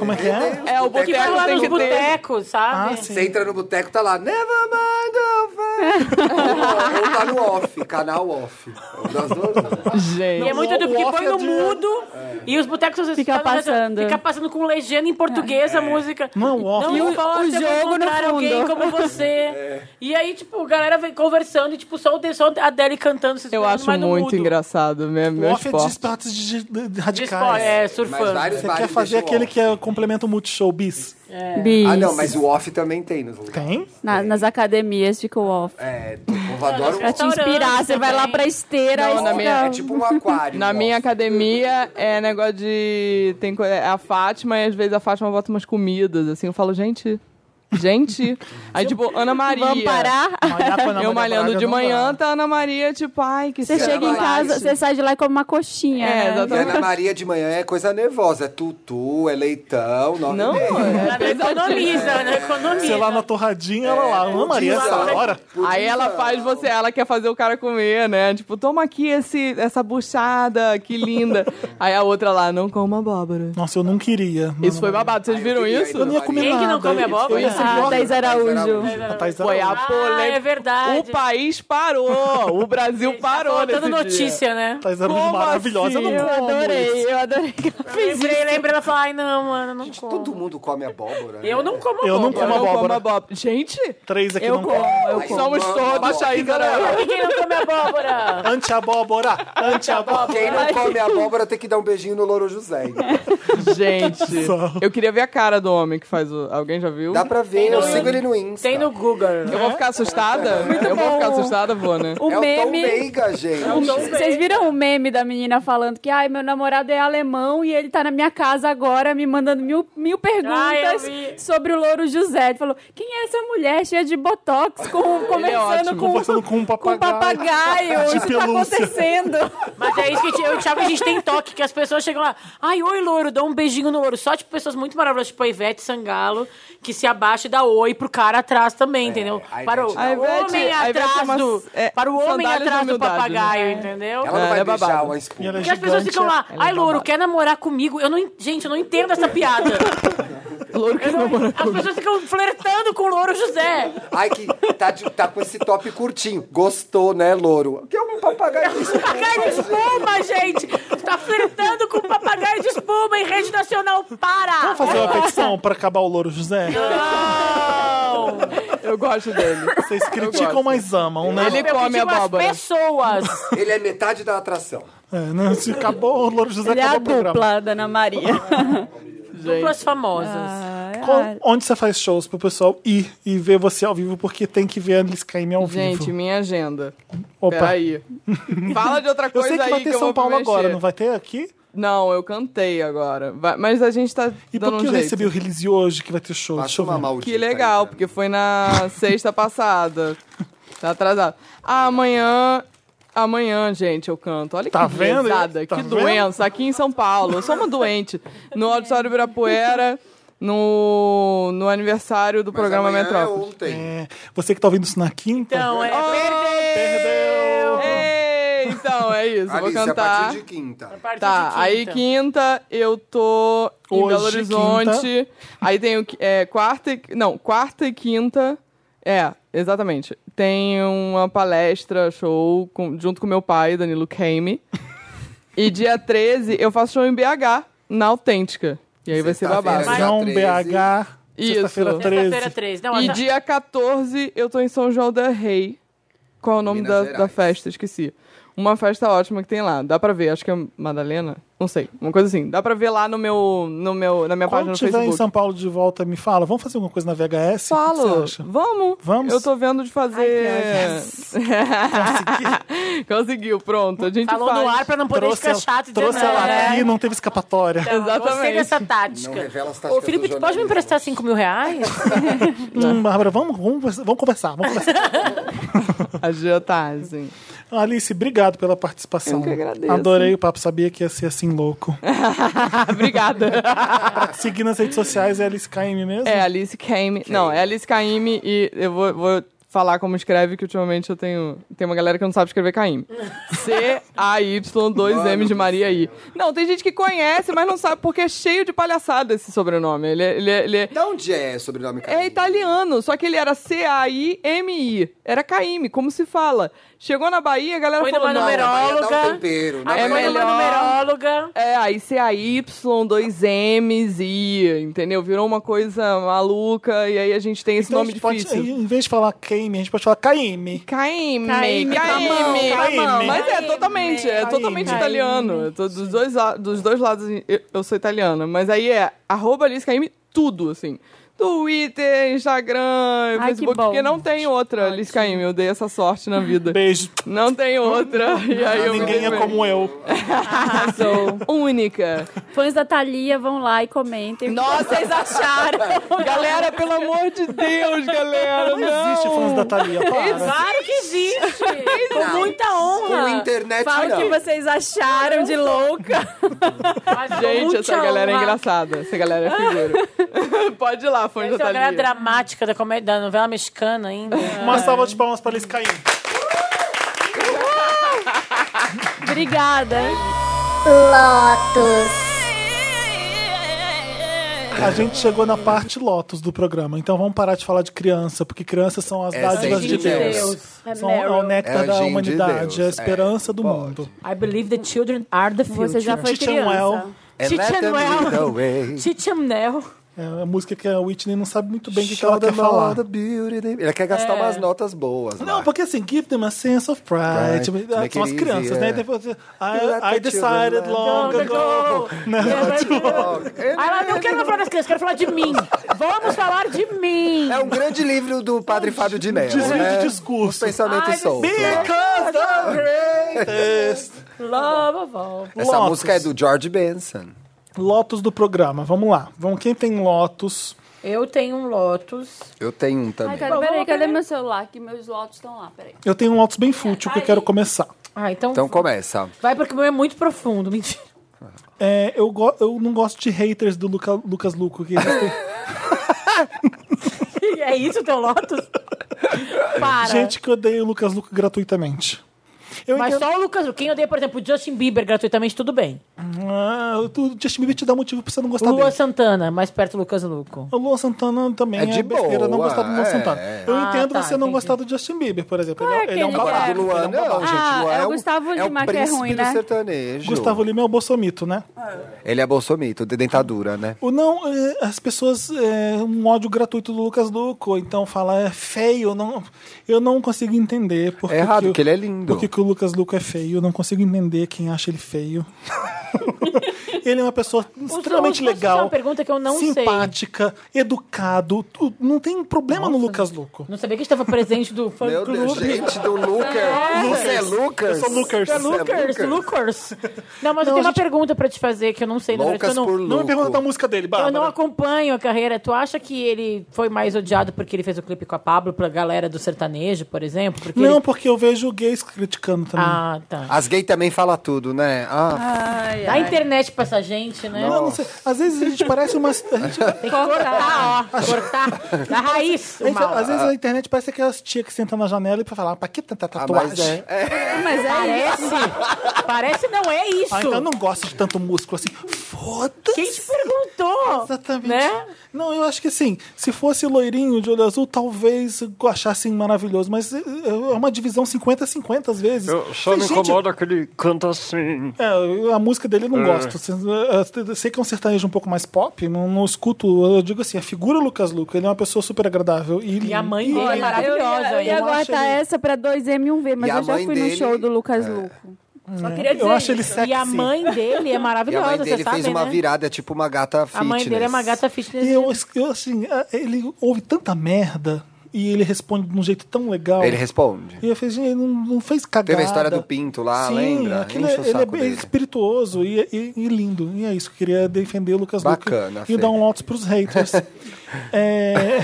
Como é que é?
É, o
Que vai
boteco
lá
tem
nos
que ter.
botecos, sabe?
Ah, sim.
Você entra no boteco, tá lá, never mind over. ou, ou tá no off, canal off. Ou Das duas,
Gente.
E é muito
o-
doido, porque
o off
põe
é
no
de- É.
mudo e os botecos... às vezes,
Fica
tá no restaurante,
passando.
Fica passando com legenda em português a música.
Não é o off.
Não
E o-
importa
o
eu vou
jogo no
encontrar
fundo.
alguém como você. E aí, tipo, a galera vem conversando e, tipo, só, o de- só a Adele cantando. se
Eu
esperando,
acho
mas no
muito
mudo.
engraçado. Meu,
O
meu
off é de
esporte.
esportes de- de- de
De
radicais.
esporte, é,
mas
surfando.
vários
Você
bares
quer fazer
deixam
aquele
off.
que é, complementa o multishow bis?
Bis.
Ah, não, mas o off também tem nos lugares.
Tem?
É. Na- nas academias ficou off.
É, o povo adora o
Pra te
off.
inspirar,
Restaurante
você vai lá
também.
pra esteira
Não,
e
na
fica-
minha-
É tipo um aquário.
Na
o
minha
off.
academia é negócio de. Tem co- é a Fátima e às vezes a Fátima bota umas comidas, assim. Eu falo, gente. Gente. Aí, tipo, Ana Maria.
Vamos parar?
Malhar com a Ana Maria
Eu malhando
Braga
de
não dá.
manhã, tá a Ana Maria, tipo, ai, que
Você
saco.
chega em casa, você sai de lá e come uma coxinha.
É,
né?
exatamente.
E Ana Maria de manhã é coisa nervosa. É tutu, é leitão, nove
Não,
e meia.
é
Ela economiza, né? Economiza.
Sei lá, na torradinha, ela
É,
lá. Ana Maria,
podia,
essa
né?
hora.
Aí ela faz você, ela quer fazer o cara comer, né? Tipo, toma aqui esse, essa buchada, que linda. Aí a outra lá, não coma abóbora.
Nossa, eu não queria. Não,
Isso foi
não.
babado, vocês viram
queria
isso?
ainda,
Eu não ia comer
Quem
nada.
que não come abóbora?
é Eu ia ser
Ah,
pior.
Thais Araújo.
A Thais
Foi a
Araújo.
polêmica.
é verdade.
O país parou. O Brasil
Tá
parou nesse
faltando
dia.
notícia, né?
Thais Araújo
Como
Tá maravilhosa.
assim?
Eu
Eu
não como isso.
adorei, eu adorei que eu fiz
Lembrei,
isso.
lembrei, ela falou, ai, não, mano, não como.
Todo mundo come abóbora. né?
Eu não como
Eu não
Eu
abóbora.
como
não
é abóbora.
como abóbora. Gente,
Três aqui
eu
não
como. Eu
Ai,
como. Somos
como
todos
abóbora.
Thaís Araújo.
E quem não come abóbora?
Anti-abóbora! Anti-abóbora!
Quem não come abóbora tem que dar um beijinho no Louro José.
Gente, eu queria ver a cara do homem que faz o... Alguém já viu?
Dá pra
um
ver, eu sigo ele no Insta.
Tem no Google.
Eu vou ficar assustada? eu vou ficar assustada, vou, né?
Então, O
é
meme.
o Tom Veiga, gente.
É um
Vocês viram o meme da menina falando que ai, meu namorado é alemão e ele tá na minha casa agora me mandando mil, mil
Ai, eu
perguntas
vi.
sobre o Louro José. Ele falou, quem é essa mulher cheia de botox com-
é
conversando,
ótimo.
com,
Conversando com um
com papagaio?
De
Isso tá
pelúcia.
acontecendo.
Mas é isso que eu e o Thiago, a gente tem toque, que as pessoas chegam lá, ai, oi, louro, dá um beijinho no louro. Só, tipo, pessoas muito maravilhosas, tipo a Ivete Sangalo, que se abaixa e dá oi pro cara atrás também, entendeu?
É, a Ivete
Para o
dá
oi. A
homem
Ivete- a Ivete é
atrás
uma-
do...
é,
Para o homem
sandália de
atrás do
humildade,
papagaio,
né?
entendeu?
Ela
É,
não
ela
vai
é
beijar
babado.
E
uma
ela
espuma.
é
Porque as pessoas
gigante,
ficam lá,
ela é
ai, louro,
babada."
quer namorar comigo? Eu não, en- gente, eu não entendo essa piada.
Louro que não mora
As pessoas ficam flertando com o louro José.
Ai, que tá, de- tá com esse top curtinho. Gostou, né, Louro? Que é um papagaio.
Papagaio de espuma, gente! Tá flertando com o papagaio de espuma programa em rede nacional, para!
Vamos fazer uma petição pra acabar o Louro José?
Não!
Eu gosto dele.
Vocês criticam,
gosto.
mas amam, né?
Ele come
Eu critico
tipo abóbora.
as pessoas.
Ele é metade da atração.
É, né? Se acabou, o Louro José
Ele é a
acabou o programa.
dupla da Ana Maria.
Duplas
Ah.
famosas.
Ah, é.
Com- onde você faz shows pro pessoal ir e ver você ao vivo, porque tem que ver a Alice Caymmi ao
Gente,
vivo.
minha agenda.
Opa.
Peraí. Fala de outra
Eu
coisa
sei que vai
aí
ter
eu
São
vou
Paulo
me
agora,
mexer.
não vai ter aqui?
Não, eu cantei agora. Vai- Mas a gente tá
E por
dando um
que eu
jeito.
recebi o release hoje que vai ter show? Deixa
Acho
eu
uma
ver.
maldita.
Que legal,
aí, né?
porque foi na sexta passada. Tá atrasado. Amanhã. Amanhã, gente, eu canto. Olha
Tá
que
vendo?
pesada,
Tá
que
vendo?
doença. Aqui em São Paulo. Eu sou uma doente. No Auditório Ibirapuera, no, no aniversário do
Mas
programa
amanhã
Metrópolis.
É ontem.
É, você que tá ouvindo isso na quinta,
Então, é.
Ah,
perdeu!
É. Ei, então, é isso. eu vou
Alice, a
cantar.
partir de quinta.
partir
Tá,
de
aí quinta eu tô em
Hoje,
Belo Horizonte. Aí tem o qui- é, quarta e, não, quarta e quinta. É, exatamente. Tem uma palestra, show com- junto com meu pai, Danilo Keime. e dia 13 eu faço show em BH, na Autêntica. E aí vai ser
Sexta-feira,
babado.
Mas-
Não,
Dia
BH,
Isso.
sexta-feira
Sexta-feira
13.
13. Não,
E
essa-
dia 14 eu tô em São João da Rei. Qual é o nome
Minas
da,
Gerais.
da festa? Esqueci. Uma festa ótima que tem lá. Dá pra ver, acho que é Madalena? Não sei. Uma coisa assim. Dá pra ver lá no meu, no meu, na minha
Quando
página no
tiver em
Facebook.
São Paulo de volta, me fala. Vamos fazer alguma coisa na VHS? O que você
Falo.
acha?
Vamos.
Vamos?
Eu tô vendo de fazer. Conseguiu, pronto. A gente
Falou
faz.
no ar pra não poder
Trouxe,
ficar
ela-
chato e dizer
trouxe ela
não. É.
aqui, não teve escapatória.
Gostei
Exatamente.
dessa
Não
tática.
revela as
Ô,
táticas
Felipe,
do
tu pode me
jornalismo.
emprestar 5 mil reais?
Hum, Bárbara, vamos, vamos, conversar, vamos conversar, vamos conversar.
Agiotagem.
Alice, obrigado pela participação.
Eu que agradeço.
Adorei o papo, sabia que ia ser assim louco.
Obrigada.
Seguir nas redes sociais é Alice KM mesmo?
É, Alice Caime. Não, é Alice Caime e eu vou, vou falar como escreve, que ultimamente eu tenho. Tem uma galera que não sabe escrever Caime. C-A-Y-2-M de Maria I. Não, tem gente que conhece, mas não sabe porque é cheio de palhaçada esse sobrenome. Ele é. Ele é, ele é
Da onde é sobrenome
é
Caymmi?
italiano, só que ele era C-A-I-M-I. Era Caime, como se fala. Chegou na Bahia, a galera
Foi
falou.
numa
não,
Não,
numeróloga.
vai dar um tempero, né?
Aí
É
foi numa
melhor.
numeróloga.
É, aí CAY, dois M's e, entendeu? Virou uma coisa maluca e aí a gente tem esse
Então a
nome
gente pode-
difícil.
em vez de falar KM, a gente pode falar KM.
Caime,
Caime, Caime,
Caime.
Mas é
Caime.
totalmente, é
Caime.
totalmente
Caime.
italiano. Eu tô dos, dois, la- dos dois lados eu, eu sou italiana. Mas aí é arroba Alice Caime tudo, assim. Twitter, Instagram,
Ai, que
Facebook,
bom.
porque não tem outra Alice Caime. Eu dei essa sorte na vida.
Beijo.
Não tem outra. E aí eu me
Ninguém é
lembrei.
como eu.
Arrasou.
única.
Fãs da Thalia vão lá e comentem.
Nossa, vocês acharam? galera, pelo amor de Deus, galera. Não,
Não existe fãs da Thalia, para.
Claro que existe! Com muita
Com
honra!
internet,
Fala o que
não.
vocês acharam de louca.
Mas com
Gente,
muita
essa galera é
honra.
engraçada. Essa galera é figura. Pode ir lá, fã
Essa
da
é uma galera
Thalia.
dramática da, comédia, da novela mexicana ainda.
Uma salva de palmas para Alice KM.
Obrigada.
Lotus.
A gente chegou na parte Lotus do programa, então vamos parar de falar de criança, porque crianças são as
Essa
dádivas
é
de
de
Deus.
Deus.
É
São é o
Meryl.
néctar
É o
da
gin de
humanidade,
Deus.
é a esperança
É,
do
pode.
mundo.
I believe the children are the future.
Você já foi
Teach 'em well.
criança.
And let them
Titianuel.
lead the way.
Titianel.
É a música que a Whitney não sabe muito bem o que que
Show
ela quer
them all
falar.
the beauty they- Ele quer
É.
gastar umas notas boas.
Não,
lá.
porque assim, give them a sense of pride.
Pride,
Tipo,
make
São as
it
crianças,
easy,
né?
é.
Depois, I,
Let the
I decided
children
long
Long
ago.
ago.
Never to-
Aí ela, não quero falar das crianças, quero falar de mim. Vamos falar de mim.
É um grande livro do padre Fábio de Mello,
um Desvio
né?
de discurso.
Os pensamentos
Ai,
soltos. lá.
Because the greatest.
Love of all.
Essa
Lotus.
música é do George Benson.
Lotus do programa, vamos lá. Vamos, quem tem Lotus?
Eu tenho um Lotus.
Eu tenho um também.
tá.
Cara, peraí, cadê meu celular? Que meus lotes estão lá, peraí.
Eu tenho um Lotus bem fútil que eu quero começar.
Ah, então,
então começa.
vai porque o meu é muito profundo. Mentira.
É, eu, go- eu não gosto de haters do Luca- Lucas Luco. Que
É isso o teu Lotus? Para.
É.
gente que odeia o Lucas Luco gratuitamente. Eu
Mas
entendo.
só o Lucas, quem odeia, por exemplo, o Justin Bieber gratuitamente, tudo bem.
Ah, o Justin Bieber te dá motivo pra você não gostar
Lua
dele.
Santana, mais perto do Lucas Luco.
O Luan Santana também
É
é,
de
besteira não
boa,
gostar do Luan
é.
Santana. Eu
Ah,
entendo
tá,
você não
entendi.
gostar do Justin Bieber, por exemplo.
Qual
ele, é, ele é um
aquele que é?
babado.
O Luan,
ele é um
não,
babado.
gente.
Ah,
Luan
é o
o-
Gustavo
é o
Lima, que é
príncipe
ruim,
do
né?
sertanejo.
Gustavo Lima é o bolsomito, né?
Ele é bolsomito, de dentadura, né?
O não, é, as pessoas, é, um ódio gratuito do Lucas Luco, então fala, é feio, não, eu não consigo entender. Porque
É errado, porque ele é lindo.
Por que que o Lucas Luco é feio, eu não consigo entender quem acha ele feio. ele é uma pessoa extremamente
posso fazer
legal,
uma pergunta que eu não sei?
simpática, educado, tu- não tem problema no Lucas Luco.
Não sabia que estava presente do fã
Meu
clube.
Deus, gente, do Lucas. Você é Lucas?
Eu sou Lucas.
Você é
Lucas, Lucas. Não,
Não,
mas eu tenho uma
gente-
pergunta pra te fazer que eu não sei. na verdade,
Lucas
eu não,
por
Não me
Luco.
pergunta da música dele, Bárbara.
Eu não acompanho a carreira. Tu acha que ele foi mais odiado porque ele fez o clipe com a Pablo pra galera do sertanejo, por exemplo? Porque
Não,
ele-
porque eu vejo gays criticando também.
Ah, tá.
As gays também falam tudo, né? Ah,
Dá internet pra essa gente, né?
Não, não sei. Às vezes a gente parece uma. a gente-
Tem que cortar, ó. Cortar da raiz o
Gente,
mal.
às vezes a internet parece aquelas tias que sentam na janela e falam, ah, pra que tanta
ah,
tatuagem?
mas é. é.
Mas é isso.
Parece. Parece não é isso.
Ah, então eu não gosto de tanto músculo assim. Foda-se!
Quem te perguntou?
Exatamente.
Né?
Não, eu acho que assim, se fosse loirinho de olho azul, talvez eu achassem maravilhoso, mas é é uma divisão 50-50 às vezes.
Eu só me
Gente,
incomoda que ele canta assim.
É, eu- a música dele eu não
É.
gosto. Se- eu- eu Sei que é um sertanejo um pouco mais pop, não, não escuto. Eu digo assim, a figura Lucas Luco, ele é uma pessoa super agradável. E,
E a mãe dele é
Olha, Eu
maravilhosa.
ia, eu ia
Eu acho
guardar
ele-
essa pra 2M1V, mas
E a
eu já
mãe
fui no
dele- é.
show do Lucas Luco. Só queria
Eu acho ele sexy.
E a mãe dele é
E a
maravilhosa,
mãe
você
dele
sabe,
fez uma
né?
virada, é tipo uma gata fitness.
A mãe dele é uma gata fitness.
E eu, eu, assim, a- ele ouve tanta merda e ele responde de um jeito tão legal.
Ele responde.
E eu fiz, ele não, não fez cagada.
Teve a história do pinto lá,
Sim,
lembra?
aquilo é-
Enche o
ele é
saco
bem
dele.
espirituoso e, e- e lindo. E é isso, eu queria defender o Lucas
Bacana,
Luco. E
Fê.
dar um lotus pros haters. é,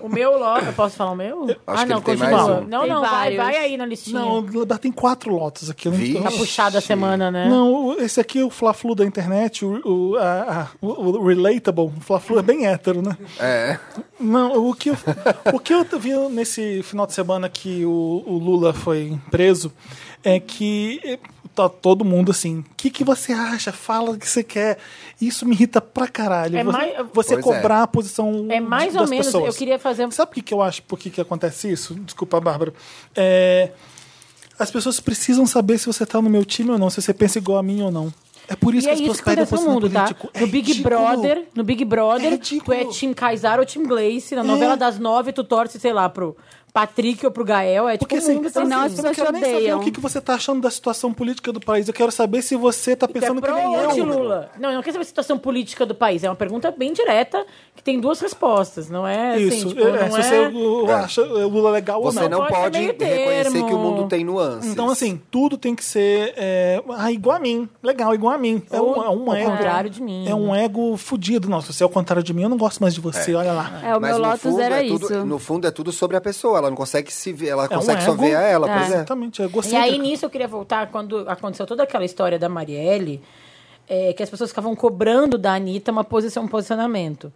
O meu logo, eu posso falar o meu? ah,
que
não,
ele tem
continua.
mais um.
Não,
Tem
não, vai,
vários.
vai aí na listinha.
não, tem quatro lotos aqui. Eu não,
Vixe.
eu
tá
não-
puxada a semana, né?
Não, o- esse aqui é o Fla-Flu da internet, o, o, a- a- o- o Relatable. O Fla-Flu é bem hétero, né?
É.
Não, o que eu, o que eu vi nesse final de semana que o, o Lula foi preso é que eh, tá todo mundo assim, o que, que você acha? Fala o que você quer. Isso me irrita pra caralho.
É
você
mais-
você
Pois é.
cobrar a posição
É mais
das
ou menos,
pessoas.
eu queria fazer um-
Sabe por que, que eu acho, por que, que acontece isso? Desculpa, Bárbara. É, as pessoas precisam saber se você tá no meu time ou não, se você pensa igual a mim ou não. É por isso
e é
que as pessoas
isso que
pedem
acontece no
posição
mundo, tá?
político. É
No Big
ridículo.
Brother, no Big
É
Brother, tu
ridículo. É.
é Tim Kaysar ou Tim Glace. Na novela das nove, tu torce, sei lá, pro Patrick ou pro Gael. É tipo
Porque
um
assim,
mundo
assim,
senão as
eu não
pessoas
quero
te
nem saber
odeiam.
o que, que você tá achando da situação política do país. Eu quero saber se você tá
que é
pensando que
pro
nem
ou
eu.
anti-Lula. Não, eu não quero saber a situação política do país. É uma pergunta bem direta, que tem duas respostas, não é? assim,
Isso,
tipo,
é,
não
se
é...
você uh, acha o Lula legal
Você
ou
não,
não.
pode ser
pode,
meio
reconhecer
termo.
que o mundo tem nuances.
Então, assim, tudo tem que ser é, ah, igual a mim. Legal, igual a mim. É um,
Ou
é um
ao
ego.
contrário de mim.
É um ego fudido. Não, se você é o contrário de mim, eu não gosto mais de você. Olha lá.
É, o
Mas
meu
no
Lotus
fundo
era
é tudo-
isso.
No fundo é tudo sobre a pessoa. Ela não consegue se ver, ela
É um
consegue só
ego.
ver a ela, pois é.
Exatamente, é
E
egocêntrico.
aí, nisso, eu queria voltar quando aconteceu toda aquela história da Marielle, é, que as pessoas ficavam cobrando da Anitta uma posição, um posicionamento.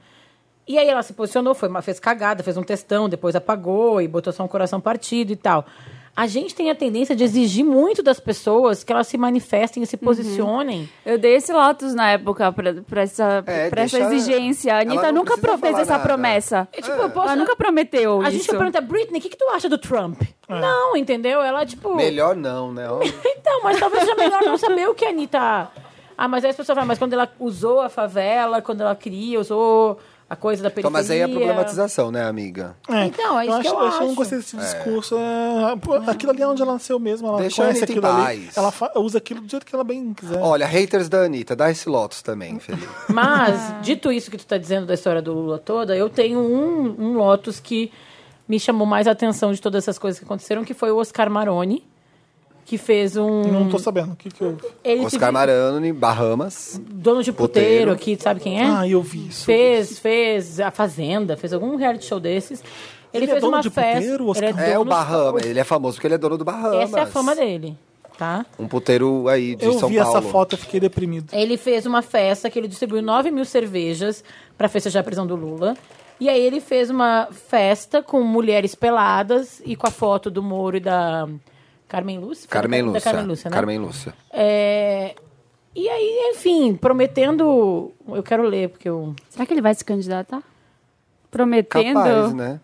E aí ela se posicionou, foi uma, fez cagada, fez um testão, depois apagou e botou só um coração partido e tal. A gente tem a tendência de exigir muito das pessoas que elas se manifestem e se posicionem.
Eu dei esse Lotus na época pra, pra essa,
É,
pra essa
deixa-
exigência. A
ela
Anitta
não
nunca
precisa
pro- fez
falar
essa
nada.
promessa.
É, tipo, eu posso-
Ela nunca prometeu
A gente
isso.
pergunta, Britney, o que, que tu acha do Trump? Não, entendeu? Ela, tipo...
Melhor não, né?
Então, mas talvez seja melhor não saber o que a Anitta. Ah, mas aí as pessoas falam, mas quando ela usou a favela, quando ela cria, usou a coisa da periferia.
Então, mas aí é problematização, né, amiga?
É.
Então, é isso
eu
que eu
Eu
acho.
não gostei desse discurso. é, pô, Aquilo ali é onde ela nasceu mesmo. Ela
Deixa
conhece
a Anitta em
aquilo ali.
paz.
Ela fa- usa aquilo do jeito que ela bem quiser.
Olha, haters da Anitta, dá esse Lotus também, Felipe.
Ah.
Mas, dito isso que tu tá dizendo da história do Lula toda, eu tenho um, um Lotus que me chamou mais a atenção de todas essas coisas que aconteceram, que foi o Oscar Maroni, que fez um.
Não tô sabendo. O que que eu...
ele
Oscar
teve-
Marani, Bahamas.
dono de puteiro
Puteiro.
aqui, sabe quem é?
Ah, eu vi isso.
Fez, fez A Fazenda, fez algum reality show desses. Ele,
Ele é
fez
dono
uma
de
festa.
puteiro, Oscar?
ele
É o
dono-
Bahamas, ele é famoso porque ele é dono do Bahamas.
Essa é a fama dele, tá?
Um puteiro aí de
Eu
São
vi
Paulo.
essa foto, eu fiquei deprimido.
Ele fez uma festa que ele distribuiu 9 mil cervejas pra festejar a prisão do Lula. E aí ele fez uma festa com mulheres peladas e com a foto do Moro e da Carmen Lúcia? Foi
Carmen
da
Lúcia.
Carmen Lúcia, né?
Carmen Lúcia.
É, E aí, enfim, prometendo. Eu quero ler, porque eu.
Será que ele vai se candidatar? Prometendo.
Capaz, né?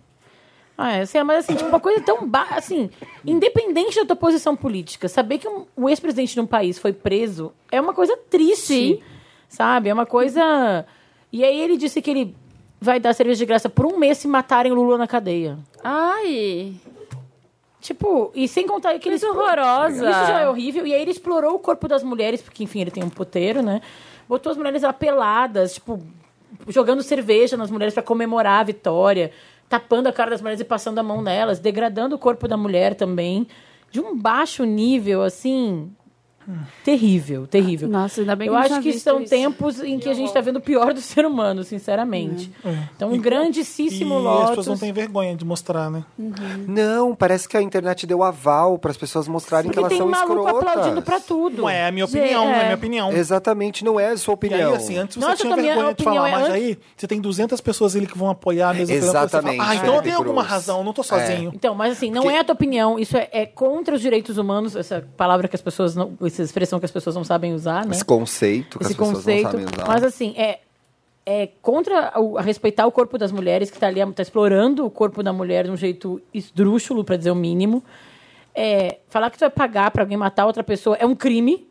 Ah, é, sei, mas assim, tipo, uma coisa tão. Ba... Assim, independente da tua posição política, saber que um, o ex-presidente de um país foi preso é uma coisa triste.
Sim.
Sabe? É uma coisa. E aí ele disse que ele vai dar cerveja de graça por um mês se matarem Lula na cadeia.
Ai,
Tipo, e sem contar que ele.
coisa
explo-
horrorosa.
Isso já é horrível. E aí ele explorou o corpo das mulheres, porque, enfim, ele tem um puteiro, né? Botou as mulheres apeladas, tipo, jogando cerveja nas mulheres pra comemorar a vitória, tapando a cara das mulheres e passando a mão nelas, degradando o corpo da mulher também. De um baixo nível, assim. Terrível, terrível.
Nossa, ainda bem que
Eu
eu não
acho
tinha
que
visto
são
isso.
tempos em que a gente tá vendo o pior do ser humano, sinceramente. Então, um grandíssimo
É. e as pessoas não
Lotus.
têm vergonha de mostrar, né?
Não, parece que a internet deu aval para as pessoas mostrarem que
Porque
elas
tem um
são
maluco
escrotas.
aplaudindo pra tudo.
Não é a minha opinião, é
Gente,
a
é.
minha opinião.
Exatamente, não é a sua
E aí,
opinião.
assim, antes você
Nossa,
tinha
também a
vergonha de
opinião
falar,
é
mas
antes-
aí você tem 200 pessoas ali que vão apoiar mesmo. aquela coisa, você fala,
Exatamente,
Ah, então
Felipe
tem alguma
Cruz.
razão, não tô sozinho.
Então, mas assim, não
Porque-
é a tua opinião, isso é, é contra os direitos humanos, essa palavra que as pessoas não. essa expressão que as pessoas não sabem usar, né?
Esse conceito que
Esse
as pessoas
conceito.
não sabem usar.
Mas assim, é, é contra o- a respeitar o corpo das mulheres, que tá ali, tá explorando o corpo da mulher de um jeito esdrúxulo, pra dizer o mínimo. É, falar que tu vai pagar pra alguém matar outra pessoa é um crime.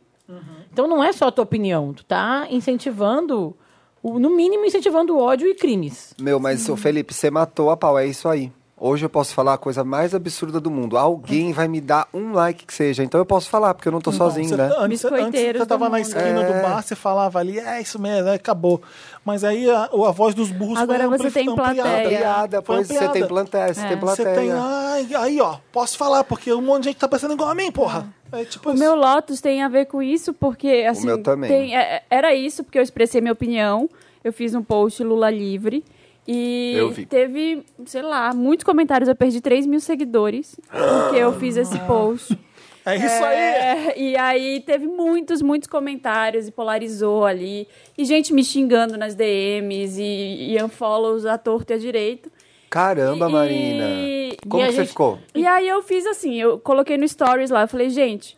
Então não é só a tua opinião, tu tá incentivando, o- no mínimo incentivando o ódio e crimes.
Meu, mas, ô Felipe, você matou a pau, é isso aí. Hoje eu posso falar a coisa mais absurda do mundo. Alguém vai me dar um like que seja, então eu posso falar, porque eu não tô sozinho,
Você- tá-
né? É.
Antes, antes
Biscoiteiros
você
do
tava na
mundo.
esquina do bar, você falava ali, é isso mesmo, é, acabou. Mas aí a, a voz dos burros
Agora
foi
você tem
ampliada.
plateia. É.
Ampliada,
Foi
pois você
ampliada.
tem plateia,
É.
você tem
Você
plateia.
tem, ai, aí ó, posso falar, porque um monte de gente tá pensando igual a mim, porra. É tipo
O
isso.
meu Lotus tem a ver com isso, porque assim.
meu também.
tem- é- era isso, porque eu expressei minha opinião. Eu fiz um post Lula livre. E
Eu vi.
teve, sei lá, muitos comentários. Eu perdi 3 mil seguidores porque eu fiz esse post.
É isso aí.
É, e aí teve muitos, muitos comentários e polarizou ali. E gente me xingando nas DMs e, e unfollows à torta e à direita.
Caramba,
E-
Marina.
e
Como
a
que você
gente-
ficou?
E aí eu fiz assim, eu coloquei no stories lá, eu falei, gente,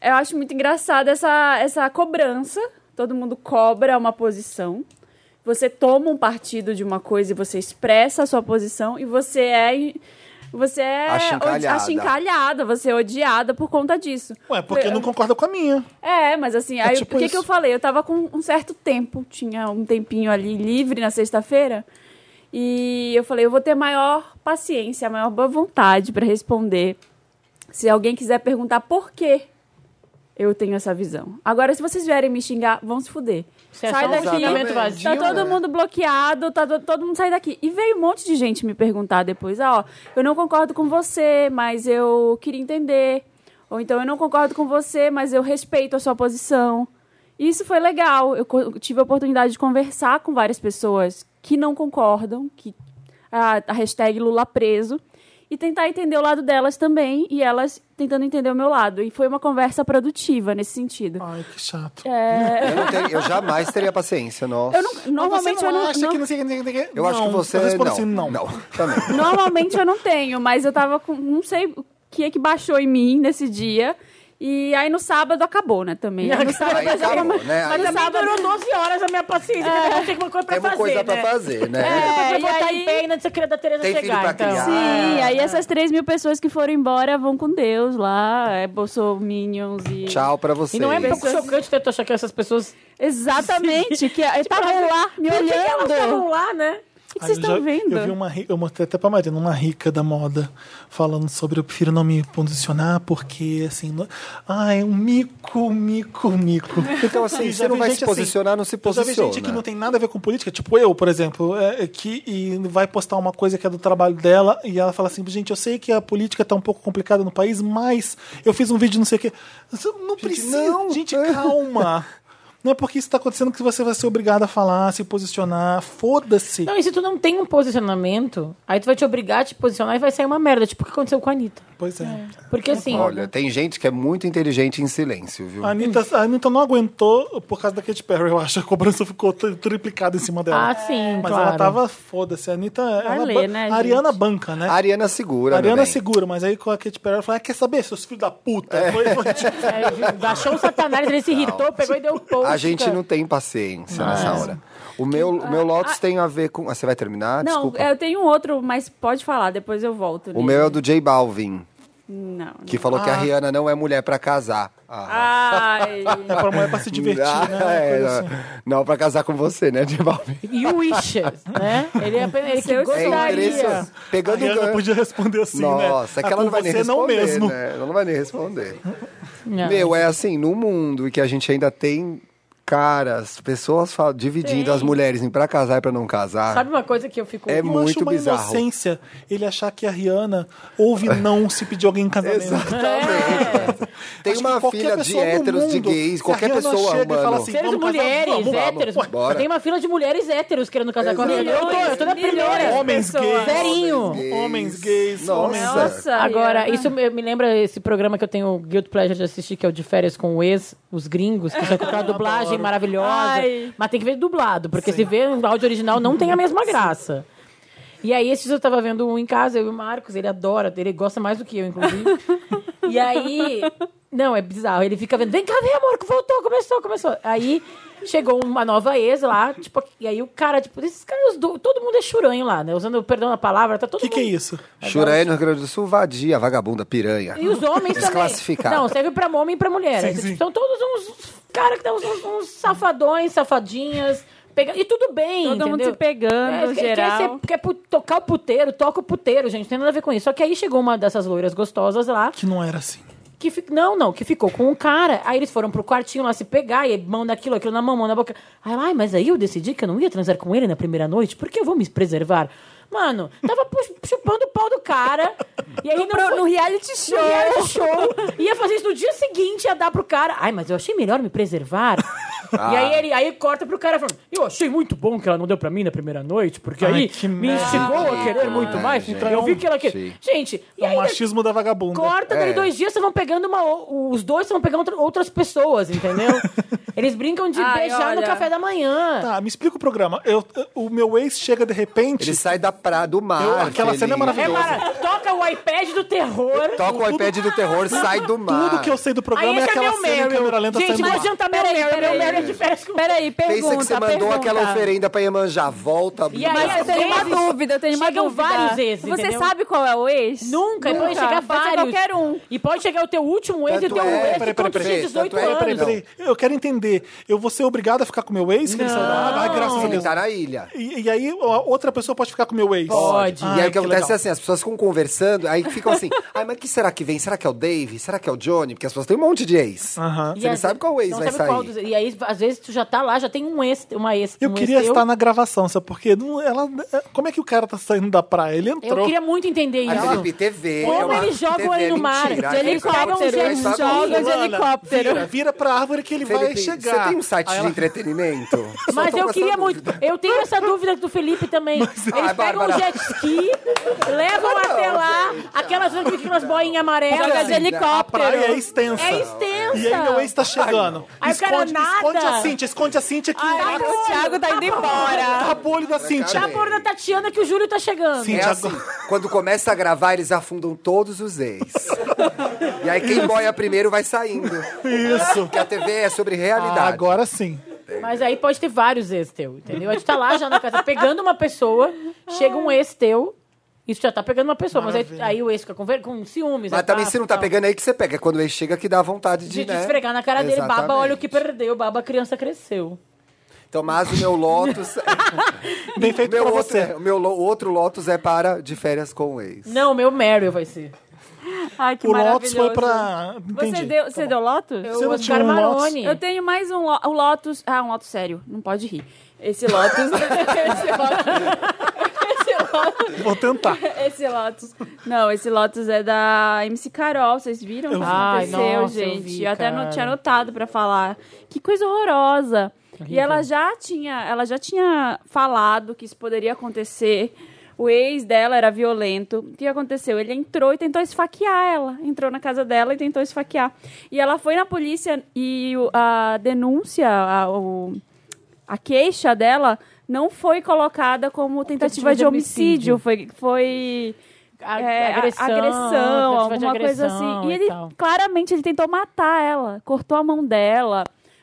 eu acho muito engraçada essa, essa cobrança. Todo mundo cobra uma posição. Você toma um partido de uma coisa e você expressa a sua posição e você é. Você é
Achincalhada.
odi- achincalhada, você é odiada por conta disso.
Ué, porque não concorda com a minha.
É, mas assim, aí,
tipo
o que,
isso.
que eu falei? Eu tava com um certo tempo, tinha um tempinho ali livre na sexta-feira. E eu falei, eu vou ter maior paciência, maior boa vontade pra responder. Se alguém quiser perguntar por quê eu tenho essa visão. Agora, se vocês vierem me xingar, vão se fuder.
Você achou um xingamento
Exatamente.
Tá
vazio,
todo
né?
mundo bloqueado, tá to- todo mundo sai daqui. E veio um monte de gente me perguntar depois, ah, ó, eu não concordo com você, mas eu queria entender. Ou então eu não concordo com você, mas eu respeito a sua posição. E Isso foi legal. Eu co- tive a oportunidade de conversar com várias pessoas que não concordam, que a, a hashtag Lula preso, e tentar entender o lado delas também, e elas tentando entender o meu lado. E foi uma conversa produtiva nesse sentido.
Ai, que chato.
É.
É.
Eu, não tenho- eu jamais teria paciência, nossa.
Eu não- normalmente
você não
eu não,
acha
não-
que não sei o que- não sei o que-
Eu acho que
não.
você.
Eu respondo
não.
assim, não.
também.
Normalmente eu não tenho, mas eu tava com. Não sei o que é que baixou em mim nesse dia. E aí no sábado acabou, né? Também. Aí no sábado
Aí acabou, né?
Mas
Aí
também durou 12 horas a minha paciência, porque eu tinha uma coisa pra
temos
fazer,
coisa
né?
pra fazer, né?
Pra
É, e
botar
aí-
em pé e na secretaria da Tereza
Tem filho
chegar,
pra
então.
criar.
Sim, aí essas 3 mil pessoas que foram embora vão com Deus lá, é Bolsominions e.
Tchau pra vocês.
E não é um pouco
Pessoas-
chocante tentar achar que essas pessoas
Exatamente, que estavam lá me
Tipo, Por que que elas estavam
olhando.
lá, né?
O que
Aí
vocês
eu
estão
já-
vendo?
Eu vi um- uma ri- eu mostrei até pra Marina, uma rica da moda falando sobre eu prefiro não me posicionar porque assim, não... ai, um mico, mico, um mico.
Então, assim,
E
você
já
não
vi
vai
gente
se
assim,
posicionar, não se
eu já vi
posiciona.
gente que não tem nada a ver com política, tipo eu, por exemplo, é, é, que e vai postar uma coisa que é do trabalho dela e ela fala assim, gente, eu sei que a política tá um pouco complicada no país, mas eu fiz um vídeo não sei o quê. Não precisa,
não.
gente, calma. Não é porque isso tá acontecendo que você vai ser obrigado a falar, se posicionar. Foda-se.
Não, e se tu não tem um posicionamento, aí tu vai te obrigar a te posicionar e vai sair uma merda, tipo o que aconteceu com a Anitta.
Pois é.
Porque assim,
Olha, tem gente que é muito inteligente em silêncio, viu?
A Anitta, a Anitta não aguentou por causa da Katy Perry, eu acho. A cobrança ficou tri- triplicada em cima dela.
Ah, sim,
Mas
claro.
ela tava foda-se. A Anitta. Ela,
ler,
ban-
né,
a Ariana
gente?
banca, né?
A Ariana segura,
A Ariana
meu bem.
segura, mas aí com a Katy Perry ela fala: ah, quer saber, seus filhos da puta? Foi, foi tipo,
é, achou o satanás, ele se irritou, pegou e deu um post.
A gente não tá, tem paciência nessa hora. O meu, o meu Lotus tem a ver com. Ah, você vai terminar?
Não,
é
Desculpa.
eu tenho um outro, mas pode falar, depois eu volto. né?
O meu é o do J Balvin,
Não.
que falou
Ah.
que a Rihanna não é mulher pra casar. Ah.
Ai.
é pra mulher pra se divertir, né?
é,
Coisa assim.
não, não pra casar com você, né, J Balvin?
E o Wishes, né? Ele é apenas ele que
Seu
É
gostaria.
interessante.
A
Pegando
Rihanna
gancho.
podia responder assim, né? Ah,
Nossa, aquela
com
não vai nem
você
responder.
não mesmo.
né? Ela não vai nem responder.
Não.
Meu, é assim, no mundo que a gente ainda tem caras, pessoas fa- dividindo as mulheres em pra casar e pra não casar.
Sabe uma coisa que eu fico.
É
Eu acho
muito
uma
bizarro.
inocência ele achar que a Rihanna ouve não se pedir alguém em casamento.
É.
Tem
Acho que
uma
qualquer
filha de
pessoa no
héteros, de
mundo,
gays,
se a
qualquer
Rihanna
pessoa,
chega e fala
mano.
assim,
Seres
vamos casar?
mulheres,
Vamos, vamos.
héteros.
Ué,
bora.
Tem uma fila de mulheres héteros querendo casar com a Rihanna. Eu tô, eu tô na primeira.
Homens gays.
Zerinho.
Homens gays.
Nossa.
Homens
Nossa.
Agora,
Rihanna.
isso me, me lembra esse programa que eu tenho o Guild Pleasure de assistir, que é o de férias com o ex, os gringos, que só com aquela dublagem maravilhosa.
Ai.
Mas tem que ver dublado, porque se vê no áudio original não tem a mesma graça. E aí, esses eu tava vendo um em casa, eu e o Marcos, ele adora, ele gosta mais do que eu, inclusive. e aí. Não, é bizarro. Ele fica vendo, vem cá, vem, amor, que voltou, começou, começou. Aí chegou uma nova ex lá, tipo, e aí o cara, tipo, esses caras, do- todo mundo é churanho lá, né? Usando, perdão a palavra, tá todo
O que,
mundo.
que é isso?
Churaí no Rio Grande do Sul, vadia, vagabunda, piranha.
E os homens também.
Desclassificado.
Não, serve pra homem e pra mulher.
Sim,
Então,
sim.
tipo, São todos uns cara que dá uns, uns- uns safadões, safadinhas. pega- E tudo bem,
Todo mundo
entendeu?
se pegando,
É, quer-
geral.
Quer, ser- quer pu- tocar o puteiro, toca o puteiro, gente. Não tem nada a ver com isso. Só que aí chegou uma dessas loiras gostosas lá,
Que não era assim.
que fi- não, não, que ficou com um cara. Aí eles foram pro quartinho lá se pegar, e mão naquilo, aquilo na mão, mão na boca. Aí ela, ai, mas aí eu decidi que eu não ia transar com ele na primeira noite, porque eu vou me preservar. Mano, tava pu- chupando o pau do cara. E aí não
Pro-
foi-
no reality
no
show.
reality show. Ia fazer isso no dia seguinte, ia dar pro cara. Ai, mas eu achei melhor me preservar. E aí ele aí corta pro cara falando: Eu achei muito bom que ela não deu pra mim na primeira noite, porque
Ai,
aí
que
me
merda.
instigou a querer
Ah,
muito mais. então
gente.
Eu vi que ela que. Gente, e
É o
aí
machismo da vagabunda.
corta, daí
É.
dois dias vocês vão pegando uma. o- Os dois vão pegando outra- outras pessoas, entendeu? Eles brincam de
Ai,
beijar no
olha.
café da manhã.
Tá, me explica o programa. Eu, o meu ex chega de repente.
Ele sai da praia, do mar.
Eu- aquela
feliz.
cena é
É
maravilhosa.
mara... Toca o iPad do terror.
Toca Tá, o
Tudo-
iPad do terror, sai do mar.
Tudo que eu sei do
Aí
programa é
esse é
aquela
meu
cena em câmera
Meryl.
lenta
Gente,
saindo do
não
mar.
adianta meu Meryl.
Peraí,
Meu
peraí.
Meryl é de férias com
Peraí, pergunta,
Pensa que você mandou
pergunta.
aquela oferenda pra Iemanjá, volta.
E aí, é-
Mas eu
às
tenho uma
vezes,
dúvida, eu tenho uma
chegam
dúvida.
vários ex,
Você
entendeu?
sabe qual é o ex?
Nunca, e pode
Nunca.
chegar
Pode
vários.
ser qualquer um.
E pode chegar o teu último ex e o
Tanto
teu
é-
ex
Peraí,
quando tu tinha
peraí, peraí,
18
tanto é-
Peraí, peraí,
anos.
peraí. Eu quero entender. Eu vou ser obrigado a ficar com meu ex? Que ele saiu da água? Ai, Ah, graças a
Ele
Deus.
tá na ilha.
E, e aí, a outra pessoa pode ficar com meu ex?
Pode.
Ai,
e aí o que acontece
legal.
é assim, as pessoas ficam conversando, aí ficam assim, ai, mas que será que vem? Será que é o Dave? Será que é o Johnny? Porque as pessoas têm um monte de ex.
Aham.
E
Você não
às
sabe
vezes-
qual ex
não
vai
sabe qual
sair.
dos- E aí, às vezes, tu já tá lá, já tem um ex, uma ex.
é assim,
Eu
um
queria
ex teu.
estar na gravação, sabe? Porque não, ela, como é que o cara tá saindo da praia? Ele
Eu
entrou.
queria muito entender
A
isso.
Felipe TV.
Como
é uma
eles jogam
TV,
ele no mar?
mentira.
De
Aí eles acabam
helicóptero,
tirando
eles
essa
jogam
foto.
um de
Fulana,
helicóptero.
Vira, vira pra árvore que ele vai
Felipe,
chegar.
Você tem um site
Aí
de
ela-
entretenimento? Só
Mas
tô
eu
com
queria
essa
muito.
dúvida.
Eu tenho essa dúvida do Felipe também. Eles
Ai,
pegam o
Bárbara.
jet ski, levam até lá, aquelas, aquelas boinhas amarelas.
Joga de
assim,
A
helicóptero.
praia é extensa.
É extensa.
E aí meu
é
ex tá chegando.
Ai, o cara
esconde, esconde
nada.
a Cintia, esconde a Cintia aqui.
Ai,
Tapa-
o Thiago tá indo embora.
Tapa o olho da Cintia.
Tá
Tá por da Tatiana que o Júlio tá chegando.
Sim.
É assim, quando começa a gravar, eles afundam todos os ex. e aí quem boia primeiro vai saindo.
Isso.
Porque a TV é sobre realidade.
Ah, agora sim.
Mas aí pode ter vários ex teu, entendeu? A gente tá lá já na casa pegando uma pessoa, chega um ex teu, isso já tá pegando uma pessoa, mas aí, aí o ex fica com, ver- com ciúmes.
Mas também
abafo
se não
e
tá
tal.
pegando aí que você pega. É quando ele chega que dá vontade de,
De, de
né?
esfregar na cara dele,
Exatamente.
baba, olha o que perdeu, baba, a criança cresceu.
Então, mas o meu Lotus...
Bem feito
meu
pra
outro,
você.
é, o meu lo- o outro Lotus é para de férias com o ex.
Não, meu Meryl vai ser.
Ai, que
O Lotus
maravilhoso.
foi pra... Entendi. Tá
Você deu, você deu Lotus?
Eu,
Você não
Oscar
tinha um Lotus?
Maroni.
Eu tenho mais um, lo- um Lotus. Ah, um Lotus sério. Não pode rir. Esse Lotus. esse Lotus. esse
Vou tentar.
Esse Lotus. Não, esse Lotus é da MC Carol. Vocês viram o que
Eu vi.
Ai,
aconteceu,
nossa, eu
gente? Eu,
vi,
até
cara.
não tinha anotado pra falar. Que coisa horrorosa. E
Horrível.
ela já tinha, ela já tinha falado que isso poderia acontecer. O ex dela era violento. O que aconteceu? Ele entrou e tentou esfaquear ela. Entrou na casa dela e tentou esfaquear. E ela foi na polícia e o- a denúncia, a, o- a queixa dela não foi colocada como tentativa de, homicídio. Foi, foi
A-
é, a-
agressão,
agressão,
tentativa de
alguma coisa
agressão
assim. E
e Tá
ele,
tal.
claramente, ele tentou matar ela. Cortou a mão dela,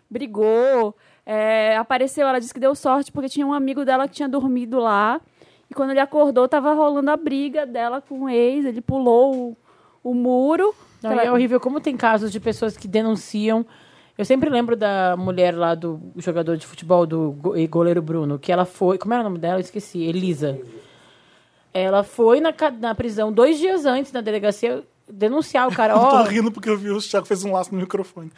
brigou, é, apareceu. Ela disse que deu sorte porque tinha um amigo dela que tinha dormido lá. E quando ele acordou, tava rolando a briga dela com o ex. Ele pulou o, o muro.
Não,
Ela-
e é horrível como tem casos de pessoas que denunciam. Eu sempre lembro da mulher lá do jogador de futebol do go- e goleiro Bruno, que ela foi, como era o nome dela? Eu esqueci, Elisa. Ela foi na, ca- na prisão dois dias antes na delegacia denunciar o cara,
Tô
ó,
rindo porque eu vi o Thiago fez um laço no microfone.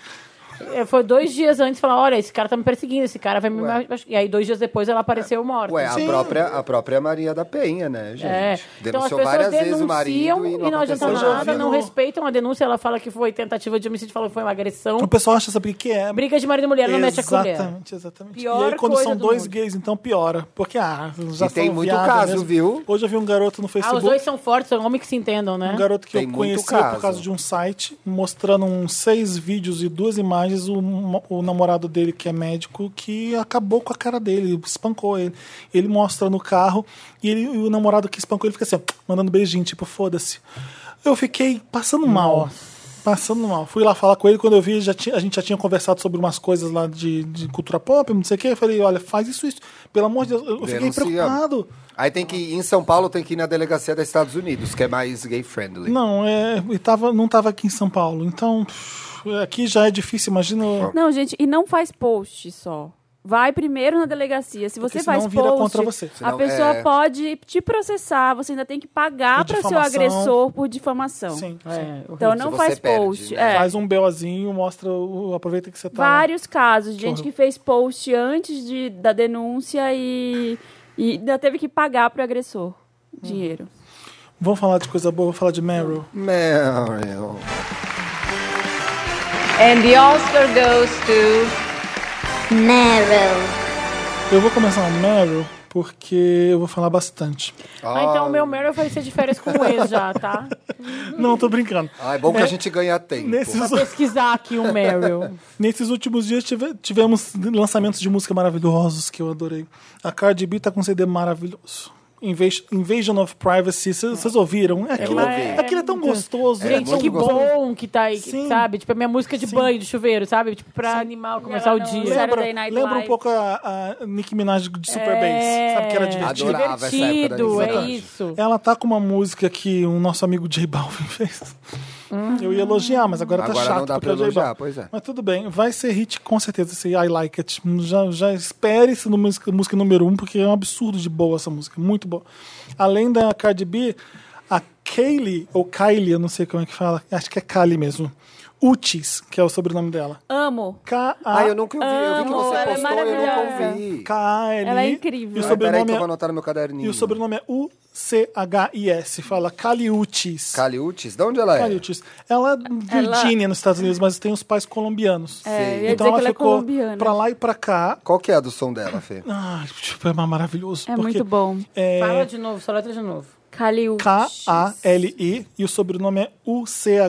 é, foi dois dias antes falar, olha, esse cara tá me perseguindo, esse cara vai me machu- e aí dois dias depois ela apareceu morta.
Ué, a própria, a própria Maria da Penha, né, gente?
É. Então as
Denunciou
pessoas
várias
denunciam
vezes o marido e não,
adianta
aconteceu
já
nada,
vi
não
no-
respeitam a denúncia, ela fala que foi tentativa de homicídio, fala que foi uma agressão.
O pessoal acha, sabe o que é?
Briga de marido e mulher, Um não mete a colher.
Exatamente, exatamente.
Pior
e aí, quando
coisa
são
do
dois
mundo.
gays, então piora. Porque, ah, já
E tem
são
muito
viados
caso,
mesmo.
viu?
Hoje eu vi um garoto no
Ah,
Facebook.
os dois são fortes, são homens que se entendam, né?
Um garoto que
Tem
eu
muito
conheci
caso.
por causa de um site mostrando uns seis vídeos e duas imagens. O, mo- o namorado dele, que é médico, que acabou com a cara dele, espancou ele. Ele mostra no carro e, ele, e o namorado que espancou ele fica assim, ó, mandando beijinho, tipo, foda-se. Eu fiquei passando mal, ó. Passando mal. Fui lá falar com ele, quando eu vi, já tinha- a gente já tinha conversado sobre umas coisas lá de, de cultura pop, não sei o quê. Eu falei, olha, faz isso, isso. Pelo amor de Deus, eu fiquei
Denuncia.
preocupado.
Aí tem que ir em São Paulo, tem que ir na delegacia dos Estados Unidos, que é mais gay friendly.
Não, é, e tava, não estava aqui em São Paulo. Então, pff, aqui já é difícil, imagina.
Não, gente, e não faz post só. Vai primeiro na delegacia. Se
Porque
você
senão
faz
vira
post, Ah,
contra você.
a
Senão,
pessoa
é.
pode te processar. Você ainda tem que pagar
Por
para o seu
difamação.
agressor por difamação.
Sim, sim.
É, horrível.
Então não
você
faz
perde,
post.
né?
é.
Faz um BOzinho, mostra, o, aproveita que você tá.
Vários casos de gente
horror.
que fez post antes de, da denúncia e, e ainda teve que pagar pro agressor dinheiro.
Vamos falar de coisa boa, vamos falar de Meryl.
Meryl.
And the Oscar goes to.
Meryl.
Eu vou começar no Meryl porque eu vou falar bastante.
Ah, então o meu Meryl vai ser de férias com o ex já, tá?
Não, tô brincando.
Ah, é bom que a gente ganha tempo.
Né? Nesses,
Pesquisar aqui o Meryl.
É
nesses últimos dias tive- tivemos lançamentos de música maravilhosos que eu adorei. A Cardi B tá com um CD maravilhoso. Invas- Invasion of Privacy, vocês vocês ouviram? É Aquilo,
ouvi.
aquilo é tão gostoso.
É,
Gente,
muito
que
gostoso.
bom que tá aí,
Sim.
sabe? Tipo, a minha música de
Sim.
banho, de chuveiro, sabe? Tipo, pra animal começar
ela
o
não
dia.
usa-
Lembra,
Saturday Night
lembra um
Live. É.
pouco a, a Nicki Minaj de Super Bass. Sabe que era divertido?
Adorava essa época da
Divertido, é
Nicki Minaj.
isso.
Ela tá com uma música que o nosso amigo J Balvin fez. Eu ia elogiar, mas agora, tá
Agora
chato
não dá
porque
pra
é o J
elogiar,
Balvin.
pois é.
Mas tudo bem, vai ser hit com certeza esse I Like It. Já, já espere esse nú- música, música número um, porque é um absurdo de boa essa música, muito boa. Além da Cardi B, a Kaylee, ou Kylie, eu não sei como é que fala, acho que é Kylie mesmo. Utis, que é o sobrenome dela.
Amo.
K -A
Ah, eu nunca ouvi. Eu vi que
Amo,
você
ela é
postou, eu nunca
maravilhosa.
ouvi.
Kylie.
Ela é incrível.
E o
Ai, Peraí
sobrenome
que eu
é
vou anotar no meu caderninho.
E o sobrenome é U-C-H-I-S. Fala Caliutes.
Caliutes? De onde ela é?
Caliutes. Ela é
Ela-
Virgínia nos Estados Unidos, mas tem os pais colombianos.
É, eu
então
ia dizer que
ela
ela é
ficou
colombiana.
pra lá e pra cá.
Qual que é a do som dela, Fê?
Ah, tipo, é maravilhoso.
É
porque é
muito bom.
Fala de novo, só letra de novo.
Caliú.
K-A-L-I e o sobrenome é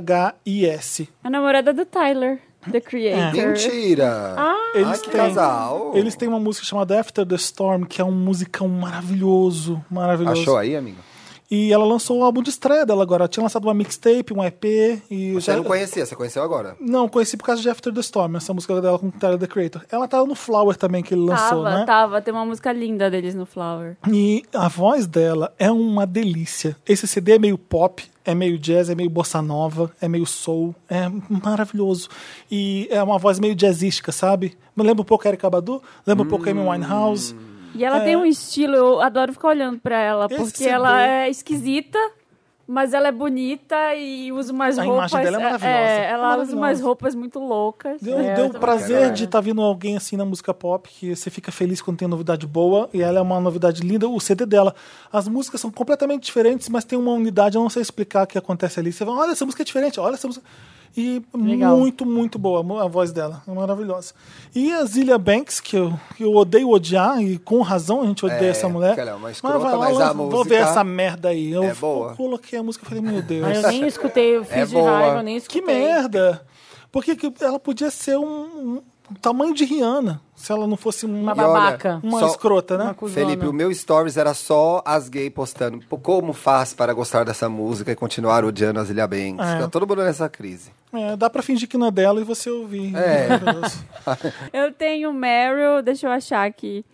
U-C-H-I-S.
A namorada do Tyler, The
É.
Creator.
Mentira!
é.
Ah,
Eles
Ah, que
têm,
casal.
Eles têm uma música chamada After the Storm, que é um musicão maravilhoso, maravilhoso.
Achou aí, amigo?
E ela lançou o álbum de estreia dela agora. Ela tinha lançado uma mixtape, um EP e
Você não conhecia, você conheceu agora.
Não, conheci por causa de After the Storm, essa música dela com o Tyler The Creator. Ela tava no Flower também, que ele lançou,
Tava, tá.
né?
tava. Tem uma música linda deles no Flower.
E a voz dela é uma delícia. Esse CD é meio pop, é meio jazz, é meio bossa nova, é meio soul, é maravilhoso. E é uma voz meio jazzística, sabe? Me Lembra um pouco Erika Badu, lembra um pouco Amy
Hum.
Winehouse.
E ela tem um estilo, eu adoro ficar olhando pra
É.
ela,
Esse
porque
CD.
ela é esquisita, Mas ela é bonita e usa umas
A
roupas.
imagem dela é
é,
maravilhosa.
é, ela usa
Maravilhosa.
umas roupas muito loucas.
Deu,
É,
deu
eu
o
também
prazer
quero.
de estar vindo alguém assim na música pop, que você fica feliz quando tem novidade boa, e ela é uma novidade linda, o CD dela. As músicas são completamente diferentes, mas tem uma unidade, eu não sei explicar o que acontece ali. Você fala, olha, essa música é diferente, olha essa música. E
Legal.
muito, muito boa a mu- a voz dela, é maravilhosa. E a Zilia Banks, que eu, que eu odeio odiar, e com razão a gente odeia
É,
essa mulher.
que ela é uma escrota,
vai lá,
mas a
lança- Vou ver
música
essa merda aí. Eu,
é boa.
coloquei a música e falei, meu Deus.
Aí eu nem escutei, eu fiz
É
de
boa.
raiva, eu nem
Que
escutei.
merda! Porque que ela podia ser um, um tamanho de Rihanna, se ela não fosse uma,
Uma babaca.
uma
só-
escrota, né?
Uma cuzona.
Felipe, o meu stories era só as gays postando. Pô, Como faz para gostar dessa música e continuar odiando as Ilha Banks?
É.
Tá todo mundo nessa crise.
É, dá pra fingir que não é dela e você ouvir.
É.
Maravilhoso.
Eu tenho Meryl, deixa eu achar aqui.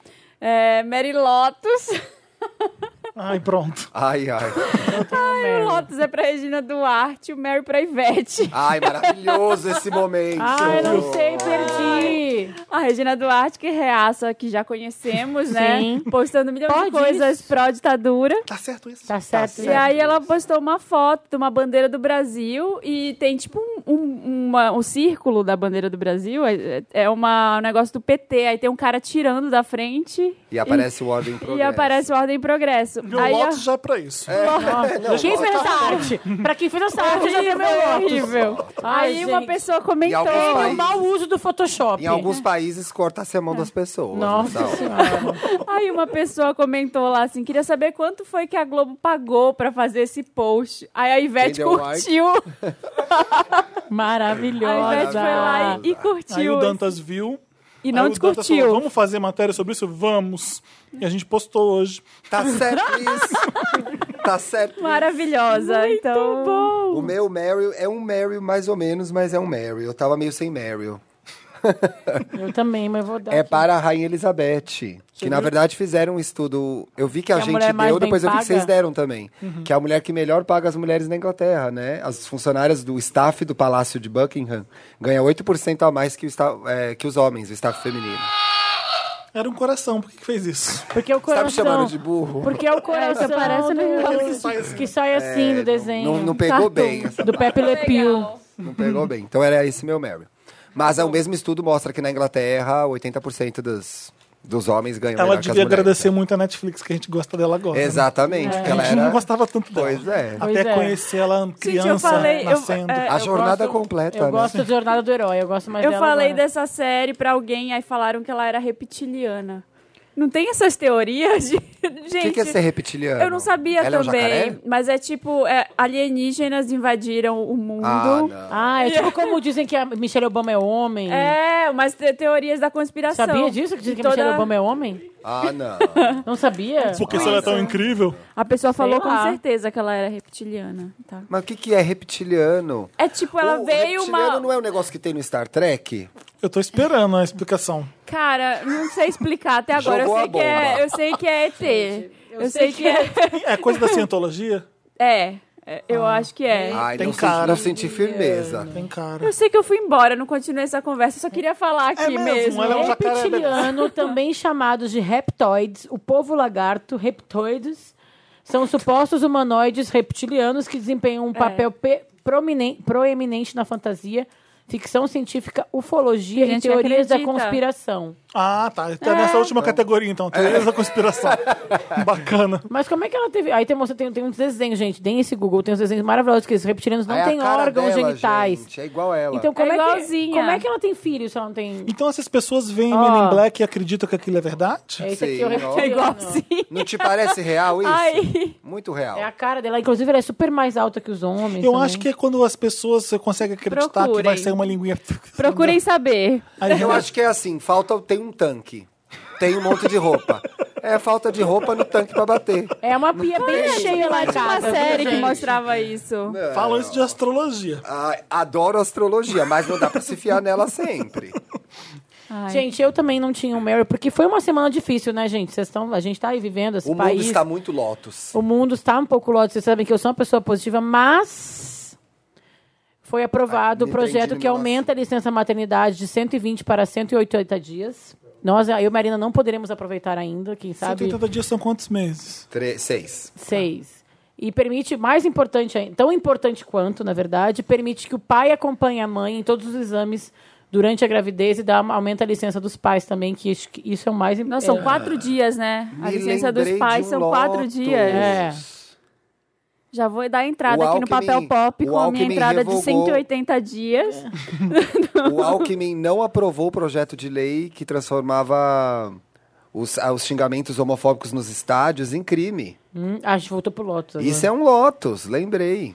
É, Mary Lotus.
Ai, pronto.
Ai, ai.
Mary Lotus é pra Regina Duarte, o Mary pra Ivete.
Ai, maravilhoso esse momento.
Ai, não sei, perdi.
A Regina Duarte, que reaça, que já conhecemos, né?
Sim.
Postando milhões
Pode
de coisas
isso.
pró-ditadura.
Tá certo isso?
Tá certo.
E aí ela postou uma foto de uma bandeira do Brasil e tem tipo um, um, uma- um círculo da bandeira do Brasil. É, é uma, um negócio do PT. Aí tem um cara tirando da frente.
E aparece o Ordem Progresso.
E aparece o Ordem e Progresso.
Meu
Aí
Lotus
a-
já é pra isso.
Quem fez essa arte? pra quem fez essa arte, eu já deu meu voto.
horrível.
Ai,
Aí uma
gente.
pessoa
Em
comentou.
alguns
O
países-
mau uso do Photoshop.
Em alguns países corta-se a mão das pessoas.
Nossa
então.
senhora.
Aí uma pessoa comentou lá assim: queria saber quanto foi que a Globo pagou pra fazer esse post. Aí a
Quem
Ivete
deu like?
curtiu. A Ivete foi lá
Maravilhosa.
e, e
Aí o
curtiu.
Dantas viu.
e
aí
não
o Dantas falou,
discutiu.
Vamos fazer matéria sobre isso? Vamos. E a gente postou hoje.
Tá certo isso. tá certo.
Maravilhosa. então... bom.
O meu Meryl é um Meryl mais ou menos, mas é um Meryl. Eu tava meio sem Meryl.
Eu também, mas vou dar.
É
aqui.
para a Rainha Elizabeth. Que na verdade fizeram um estudo. Eu vi que a
Que a
gente
mulher mais
deu,
bem
depois eu vi que vocês
paga. Uhum.
deram também. Que é a mulher que melhor paga as mulheres na Inglaterra, né? As funcionárias do staff do Palácio de Buckingham ganham 8% a mais que, o sta- é, que os homens, o staff feminino.
Era um coração, por que, que fez isso?
Porque é o
Tá me
coração.
chamando de burro?
Porque é o coração.
você parece no
do-
Rio.
que sai- Que sai assim do desenho.
É,
Tá.
Não, não pegou bem essa
Do Pepe Le Pew.
Não pegou bem. Então era esse meu Meryl. Mas
Uhum.
é, o mesmo estudo mostra que na Inglaterra, 80% dos, dos homens ganham
Ela
melhor que as
devia
mulheres,
agradecer
né?
muito a Netflix, que a gente gosta dela agora. né?
É.
Exatamente, porque ela
A gente não
era...
gostava tanto dela.
Pois é.
Até
Pois é.
conhecer ela criança,
falei, eu-
nascendo.
é,
A jornada
gosto-
completa,
Eu
né?
gosto da Jornada do Herói, eu gosto mais
Eu
dela
falei
agora.
dessa série pra alguém, aí falaram que ela era reptiliana. Não tem essas teorias de.
O que,
Gente.
que é ser reptiliano?
eu não sabia
Ela é um
também,
jacaré?
mas é tipo, é, alienígenas invadiram o mundo.
Ah, não.
Ah, é tipo como dizem que a Michelle Obama é homem.
É, umas te- teorias da conspiração.
Sabia disso? Que dizem que
E
a Michelle
toda-
Obama é homem?
Ah, não.
Não sabia?
Porque se ela é tão incrível.
A pessoa falou com
lá.
certeza que ela era reptiliana. tá?
Mas o que, que é reptiliano?
É tipo, ela
o
veio
reptiliano
uma.
não é um negócio que tem no Star Trek?
Eu tô esperando a explicação.
Cara, não sei explicar até agora. Eu
Jogou
sei,
a
que é,
bomba.
eu sei que é ET. eu, sei, que,
É coisa da cientologia?
é. É, é, eu
Ah,
acho que é.
Ai,
Tem
não, senti-
cara.
não senti firmeza.
Tem cara.
Eu sei que eu fui embora, não continuei essa conversa, eu só queria falar aqui
É mesmo, ela é um jacaré,
Reptiliano, também chamados de reptoides, o povo lagarto, reptoides, são supostos humanoides reptilianos que desempenham
É.
um papel pe- prominen- proeminente na fantasia, ficção científica, ufologia
Tem
e
gente que
teorias da
acredita.
conspiração.
Ah, tá. Tá nessa
É.
última categoria, então. Teorias da conspiração. Bacana.
Mas como é que ela teve. Aí tem, moça, tem, tem uns desenhos, gente. Tem esse Google, tem uns desenhos maravilhosos, que os reptilianos não
Ai, a
têm
cara
órgãos
dela,
genitais.
gente, é igual ela.
Então, como
É
é, que,
igualzinha.
como é que ela tem filho se ela não tem.
Então essas pessoas veem
Ó.
Men in Black e acreditam que aquilo é verdade?
Ah. É esse aqui,
sei,
é o
ó.
reptiliano.
É igualzinho.
Não te parece real isso?
Ai.
Muito real.
É a cara dela. Inclusive, ela é super mais alta que os homens.
Eu
também.
acho que é quando as pessoas conseguem acreditar que vai
Procurem.
sair uma linguinha.
Procurem saber.
Aí
Eu acho que é assim, falta tem um tanque. Tem um monte de roupa. É falta de roupa no tanque pra bater.
É uma pia bem cheia lá de
Tinha uma
casa.
série que
gente.
mostrava isso.
falam isso de astrologia.
Ai, adoro astrologia, mas não dá pra se fiar nela sempre.
Ai.
Gente, eu também não tinha um Mary, porque foi uma semana difícil, né, gente? Vocês estão, a gente tá aí vivendo esse
O
país.
mundo está muito lotus.
O mundo está um pouco lote. Vocês sabem que eu sou uma pessoa positiva, mas foi aprovado
Ah,
o
me
projeto
prendi
que
numa
aumenta a licença maternidade de 120 para 180 dias. Nós, eu e Marina, não poderemos aproveitar ainda, quem sabe
180 dias são quantos meses?
Tre- seis.
seis. E permite, mais importante, ai- tão importante quanto, na verdade, permite que o pai acompanhe a mãe em todos os exames durante a gravidez e dá, aumenta a licença dos pais também, que isso, que isso é o mais
Nossa,
importante.
são quatro dias, né? A
Me
licença dos
lembrei
pais
de um
são quatro
Lotus.
dias.
É.
Já vou dar a entrada
O
aqui no
Alckmin-
papel pop
o
com a minha
Alckmin
entrada de
revogou-
180 dias.
É,
É.
O Alckmin não aprovou o projeto de lei que transformava os, ah, os xingamentos homofóbicos nos estádios em crime.
Hum, ah, a gente voltou pro Lotus agora.
Isso é um Lotus, lembrei.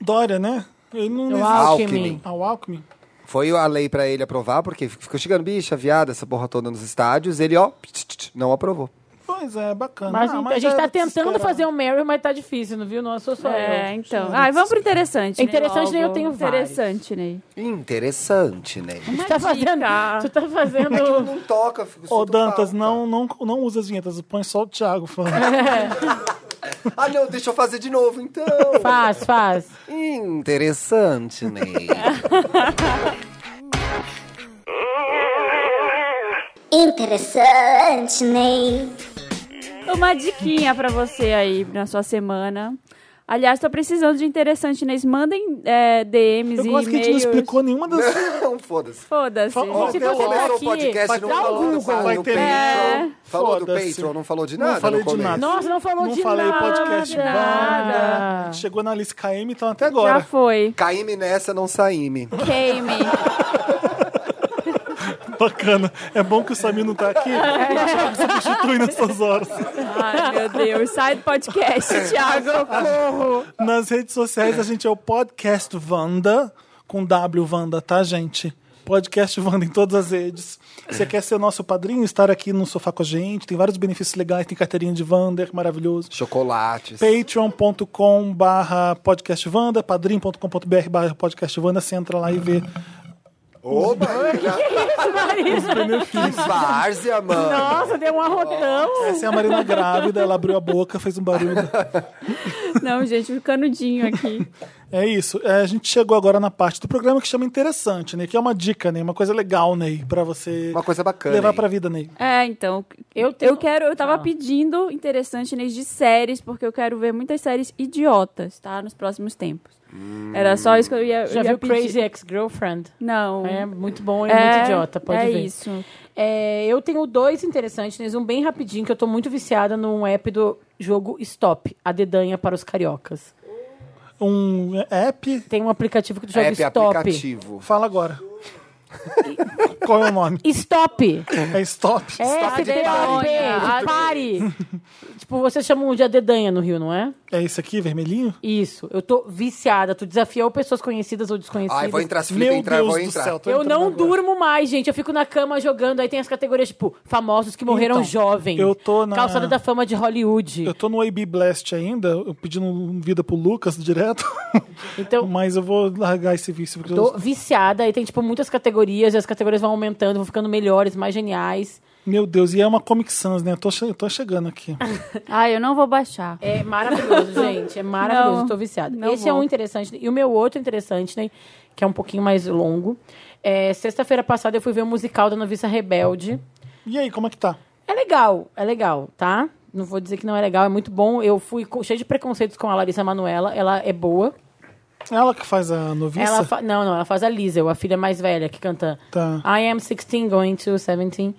Dória, né? Ele não.
É o
existe.
Alckmin.
um Alckmin.
Ah, o Alckmin.
Foi a lei pra ele aprovar, porque ficou xingando bicha, viada, essa porra toda nos estádios. Ele, ó, tch, tch, tch, não aprovou.
Pois é, bacana.
Mas,
Ah,
a
mas
gente
é
está tentando
desesperado.
fazer um Mary, mas tá difícil, não viu? Não, eu sou só
É,
eu.
então. Ah, vamos pro interessante. Ney,
Interessante, Ney, eu
logo.
tenho vários.
Interessante, né? Ney.
Interessante, né?
Tu tá fazendo.
é dica.
Tu tá
É
fazendo.
Não toca, fico
Ô,
sinto
Dantas,
falta.
não, não, não usa as vinhetas, põe só o Thiago falando.
Ah, não, deixa eu fazer de novo, então.
Faz, faz.
Interessante, né? Ney.
Interessante, Ney.
Uma diquinha pra você aí na sua semana. Aliás, tô precisando de interessante, Ney. Mandem é, DMs
Eu
e
gosto que a gente não
e-mails.
explicou nenhuma das.
Não, foda-se.
Foda-se.
Ó,
Se você tá
Não, começou o
aqui,
podcast, É, não
dá um
falou do
Google, vai
do
ter.
Patreon. Falou do
Foda-se.
Patreon, não falou de
Não
nada
falei
no
de
começo.
nada.
Nossa, não falou
Não
de
falei
nada.
podcast
nada.
Chegou na lista KM, então até
Já
agora.
foi.
Caíme nessa, não saíme.
Queime.
Bacana. É bom que o Samir não tá aqui.
É.
O Thiago substitui nessas horas.
Ai, meu Deus. Sai do podcast, Thiago.
Nas redes sociais a gente é o Podcast Vanda, com W Vanda, tá, gente? Podcast Vanda em todas as redes. Você quer ser nosso padrinho, estar aqui no sofá com a gente? Tem vários benefícios legais, tem carteirinha de Vander, maravilhoso.
Chocolates.
patreon.com barra podcastvanda, padrim.com.br barra podcastvanda, você entra lá e vê.
Ô, Marina,
um
várzea, mano.
Nossa, deu um arrotão.
Essa é a Marina grávida, ela abriu a boca, fez um barulho.
Não, gente, o canudinho aqui.
É isso. É, a gente chegou agora na parte do programa que chama Interessante, né? Que é uma dica, né? Uma coisa legal, Ney, pra você
Uma coisa bacana,
levar
hein?
pra vida, Ney.
É, então. Eu,
tenho-
eu quero. Eu tava
Ah.
pedindo interessante Inês, de séries, porque eu quero ver muitas séries idiotas, tá? Nos próximos tempos. Era só isso que eu ia.
Já
eu ia
viu
pedir.
Crazy Ex-Girlfriend?
Não.
É muito bom e
É,
muito idiota, pode
é
ver.
isso.
É, eu tenho dois interessantes, né? um bem rapidinho, que eu tô muito viciada num app do jogo Stop, a dedanha para os cariocas.
Um app,
Tem um aplicativo que tu joga
App é
Stop.
aplicativo.
fala agora. Qual é o nome?
Stop!
É Stop?
É,
de pamonha.
de pare! tipo, vocês chamam de a dedanha no Rio, não é?
É isso aqui, vermelhinho?
Isso. Eu tô viciada. Tu desafiou pessoas conhecidas ou desconhecidas.
Ai, vou entrar, se Felipe
Meu
entrar,
Deus
vou
do
entrar.
céu. tô
Eu
entrando
não
agora.
durmo mais, gente. Eu fico na cama jogando. Aí tem as categorias, tipo, famosos que morreram
Então,
jovem.
eu tô na-
Calçada da fama de Hollywood.
Eu tô no AB Blast ainda, eu pedindo vida pro Lucas direto.
Então,
Mas eu vou largar esse vício. Porque
tô
eu-
viciada. Aí tem, tipo, muitas categorias. E as categorias vão aumentando, vão ficando melhores, mais geniais.
Meu Deus, e é uma Comic Sans, né? Eu tô, che- eu tô chegando aqui.
Ah, eu não vou baixar.
É maravilhoso, gente. É maravilhoso.
Não,
Tô viciada.
não
Esse é
vou.
um interessante. E o meu outro interessante, né? Que é um pouquinho mais longo. É, Sexta-feira passada eu fui ver o musical da Noviça Rebelde.
E aí, como é que tá?
É legal, é legal, tá? Não vou dizer que não é legal, é muito bom. Eu fui co- cheio de preconceitos com a Larissa Manuela, ela é boa.
É Ela que faz a noviça?
Ela fa- Não, não, ela faz a Liesel, a filha mais velha que canta
Tá.
I am 16 going to 17.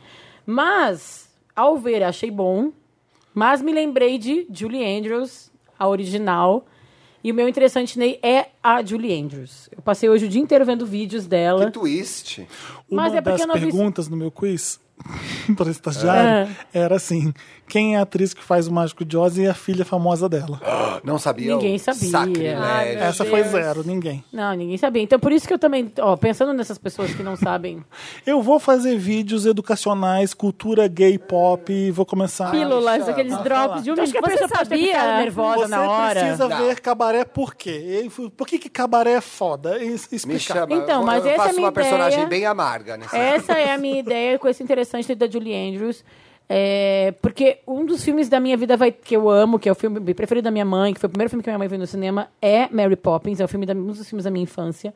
Mas, ao ver, achei bom. Mas me lembrei de Julie Andrews, a original. E o meu interessante, Ney, é a Julie Andrews. Eu passei hoje o dia inteiro vendo vídeos dela.
Que twist.
Uma
Mas é porque
das
eu não vi-
perguntas no meu quiz para estagiário
Ah.
era assim: quem é a atriz que faz o Mágico de Oz e a filha famosa dela?
Não sabia.
Ninguém sabia. Ah, Ai,
Sacrilégio.
Essa foi zero, ninguém.
Não, ninguém sabia. Então, por isso que eu também, ó, pensando nessas pessoas que não sabem
Eu vou fazer vídeos educacionais, cultura gay pop, e vou começar.
Pílulas, aqueles drops de um
Acho que a
Você
pessoa pode ter ficado
sabia?
nervosa
Você
na hora.
precisa
Não.
ver cabaré por quê? E f- Por que, que cabaré é foda? E- Explicar.
Me chama.
Então,
eu,
mas
eu
essa é a
faço
minha
uma personagem
ideia.
bem amarga. Nesse
Essa é a minha ideia com esse interessante da Julie Andrews. É, porque um dos filmes da minha vida vai- que eu amo, que é o filme preferido da minha mãe, que foi o primeiro filme que minha mãe viu no cinema, é Mary Poppins, é o filme da- um dos filmes da minha infância.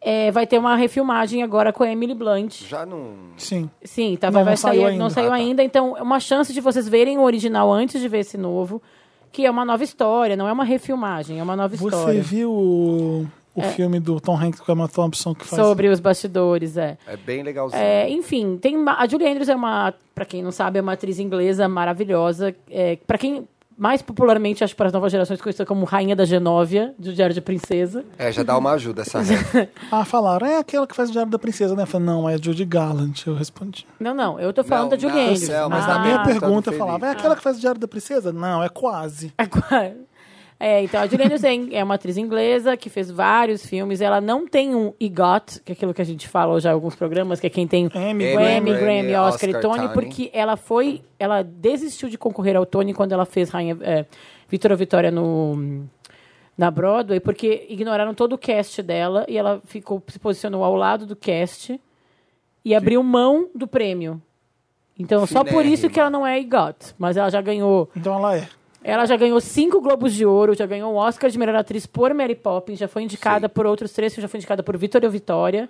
É, vai ter uma refilmagem agora com a Emily Blunt.
Já não...
Sim.
Sim, tá,
Não,
vai
não
sair,
saiu ainda.
não saiu
Ah, tá.
ainda, então é uma chance de vocês verem o original antes de ver esse novo. que é uma nova história, não é uma refilmagem, é uma nova
Você
história. É.
viu o, o filme do Tom Hanks com a Emma Thompson que faz
Sobre os bastidores, é.
É bem legalzinho.
É, enfim, tem ma- a Julie Andrews é uma, pra quem não sabe, é uma atriz inglesa maravilhosa. É, para quem mais popularmente acho para as novas gerações conhecida como Rainha da Genóvia, do Diário de Princesa.
É, já dá uma ajuda essa
Ah, falaram, é aquela que faz o Diário da Princesa, né? Eu falei, não, é a Judy Garland, eu respondi.
Não, não, eu tô falando
Não,
da Julie
não,
Andrews.
Selma,
Mas
Ah,
na minha
tá,
pergunta eu
Felipe.
falava, é aquela que faz o Diário da Princesa? Não, é quase.
Agora- É, então a Juliana Zen é uma atriz inglesa que fez vários filmes. Ela não tem um EGOT, que é aquilo que a gente fala já em alguns programas, que é quem tem
Emmy,
o
Grammy,
Emmy, Grammy, Oscar,
Oscar,
e Tony,
Tony.
porque ela foi, ela desistiu de concorrer ao Tony quando ela fez Rainha é, Vitória Vitória no na Broadway, porque ignoraram todo o cast dela e ela ficou se posicionou ao lado do cast e abriu mão do prêmio. Então, só por isso que
Finérrima.
ela não é EGOT, mas ela já ganhou
Então ela é.
ela já ganhou cinco Globos de Ouro, já ganhou um Oscar de melhor atriz por Mary Poppins, já foi indicada por outros três, filmes, já foi indicada por Vitória Vitória,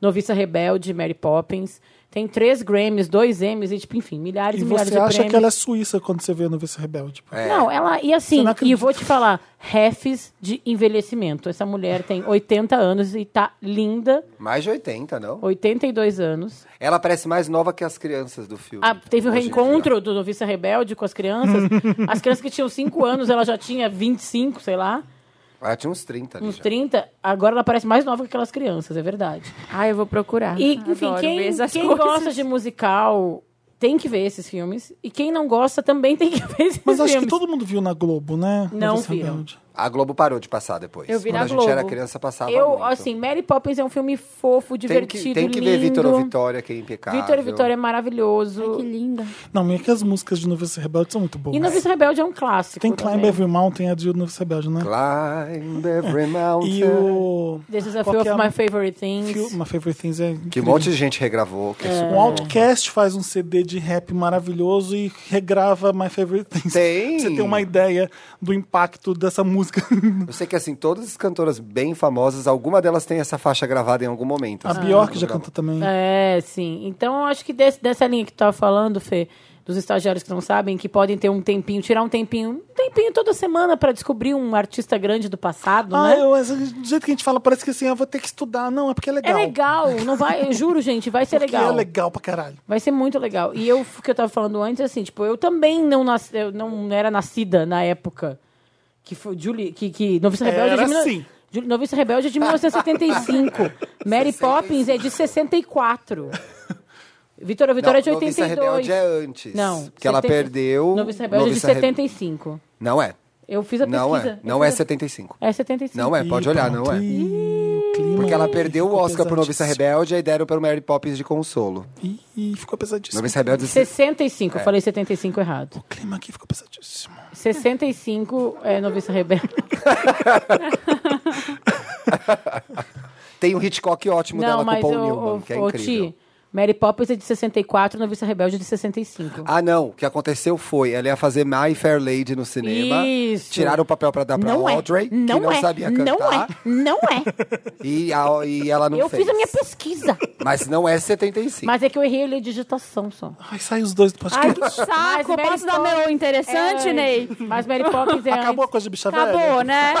Noviça Rebelde, Mary Poppins. Tem três Grammys, dois M's, e, tipo, enfim, milhares
E
e milhares
você
de
acha
prêmios.
que ela é suíça quando você vê a Novice Rebelde.
é.
Não, ela. E assim,
Você não
e
acredita.
vou te falar, refs de envelhecimento. Essa mulher tem 80 anos e tá linda,
Mais de 80, não?
82 anos.
Ela parece mais nova que as crianças do filme.
Ah, teve o
Hoje em
reencontro do Noviça Rebelde com as crianças. As crianças que tinham 5 anos, ela já tinha 25, sei lá.
dia. Ela tinha uns 30 ali
uns
Tá já.
30, agora ela parece mais nova que aquelas crianças, é verdade.
Ah, eu vou procurar.
E, enfim,
Adoro ver
quem,
essas
quem
coisas.
gosta de musical tem que ver esses filmes. E quem não gosta também tem que ver esses
Mas acho que
filmes.
todo mundo viu na Globo, né?
Não
Novice
viu.
Rebelde.
A Globo parou de passar depois.
Eu vi
Quando
na
a gente
Globo.
era criança, passava
Eu,
muito.
assim, Mary Poppins é um filme fofo,
tem
divertido,
que, tem que
lindo.
ver Vitor ou Vitória, que é impecável.
Vitor e Vitória é
Ai, que
maravilhoso.
linda.
Não, é que as músicas de Novice Rebelde são muito boas.
e Novice Rebelde é um clássico.
Tem
também.
Climb Every Mountain, a de Novice Rebelde, né?
Climb every
E
mountain.
o...
This is a
Qual
few
que
of
é a-
my favorite things.
Fil- My Favorite Things é
Que um
incrível.
monte de gente regravou. Que é super
O Outcast faz um CD de rap maravilhoso e regrava My Favorite Things.
Tem.
Pra Você tem uma ideia do impacto dessa música.
Eu sei que, assim, todas as cantoras bem famosas, alguma delas tem essa faixa gravada em algum momento.
A
assim,
Bjork já
gravou.
canta também.
É, sim. Então, eu acho que desse- dessa linha que tu tava falando, Fê, dos estagiários que não sabem, que podem ter um tempinho, tirar um tempinho, um tempinho toda semana pra descobrir um artista grande do passado,
Ah,
né?
eu, mas do jeito que a gente fala, parece que assim, eu vou ter que estudar. Não, é porque é
É
legal.
legal, não vai, eu juro, gente, vai ser
Porque
legal.
é legal pra caralho.
Vai ser muito legal. E eu, o que eu tava falando antes, assim, tipo, eu também não nasci, eu não era nascida na época que foi Julie, que, que Noviça Rebelde
Era
é de mil-
sim.
Ju- Noviça Rebelde é de 1975. Mary Poppins é de 64. Vitória Vitória é de
Não, Noviça
82.
Rebelde é antes.
Não.
Que ela
70
perdeu-
Noviça Rebelde
Noviça
é de
Rebe-
75.
Não é.
Eu fiz a pesquisa.
Não é.
eu
Não é
fiz a-
75.
É 75.
Não é,
Ih,
pode olhar, não
pronto.
é.
Ih, o clima
Porque ela
aí
perdeu o
ficou
Oscar pro Noviça
pesadíssimo.
Rebelde e deram pro Mary Poppins de consolo.
Ih, ficou pesadíssimo.
Noviça Rebelde...
65,
É.
eu falei 75 errado.
O clima aqui ficou pesadíssimo.
65 é Noviça Rebelde.
Tem um Hitchcock ótimo dela
Não,
com o
mas
Paul
o,
Newman,
o,
que é
o
incrível.
Ti, Mary Poppins é de 64, Noviça Rebelde é de 65.
Ah, não. O que aconteceu foi, ela ia fazer My Fair Lady no cinema.
Isso.
Tiraram o papel pra dar pra
não é,
Audrey,
não
que não
é,
sabia cantar.
não é, não é.
E, a- e ela não
Eu
fez.
fiz a minha pesquisa.
Mas não é 75.
Mas é que eu errei ali a digitação só.
Ai, sai os dois do
Ai,
podcast.
que saco.
Mary
Posso dar
Poppins
meu interessante,
é
Ney?
antes. Mas Mary Poppins é
Acabou a
antes.
coisa de bicha velha.
Acabou, né?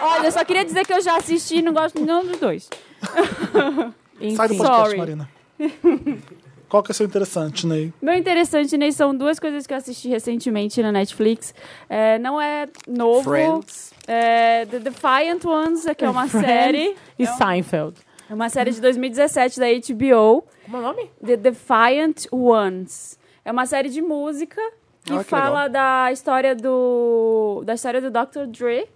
Olha, eu só queria dizer que eu já assisti e não gosto de nenhum dos dois.
Sai do
Enfim.
podcast,
Sorry.
Marina. Qual que é o seu interessante, Ney?
Meu interessante, Ney, são duas coisas que eu assisti recentemente na Netflix. É, não é novo.
Friends.
É, The Defiant Ones, que é uma série.
E Seinfeld.
É uma série de 2017 da HBO.
Como é o nome?
The Defiant Ones. É uma série de música que
Ah, que
fala da história do da história do Dr. Dre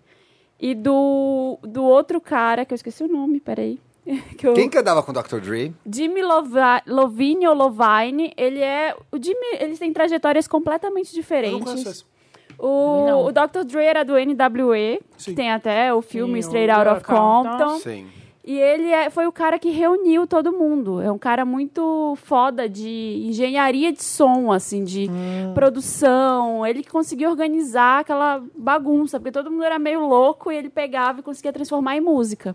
e do do outro cara que eu esqueci o nome, peraí. Que eu-
Quem que andava com o Dr. Dre?
Jimmy Lova- Lovine ou Lovine, ele é o Jimmy, eles têm trajetórias completamente
Eu não conheço
diferentes.
esse.
O, o Dr. Dre era do NWA, que
Sim.
tem até o filme
Sim,
Straight
o
Out of
Compton.
Compton.
Sim.
E ele é- foi o cara que reuniu todo mundo. É um cara muito foda de engenharia de som, assim, de produção. Ele que conseguiu organizar aquela bagunça, porque todo mundo era meio louco e ele pegava e conseguia transformar em música.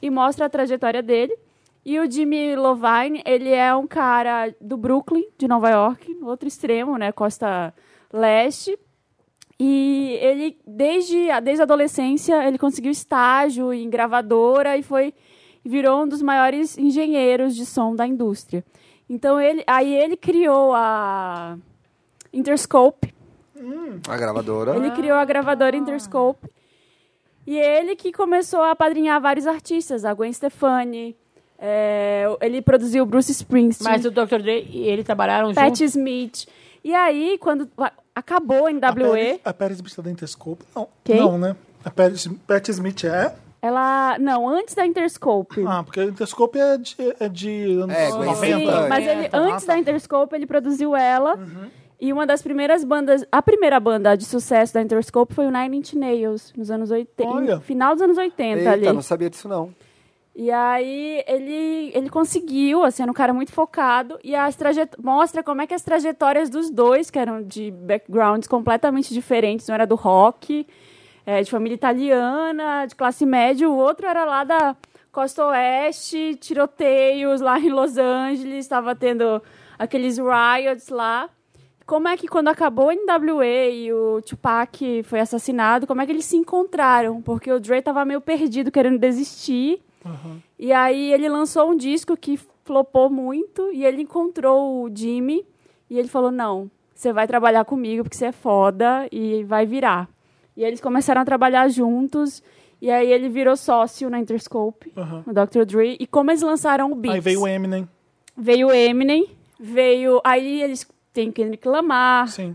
E mostra a trajetória dele. E o Jimmy Lovine, ele é um cara do Brooklyn, de Nova York, no outro extremo, né? Costa Leste. E ele, desde, a- desde a adolescência, ele conseguiu estágio em gravadora e foi virou um dos maiores engenheiros de som da indústria. Então, ele, aí ele criou a Interscope,
A gravadora.
Ah.
ele criou a gravadora Interscope. E ele que começou a padrinhar vários artistas, a Gwen Stefani. é, ele produziu Bruce Springsteen,
Mas o Dr. Dre e ele trabalharam juntos.
Pat Smith. E aí, quando a- acabou a NWE,
A Pérez Smith da Interscope? Não.
Quem?
Não, né? A Pérez, Pat Smith é?
ela. Não, antes da Interscope.
Ah, porque a Interscope é de, é de anos Uhum.
É, Gwen
90.
Sim,
Stefani.
mas ele, é
tá,
antes
tá.
da Interscope, ele produziu ela. E uma das primeiras bandas, a primeira banda de sucesso da Interscope foi o Nine Inch Nails, nos anos 80,
Olha.
final dos anos 80
Eita,
ali.
não sabia disso não.
E aí ele, ele conseguiu, assim, era um cara muito focado, e as traje- mostra como é que as trajetórias dos dois, que eram de backgrounds completamente diferentes, um era do rock, eh, de família italiana, de classe média, o outro era lá da costa oeste, tiroteios lá em Los Angeles, estava tendo aqueles riots lá. Como é que quando acabou o NWA e o Tupac foi assassinado, como é que eles se encontraram? Porque o Dre tava meio perdido, querendo desistir. E aí ele lançou um disco que flopou muito e ele encontrou o Jimmy e ele falou: "Não, você vai trabalhar comigo porque você é foda e vai virar". E eles começaram a trabalhar juntos e aí ele virou sócio na Interscope, no Dr. Dre, e como eles lançaram o Beats.
Aí veio o Eminem.
Veio Eminem, veio aí eles tem Kendrick Lamar,
Sim.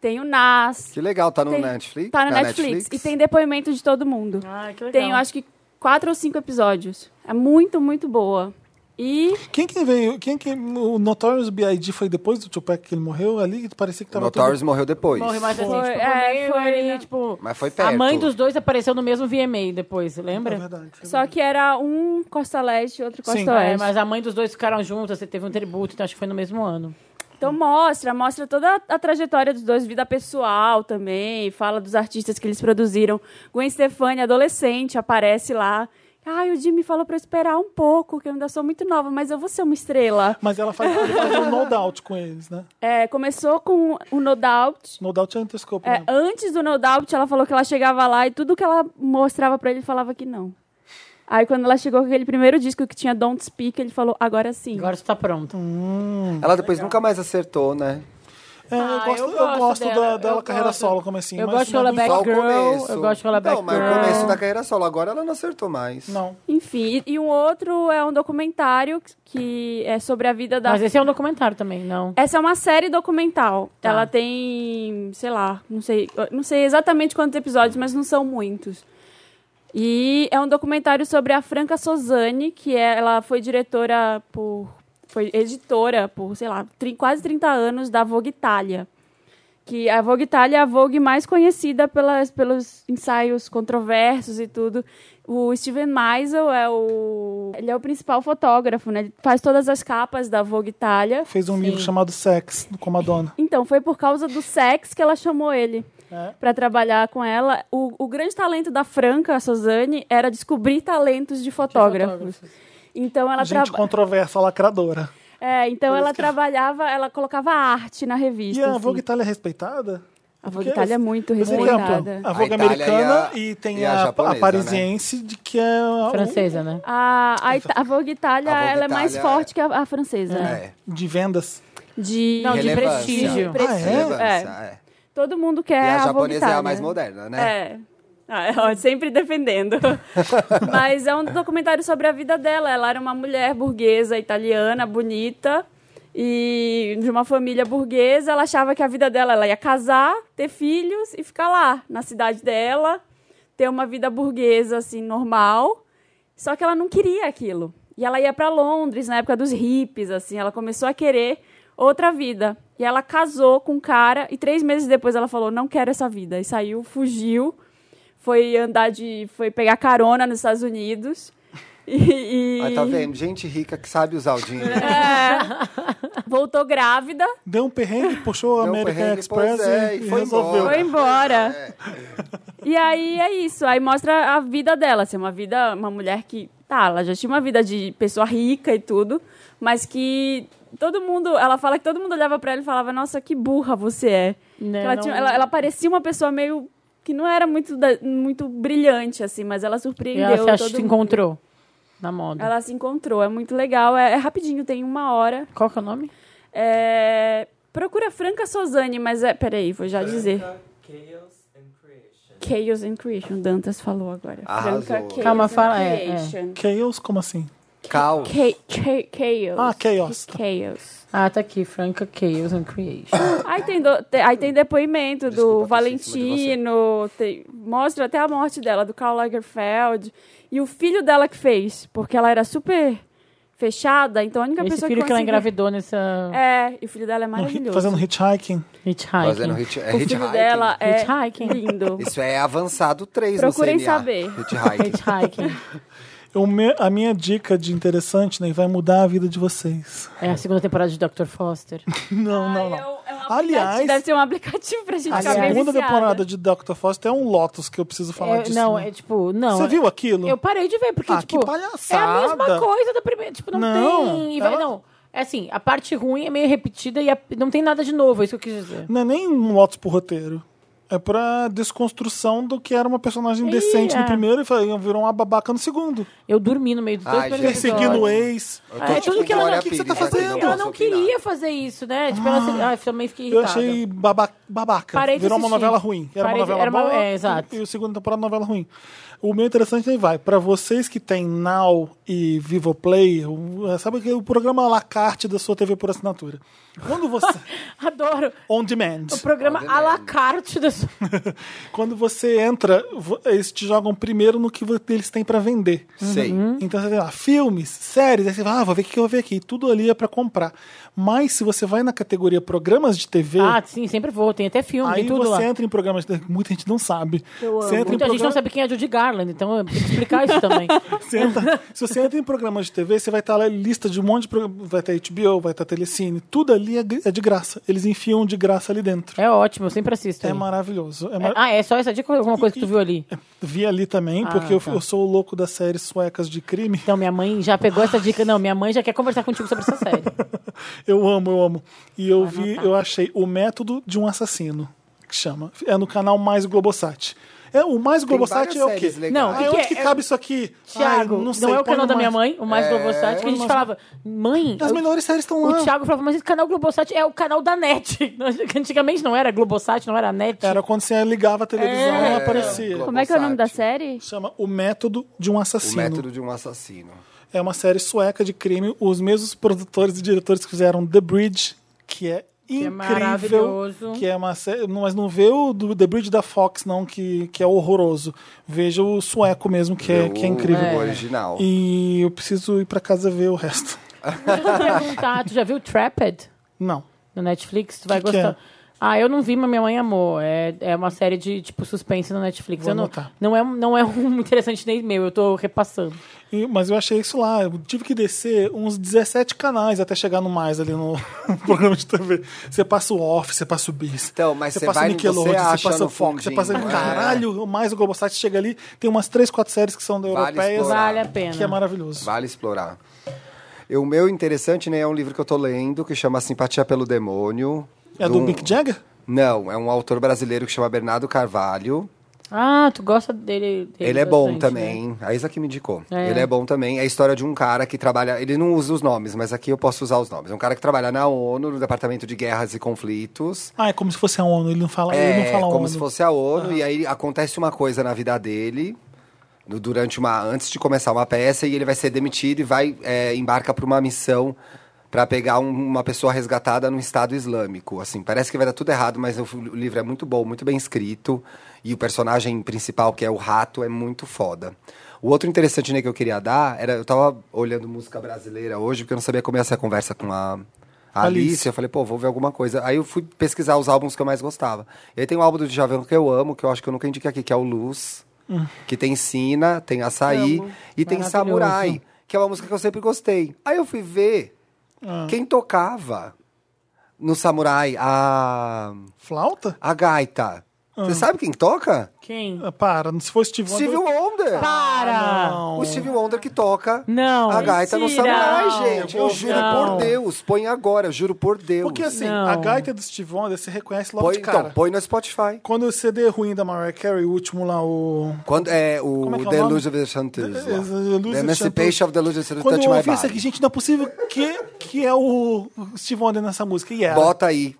tem o Nas,
Que legal, tá no
Tem-
Netflix?
tá no
Na
Netflix, e tem depoimento de todo mundo.
Ah, que legal.
tem, eu acho que quatro ou cinco episódios. É muito, muito boa. E
Quem que veio? Quem que. O Notorious B.I.G. foi depois do Tupac que ele morreu ali? Parecia que
O
tava.
Notorious morreu depois.
Morre, mas assim,
Foi,
tipo,
é,
também
foi,
ele,
né?
tipo...
Mas foi
A
perto.
mãe dos dois apareceu no mesmo VMA depois,
Tudo... É
lembra?
verdade.
Só que era um Costa Leste e outro Costa
Sim.
Oeste.
É, mas a mãe dos dois ficaram juntas, você teve um tributo, então acho que foi no mesmo ano.
Então mostra, mostra toda a trajetória dos dois, vida pessoal também, fala dos artistas que eles produziram. Gwen Stefani, adolescente, aparece lá. Ai, o Jimmy falou pra eu esperar um pouco, que eu ainda sou muito nova, mas eu vou ser uma estrela.
Mas ela faz, ele faz um No Doubt com eles, né?
É, começou com o No Doubt.
No Doubt é Interscope.
É,
né?
antes do No Doubt, ela falou que ela chegava lá e tudo que ela mostrava pra ele, ele falava que não. Aí quando ela chegou com aquele primeiro disco que tinha Don't Speak, ele falou, agora sim.
Agora você tá pronto. Hum.
Ela depois nunca mais acertou, né?
É, eu,
Ah,
gosto,
eu
eu
gosto
gosto da-
dela,
dela,
eu
carreira
gosto.
solo, como assim.
Eu
mas
gosto
não-
dela back-
Só o
Girl,
começo.
eu gosto que ela é
Não, mas o
Batgirl.
começo da carreira solo. Agora ela não acertou mais.
Não.
Enfim, e, e um outro é um documentário que é sobre a vida da.
Mas esse é um documentário também, não.
Essa é uma série documental.
Tá.
Ela tem, sei lá, não sei, não sei exatamente quantos episódios, mas não são muitos. E é um documentário sobre a Franca Sozani, que é- ela foi diretora por. foi editora por, sei lá, tri- quase 30 anos da Vogue Itália. Que a Vogue Itália é a Vogue mais conhecida pelas, pelos ensaios controversos e tudo. O Steven Meisel é o. Ele é o principal fotógrafo, né? Ele faz todas as capas da Vogue Itália.
Fez um livro chamado Sex, com a Madonna.
Então, foi por causa do sexo que ela chamou ele
É.
pra trabalhar com ela. O, o grande talento da Franca, a Suzane, era descobrir talentos de fotógrafos. Então ela,
Gente
traba-
controversa, lacradora.
é, então ela trabalhava, ela colocava arte na
E
revista.
a
assim.
Vogue Itália é respeitada?
A Vogue
Porque,
Itália é muito
Por exemplo,
respeitada.
a Vogue
A Itália
americana
e
e,
a-
tem
e a
a, a
japonesa, né?
parisiense, de que é...
um
a-
Francesa, né?
A, a, Ita- a Vogue Itália,
A Vogue
ela é mais
Itália
forte que a, a francesa.
É.
de vendas.
De,
Não, de
Relevância.
prestígio.
Pre-
Ah, é?
Relevância, é.
Todo mundo quer
E a,
a Vogue
japonesa é
Itália.
a mais moderna, né?
É. Ah, ó, sempre defendendo. Mas é um documentário sobre a vida dela. Ela era uma mulher burguesa, italiana, bonita. E de uma família burguesa, ela achava que a vida dela ela ia casar, ter filhos e ficar lá, na cidade dela, ter uma vida burguesa assim normal. Só que ela não queria aquilo. E ela ia para Londres na época dos hippies, assim, ela começou a querer outra vida. E ela casou com um cara e três meses depois ela falou: "Não quero essa vida". E saiu, fugiu, foi andar de, foi pegar carona nos Estados Unidos. E, e-
Aí tá vendo? Gente rica que sabe usar o dinheiro.
É. voltou grávida,
Deu um perrengue, puxou a
Deu um
American
perrengue,
Express
pois é,
e,
e
e
foi
resolveu.
embora.
foi embora. E aí é isso, aí mostra a vida dela, assim, uma vida, uma mulher que, tá, ela já tinha uma vida de pessoa rica e tudo, mas que todo mundo. Ela fala que todo mundo olhava pra ela e falava, nossa, que burra você é.
Né,
ela,
não-
tinha- ela- ela parecia uma pessoa meio. que não era muito, da- muito brilhante, assim, mas ela
E
surpreendeu.
ela se, ach-
todo
se
mundo.
encontrou na moda.
Ela se encontrou, é muito legal. É, é rapidinho, tem uma hora.
Qual que é o nome?
É, Procura Franca Sozane, mas é. Peraí, vou já dizer. Chaos and Creation, Dantas falou agora.
Arrasou.
Franca
Calma,
Chaos
fala-
and
é, é.
Creation.
Chaos, como assim?
Cal.
Ca- cha- Chaos.
Ah, Chaos.
Chaos.
Ah, tá aqui. Franca Chaos and Creation.
Aí tem, do- te- aí tem depoimento do
Desculpa, passei em
Valentino, tem- mostra até a morte dela, do Karl Lagerfeld. E o filho dela que fez, porque ela era super fechada, então a única
Esse
pessoa
filho que ela
conseguiu-
engravidou nessa
É, e o filho dela é
No Um hi-
maravilhoso.
Fazendo hitchhiking.
hitchhiking.
Fazendo hit, é
o
hit
filho dela é
Hitchhiking.
lindo.
Isso é avançado 3
Procurem
no CNA.
saber.
Hit hiking.
Hitchhiking.
Eu me- a minha dica de interessante, né? Vai mudar a vida de vocês.
É a segunda temporada de Dr. Foster.
Ah, é
Não, não, não.
um
Aliás-
Deve ser um aplicativo pra gente
A
ficar bem
segunda
viciada.
temporada de Dr. Foster é um Lotus que eu preciso falar
É,
disso.
não,
né?
é tipo, não.
Você viu aquilo?
Eu parei de ver, porque,
Ah,
tipo,
que
é a
palhaçada.
mesma coisa da primeira. Tipo, não,
Não,
tem. e vai-
ela-
Não, é assim, a parte ruim é meio repetida e a- não tem nada de novo, é isso que eu quis dizer.
Não é nem um Lotus pro roteiro. É pra desconstrução do que era uma personagem decente
é.
no primeiro e foi- virou uma babaca no segundo.
Eu dormi no meio do
Ai,
todo
gente,
Perseguindo o
Episódio.
ex.
Eu tô
É,
tipo
tudo que ela-
Glória
o que que você tá
Pires, aqui,
fazendo?
Ela
posso
não
opinar.
queria fazer isso, né? Tipo, ela se... Ai, também fiquei
Ah. Eu
irritada.
achei baba- babaca.
Parei de
Virou uma
assistir.
novela ruim. Era
Parei de-
uma novela
era uma-
boa
é, exato.
e o segundo temporada novela ruim. O meu interessante aí vai. Pra vocês que tem Now e Vivoplay, o- é, sabe que o programa à la carte da sua TV por assinatura. Quando você...
Adoro.
on demand.
O programa
né?
à la carte da sua...
Quando você entra, vo- eles te jogam primeiro no que vo- eles têm pra vender.
Sei.
Hum?
Então você tem lá filmes, séries, aí você fala, ah, vou ver o que eu vou ver aqui. Tudo ali é pra comprar. Mas se você vai na categoria programas de TV,
Ah, sim, sempre vou. Tem até filme,
aí
tem tudo
você
lá.
entra em programas de TV. Muita gente não sabe. Você entra em
Muita gente não
programa-
sabe quem é Judy Garland, então eu tenho que explicar isso também.
você entra- se você entra em programas de TV, você vai estar lá lista de um monte de programas. Vai estar HBO, vai estar Telecine. Tudo ali é gr- é de graça. Eles enfiam de graça ali dentro.
É ótimo, eu sempre assisto.
É,
aí.
maravilhoso. É
É-
mar-
Ah, é só essa dica ou alguma coisa que tu viu ali?
Vi ali também,
Ah,
porque eu,
tá.
eu sou o louco das séries suecas de crime.
Então, minha mãe já pegou essa dica. Não, minha mãe já quer conversar contigo sobre essa série.
Eu amo, eu amo. E eu vi, eu achei o método de um assassino, que chama. É no canal Mais Globosat. É, o Mais Globosat
várias
é o quê?
séries legais. Não,
Ah,
o que que
onde
é?
que
É-
cabe isso aqui?
Tiago,
Ai,
não,
sei,
é o
põe no
canal da minha
mais- É,
mãe, o mais Globosat, que a gente
mas-
falava, mãe.
As
eu-
melhores séries estão lá.
O Thiago falava, mas esse canal Globosat é o canal da net. Antigamente não era Globosat, não era net.
Era quando você ligava a televisão e aparecia.
Globo-
Como é que é o nome da
Globosat.
série?
Chama O Método de um
O
Assassino.
método de um assassino.
É uma série sueca de crime. Os mesmos produtores e diretores que fizeram The Bridge, que é
é
incrível.
maravilhoso.
Que é uma série, não- mas não vê o do The Bridge da Fox, não, que, que é horroroso. Veja o sueco mesmo, que, é,
O-
que é incrível.
O original.
E eu preciso ir pra casa ver o resto.
Deixa eu te perguntar, tu já viu Trapped?
Não.
no Netflix, tu vai
Que que
gostar.
é?
Ah, eu não vi, mas minha mãe amou. É, é uma série de, tipo, suspense no Netflix.
Vou
Eu não,
anotar.
não, é, não é um interessante nem meu, eu tô repassando.
E- mas eu achei isso lá. Eu tive que descer uns 17 canais até chegar no mais ali no programa de TV. Você passa o Off, você passa o Bis.
Então, mas você
passa
vai-
o Nickelodeon,
você acha
você passa
no
o Fox, você
fundinho,
passa.
é.
Caralho, o mais o Globosat chega ali. Tem umas 3, 4 séries que são da
Vale
europeias.
explorar.
Vale a pena.
Que é maravilhoso.
Vale explorar. E o meu interessante, né, é um livro que eu tô lendo, que chama Simpatia pelo Demônio.
É
de
do
um-
Mick Jagger?
Não, é um autor brasileiro que chama Bernardo Carvalho.
Ah, tu gosta dele. dele
Ele é bom
bastante, né?
também. A Isa que me indicou.
É.
Ele é bom também. É a história de um cara que trabalha. Ele não usa os nomes, mas aqui eu posso usar os nomes. É um cara que trabalha na ONU, no Departamento de Guerras e Conflitos.
Ah, é como se fosse a ONU. Ele não fala, ele não
É,
fala
como
ONU.
se fosse a ONU. E aí acontece uma coisa na vida dele, no- durante uma, antes de começar uma peça, e ele vai ser demitido e vai é, embarca para uma missão para pegar um- uma pessoa resgatada no Estado Islâmico. Assim, parece que vai dar tudo errado, mas o, f- o livro é muito bom, muito bem escrito. E o personagem principal, que é o rato, é muito foda. O outro interessante né, que eu queria dar era. Eu tava olhando música brasileira hoje, porque eu não sabia como ia ser a conversa com a. a
Alice.
Alice, eu falei, pô, vou ver alguma coisa. Aí eu fui pesquisar os álbuns que eu mais gostava. E aí tem um álbum do Djavan que eu amo, que eu acho que eu nunca indiquei aqui, que é o Luz. Que tem Sina, tem Açaí e tem
Maravilhoso.
Samurai, que é uma música que eu sempre gostei. Aí eu fui ver quem tocava no Samurai, a,
Flauta?
a gaita. Você sabe quem toca?
Quem?
Ah, Para, se fosse Steve Wonder...
Steve Wonder.
Para!
Não.
O Steve Wonder que toca
Não.
a gaita no
mentira.
samurai, gente. Eu
Não.
juro por Deus. Põe agora, eu juro por Deus.
Porque assim,
Não.
a gaita do Steve Wonder você reconhece logo
põe,
de cara.
então, põe no Spotify.
Quando o CD ruim da Mariah Carey, o último lá, o...
Quando é o
Como é que é o
The
nome?
Lose of the Chanteuse.
The- The Illusion
lá. The Emancipation of the Lose of the
Quando
Touch
eu
My
ouvi isso aqui,
Body.
gente, não é possível que, que é o Steve Wonder nessa música. E era.
Bota aí.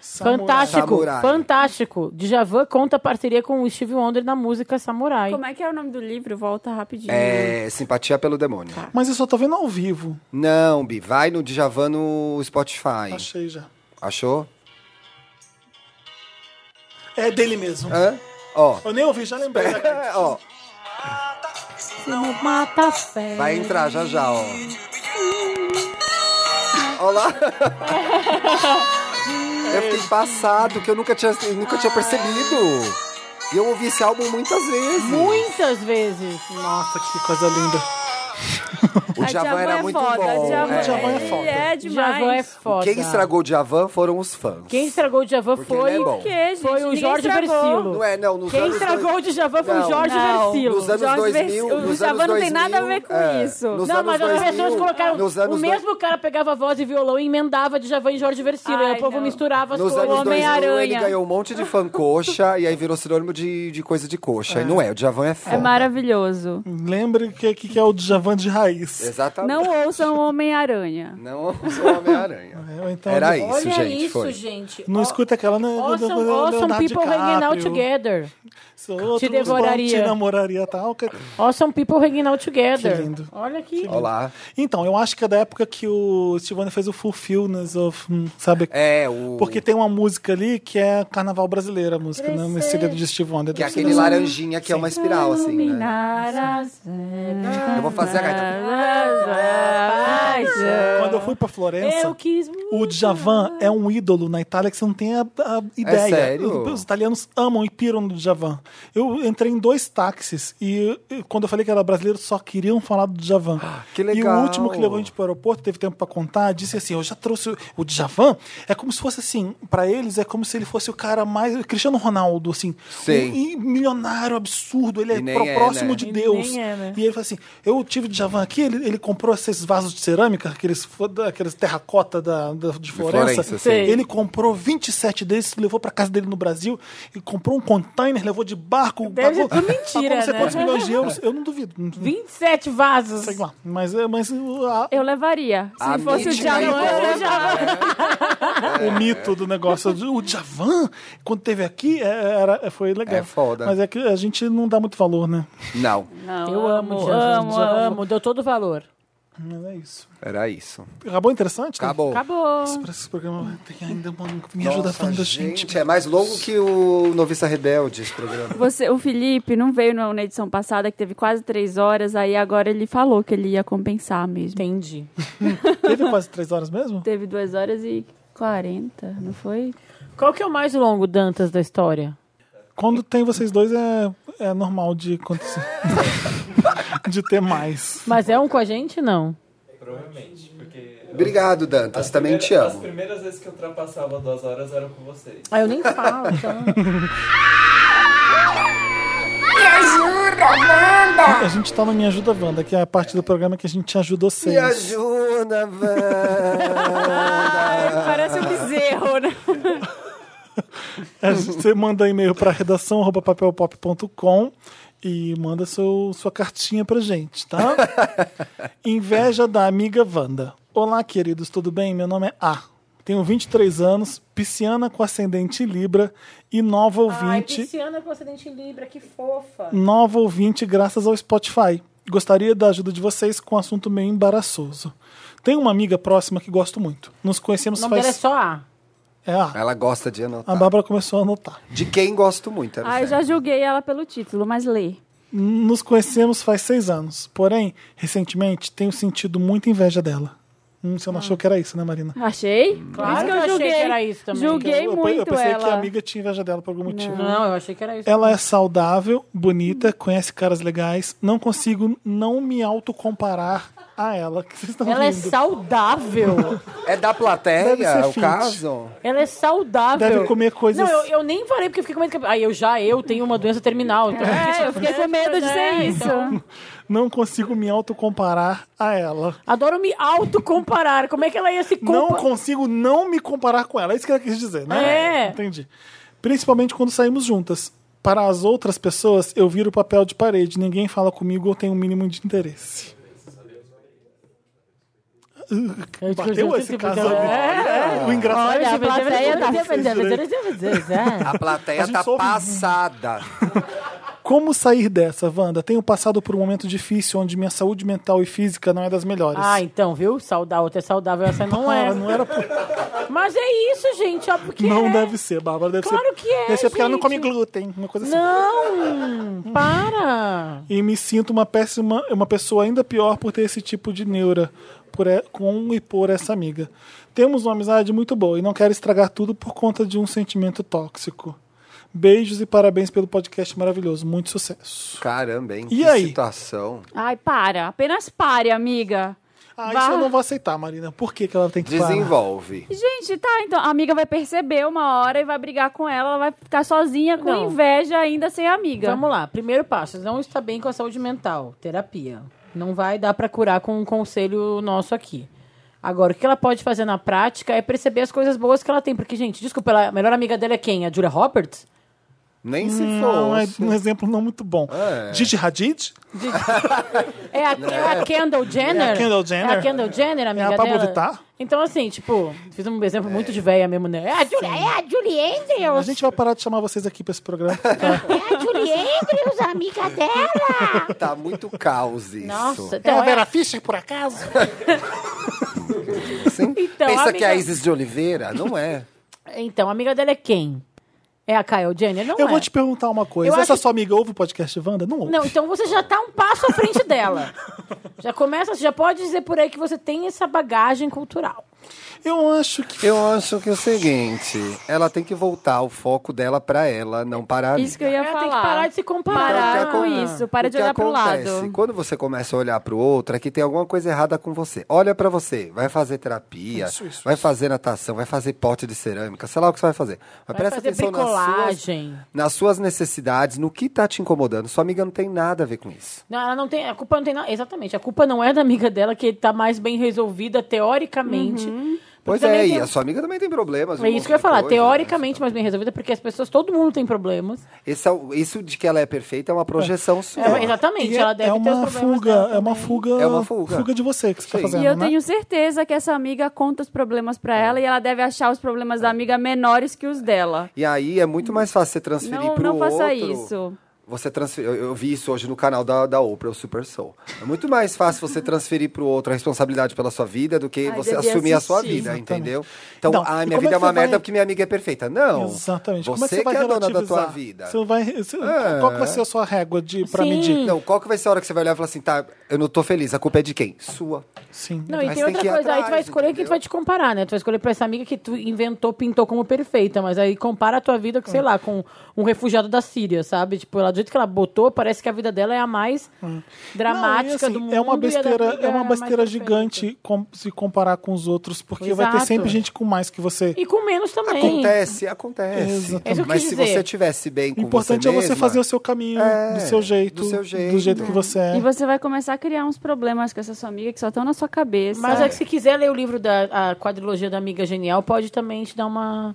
Samurai.
Fantástico,
Samurai.
fantástico. Djavan conta parceria com o Steve Wonder na música Samurai.
Como é que é o nome do livro? Volta rapidinho.
Hum.
É, Simpatia pelo Demônio.
Mas eu só tô vendo ao vivo.
Não, Bi, vai no Djavan no Spotify.
Achei já.
Achou?
É dele mesmo.
Hã? Ó.
Eu nem ouvi, já lembrei.
Ó,
Não mata a fé.
vai entrar já já, ó. Ó lá. Eu fiquei passado, que eu nunca tinha, eu nunca tinha percebido. E eu ouvi esse álbum muitas vezes.
Muitas vezes.
Nossa, que coisa linda.
O
A
Djavan era
é
muito
foda,
bom.
Djavan,
é.
Djavan é
ele
foda.
é demais.
Djavan é foda.
Quem estragou o Djavan foram os fãs.
Quem estragou o Djavan
Porque
foi,
ele é bom.
Porque, gente,
foi o
ninguém
Jorge
estragou.
Versilo.
Não é, não. Nos
Quem
anos
estragou o Djavan foi o
Não.
Jorge
Não.
Versilo.
Nos anos
Jorge
2000,
Vers- o
nos
Djavan
anos
não tem nada a ver
2000,
com
é,
isso.
nos
Não,
anos
mas as
2000,
pessoas colocaram.
nos anos
o mesmo cara pegava voz e violão e emendava Djavan e Jorge Versilo. e
Ai,
aí o povo
não.
misturava as
Nos
coisas.
anos 2000, ele
Homem-Aranha.
ganhou um monte de fã coxa e aí virou sinônimo de, de coisa de coxa. E não é, o Djavan é foda.
É maravilhoso.
Lembre que, que, que é o Djavan de
É.
raiz.
Exatamente.
Não ouçam o Homem-Aranha.
Não, sou Homem-Aranha.
É, ou então-
Era isso,
Olha
gente.
isso,
foi.
gente.
Não
Ó,
escuta aquela... Né,
Awesome, awesome people hanging out together. Te devoraria.
Te namoraria tal. que-
Awesome people hanging out together.
Que lindo.
Olha aqui.
Olá.
Então, eu acho que é da época que o Steve Wonder fez o Fulfillness of... hum, Sabe?
É, o.
Porque tem uma música ali que é carnaval brasileiro, a música, né? Uma CD do Steve Wonder.
Que é
Deve ser
aquele
dessa-
laranjinha que é uma espiral, assim. Né? assim, Eu vou fazer a gaita. né?
Quando eu fui pra Florença,
Eu quis.
Tá
o Djavan é um ídolo na Itália que você não tem a, a ideia.
É sério?
Os, os italianos amam e piram no Djavan. Eu entrei em dois táxis e, e quando eu falei que era brasileiro, só queriam falar do Djavan.
Ah, que
E
legal.
o último que levou a gente pro aeroporto, teve tempo pra contar, disse assim, eu já trouxe o- o Djavan. É como se fosse assim, pra eles é como se ele fosse o cara mais... Cristiano Ronaldo, assim.
Sim.
Um- e milionário, absurdo. Ele
E
é
nem
pro-
é,
próximo
né?
de
E
Deus.
nem é, né?
E ele falou assim: eu tive o Djavan aqui, ele, ele comprou esses vasos de cerâmica, aqueles, fo- da- aqueles terracota da, da- de Florença.
Florença, sim.
Ele comprou 27 desses, levou pra casa dele no Brasil, e comprou um container, levou de barco.
Deve ser tudo
Tá
mentira,
pagou não sei
né?
quantos milhões de euros. Eu não duvido. Não duvido.
27 vasos.
Sei lá. Mas, é- mas o, a-
Eu levaria. Se
A
fosse o
mítica é e
é,
Djavan, eu
né?
volta,
levava.
o mito do negócio. O Djavan, quando teve aqui, é- era, foi legal.
É foda.
Mas é que a gente não dá muito valor, né?
Não,
Eu amo,
amo,
Djavan,
amo,
Djavan.
amo.
Deu todo o valor.
Mas é isso.
era isso.
Acabou interessante? né?
Acabou.
Acabou.
Parece que esse programa tem ainda uma. Me ajuda um falando assim, tipo, da gente.
É mais longo que o Novista Rebelde, esse programa.
Você, o Felipe não veio na na edição passada, que teve quase três horas, aí agora ele falou que ele ia compensar mesmo.
Entendi.
Teve quase três horas mesmo?
Teve duas horas e quarenta, não foi?
Qual que é o mais longo, Dantas, da história?
Quando tem vocês dois é, é normal de acontecer. de ter mais.
Mas é um com a gente? Não.
Provavelmente, porque.
Obrigado, Dantas. Também te
Primeira- As
amo.
primeiras vezes que eu ultrapassava duas horas eram com vocês.
Ah, eu nem falo.
então.
Me ajuda, Wanda!
A gente tá no Me Ajuda Wanda, que é a parte do programa que a gente ajuda vocês.
Me ajuda, Wanda.
Parece um bezerro, né?
A gente- Você manda e-mail pra redação arroba papelpop.com e manda seu, sua cartinha pra gente, tá? Inveja da amiga Wanda. Olá, queridos, tudo bem? Meu nome é A. Tenho 23 anos, pisciana com ascendente em Libra e nova ouvinte.
com acidente em Libra, que fofa.
nova ouvinte graças ao Spotify. Gostaria da ajuda de vocês com um assunto meio embaraçoso. Tem uma amiga próxima que gosto muito. Nos
O
conhecemos
nome dela é
faz.
só A.
É, a,
Ela gosta de
a
anotar.
Bárbara começou a anotar.
De quem gosto muito. é era
Ah, eu
Tá certo.
já julguei ela pelo título, mas lê.
Nos conhecemos faz seis anos. Porém, recentemente tenho sentido muita inveja dela. Hum, você não
Ah.
achou que era isso, né, Marina?
Achei?
Claro
Por isso
que eu achei
julguei.
que era isso também.
Julguei
eu, eu
muito
pensei
ela.
que a amiga tinha inveja dela por algum motivo.
Não, eu achei que era isso.
Ela é saudável, bonita, conhece caras legais. Não consigo não me autocomparar a ela. Que vocês estão
Ela é
rindo.
saudável.
É
Deve
da
ser
plateia é o
fit.
caso?
Ela é saudável.
Deve comer coisas-
Não, eu, eu nem falei porque eu fiquei com medo. que- Aí eu já, eu tenho uma doença terminal. Então
É, eu fiquei com medo de ser
É,
isso.
Não consigo me autocomparar a ela.
Adoro me autocomparar. Como é que ela ia se
Não
comparar?
consigo não me comparar com ela. É isso que ela quis dizer, né?
É.
Entendi. Principalmente quando saímos juntas. Para as outras pessoas, eu viro papel de parede. Ninguém fala comigo ou tem o mínimo de interesse. Bateu esse casal.
É,
O engraçado
Olha, a plateia tá... é.
A
A
plateia
gente
tá
só ouve-
passada.
Como sair dessa, Wanda? Tenho passado por um momento difícil onde minha saúde mental e física não é das melhores.
Ah, então, viu? Saudar outra é saudável, essa não é.
Ela não era. por-
Mas é isso, gente. ó, porque
Não
é.
deve ser, Bárbara. Deve
Claro
ser.
que é,
Deve ser porque ela não
gente.
come glúten, uma coisa assim.
Não! Para!
E me sinto uma péssima, uma pessoa ainda pior por ter esse tipo de neura por e- com e por essa amiga. Temos uma amizade muito boa e não quero estragar tudo por conta de um sentimento tóxico. Beijos e parabéns pelo podcast maravilhoso. Muito sucesso.
Caramba, hein?
E
que
aí?
situação.
Ai, para. Apenas pare, amiga.
Ah,
Vá.
isso eu não vou aceitar, Marina. Por que, que ela tem que parar?
Desenvolve.
Gente, tá, então a amiga vai perceber uma hora e vai brigar com ela, ela vai ficar sozinha com
Não.
inveja ainda sem amiga.
Vamos lá. Primeiro passo: não está bem com a saúde mental. Terapia. Não vai dar pra curar com um conselho nosso aqui. Agora, o que ela pode fazer na prática é perceber as coisas boas que ela tem. Porque, gente, desculpa, ela- a melhor amiga dela é quem? A Julia Roberts?
Nem se
Não, é
fosse.
um exemplo não muito bom.
É.
Gigi Hadid?
É a,
Né?
é a Kendall Jenner?
É a Kendall Jenner.
É a Kendall Jenner, amiga
É a Pablo
dela.
Vittar?
Então, assim, tipo, fiz um exemplo muito de véia mesmo, né? É a Julia, é a Julie
A
Andrews!
gente vai parar de chamar vocês aqui pra esse programa. Tá?
É a Julie Andrews, amiga dela.
Tá muito caos isso.
Nossa,
é
então,
a
é,
Vera Fischer, por acaso?
Sim?
Então,
Pensa
amiga-
que é a Isis de Oliveira? Não é.
então, a amiga dela é quem? É a Kyle Jenner? Não
eu
é.
vou te perguntar uma coisa.
Eu
Essa
acho-
sua amiga ouve o podcast Wanda? Não ouve.
Não, então você já tá um passo à frente dela. Já começa, você já pode dizer por aí que você tem essa bagagem cultural.
Eu acho que...
Eu acho que é o seguinte, ela tem que voltar o foco dela pra ela, não para a
Isso que
amiga.
eu ia falar.
Ela tem que parar de se comparar.
Parar
Então, o que
com
acon-
isso, para
o
de
que
olhar pro
acontece?
lado.
Quando você começa a olhar pro outro, é que tem alguma coisa errada com você. Olha pra você, vai fazer terapia,
Isso, isso,
vai fazer natação, vai fazer pote de cerâmica, sei lá o que você vai fazer. Mas
Vai
presta
fazer
atenção nas suas,
bricolagem.
nas suas necessidades, no que tá te incomodando. Sua amiga não tem nada a ver com isso.
Não, ela não tem. A culpa não tem nada. Exatamente. A culpa não é da amiga dela, que tá mais bem resolvida teoricamente.
Uhum.
Porque
Pois
também
é, e
tem-
a sua amiga também tem problemas. um
É
monte
isso que eu ia
de
falar.
coisa, né?
teoricamente mais bem resolvida, porque as pessoas, todo mundo tem problemas.
Esse é o- isso de que ela é perfeita é uma projeção sua.
É, exatamente.
E
ela
é-
deve
é
ter os
uma
problemas
fuga,
dela
é uma
também.
fuga,
É uma fuga.
de você que você tá
Sim.
fazendo,
E eu
né?
tenho certeza que essa amiga conta os problemas pra ela e ela deve achar os problemas da amiga menores que os dela.
E aí é muito mais fácil você transferir
Não,
pro
não
outro.
faça isso.
Você transferir, eu, eu vi isso hoje no canal da, da Oprah, o Super Soul. É muito mais fácil você transferir pro outro a responsabilidade pela sua vida do que
Ai,
você
devia
assumir a sua
assistir.
vida,
Exatamente.
entendeu? Então,
Não,
ai,
e como é
minha vida é
que
uma
você vai-
merda porque minha amiga é perfeita. Não.
Exatamente. Como é que
Você
você vai
que é a dona da tua
relativizar?
vida. É.
Você vai, você- Qual que vai ser a sua régua de, pra
Sim.
medir?
Não, qual que vai ser a hora que você vai olhar e falar assim, tá, eu não tô feliz, a culpa é de quem? Sua.
Sim.
Não, e é
Mas
tem
tem
outra
que ir
coisa, aí tu vai
atrás,
escolher quem
entendeu?
tu vai te comparar, né? Tu vai escolher pra essa amiga que tu inventou, pintou como perfeita, mas aí compara a tua vida, com, sei lá, com um refugiado da Síria, sabe? Tipo, ela, do jeito que ela botou, parece que a vida dela é a mais dramática
Não, Hum. e assim,
do mundo.
É uma
e a da
besteira,
amiga
é uma
a mais
besteira
perfeita.
gigante com- se comparar com os outros, porque vai ter
Exato.
sempre gente com mais que você.
E com menos também.
Acontece, acontece.
Exatamente.
É isso que eu
Mas
quis
se
dizer.
você tivesse bem
O
com
importante
você
é você
mesma,
fazer o seu caminho,
É,
do seu jeito,
do seu
do
jeito.
jeito que você é.
E você vai começar a criar uns problemas com essa sua amiga que só estão na sua cabeça.
Mas é que se quiser ler o livro da a quadrilogia da Amiga Genial, pode também te dar uma,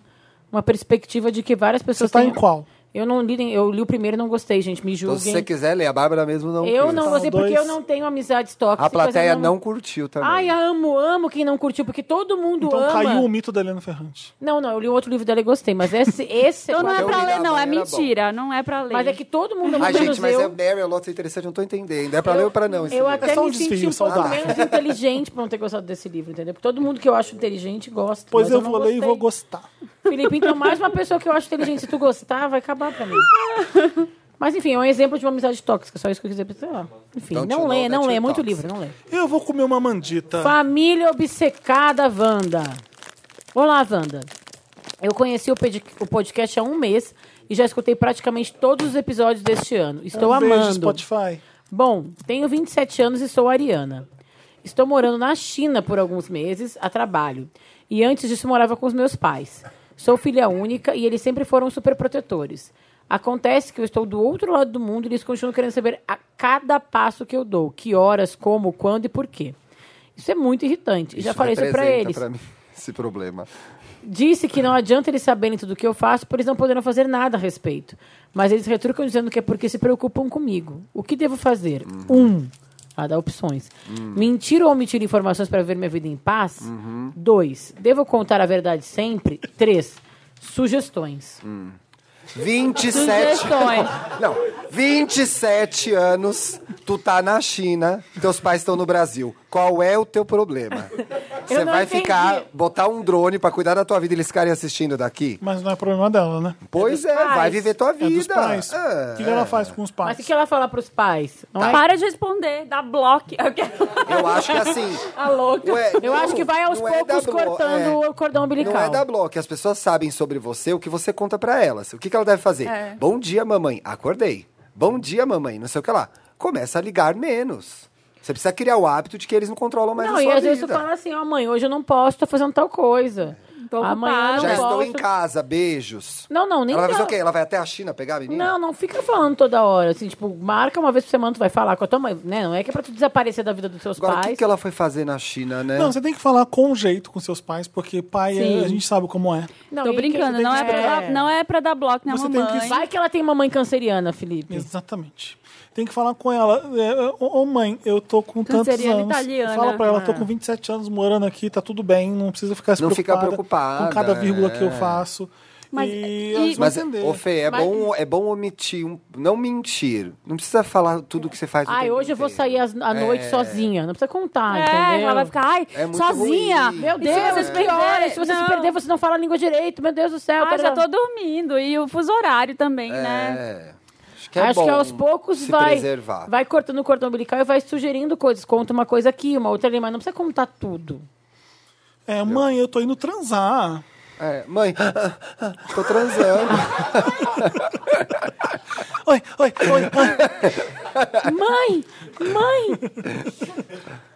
uma perspectiva de que várias
Você
pessoas
tá
têm-
em qual?
Eu não li, eu li o primeiro e não gostei, gente. Me
Então,
julguem.
se você quiser ler, a Bárbara mesmo não
Eu
quis.
não
São
gostei porque
Tá, dois.
eu não tenho amizades tóxicas.
A plateia
eu
não curtiu também.
é, Ai, amo, amo quem não curtiu, porque todo mundo
Então
ama.
caiu o mito da Helena Ferrante.
Não, não, eu li o outro livro dela e gostei, mas esse... esse
Então não é
Porque eu
pra
li
ler,
da
não. É
manhã, era
mentira. Não é pra ler.
Mas é que todo mundo ama,
Ai,
menos
gente, mas é
eu.
Mary, é um lote interessante, eu não tô entendendo. É pra ler ou pra não? esse
Eu
livro?
até
só um
me senti
desvio
um pouco
saudável.
menos inteligente por não ter gostado desse livro, entendeu? Porque todo mundo que eu acho inteligente gosta.
Pois
mas
eu,
não
vou ler e
gostei.
vou gostar.
Felipe, então mais uma pessoa que eu acho inteligente. Se tu gostar, vai acabar pra mim. Mas enfim, é um exemplo de uma amizade tóxica, só isso que eu quis dizer. Sei lá. Enfim,
Don't
não
you
lê,
know
não
that
lê, é
you're
muito
toxic.
livro, não lê.
Eu vou comer uma mandita.
Família Obcecada Wanda. Olá, Wanda. Eu conheci o, pedi- o podcast há um mês e já escutei praticamente todos os episódios deste ano. Estou
um
amando.
Beijo, Spotify.
Bom, tenho 27 anos e sou ariana. Estou morando na China por alguns meses, a trabalho. E antes disso morava com os meus pais. Sou filha única e eles sempre foram super protetores. Acontece que eu estou do outro lado do mundo e eles continuam querendo saber a cada passo que eu dou, que horas, como, quando e por quê. Isso é muito irritante. E já falei isso pra
representa
eles.
pra mim esse problema.
Disse que não adianta eles saberem tudo o que eu faço, por eles não poderão fazer nada a respeito. Mas eles retrucam dizendo que é porque se preocupam comigo. O que devo fazer?
Hum.
Um. Ah, dá opções. Mentir ou omitir informações para ver minha vida em paz?
Uhum.
Dois. Devo contar a verdade sempre? Três. Sugestões.
Hum. 27.
Sugestões.
Não, 27 anos, tu tá na China, teus pais estão no Brasil. Qual é o teu problema? Você
não
vai
entendi.
ficar, botar um drone pra cuidar da tua vida e eles ficarem assistindo daqui?
Mas não é problema dela, né?
Pois é, vai
pais.
viver tua
É dos
vida.
pais.
É.
O que ela faz com os pais?
Mas o que ela fala para os pais?
Tá
Não é?
Para de responder, dá bloco.
Eu acho que assim.
A louca.
ué,
Eu acho que vai aos
não é
poucos
da blo-
cortando
é.
o cordão umbilical.
Não é da bloco, as pessoas sabem sobre você o que você conta pra elas. O que, que ela deve fazer?
É.
Bom dia, mamãe. Acordei. Bom dia, mamãe. Não sei o que lá. Começa a ligar menos. Você precisa criar o hábito de que eles não controlam mais
Não,
a
e
sua
às
vida.
vezes tu fala assim, ó mãe, hoje eu não posso, tô fazendo tal coisa.
Tô
Amanhã "Ah, eu
ocupada.
Já
não
estou
posso.
em casa, beijos.
Não, não, nem
ela vai fazer
fala-
o quê? Ela vai até a China pegar a menina?
Não, não fica falando toda hora. Assim, tipo, marca uma vez por semana, tu vai falar com a tua mãe, né? Não é que é pra tu desaparecer da vida dos seus
Agora, o que,
pais.
que ela foi fazer na China, né?
Não, você tem que falar com jeito com seus pais, porque pai, é-
Sim.
a gente sabe como é.
Não,
Tô
e que
brincando,
você
não
tem
é,
que-
pra né? dar, não é pra dar bloco na
Você tem
mamãe.
que-
Vai que ela tem mamãe canceriana, Felipe.
Exatamente. Tem que falar com ela. É, Ô ô, mãe, eu tô com tantos
Canceriana
anos.
italiana.
Fala pra ela, tô
Ah.
com 27 anos morando aqui, tá tudo bem, não precisa ficar se
Não fica
preocupada,
preocupada,
com cada vírgula
é.
que eu faço.
Mas-
e
e-
elas vão
Mas,
entender.
ô Fê, é,
Mas-
bom, é bom omitir, um- não mentir. Não precisa falar tudo que você faz. o É.
Ai,
tempo
hoje eu vou
inteiro.
sair às- à noite sozinha. Não precisa contar,
É,
entendeu?
ela vai ficar, ai,
É muito
sozinha.
ruim.
Meu
E se você
Deus,
se
pior.
perder?
E se você se
Não.
perder, você não fala a língua direito. Meu Deus do céu.
Ah,
pera-
já tô dormindo. E o fuso horário também, né?
É. Acho que é
Acho
bom
que aos poucos
se
vai,
preservar.
vai cortando o cordão umbilical e vai sugerindo coisas. Conta uma coisa aqui, uma outra ali, mas não precisa contar tudo.
É, mãe, eu tô indo transar.
É, Mãe, tô transando.
Oi, oi, oi, oi.
Mãe! Mãe!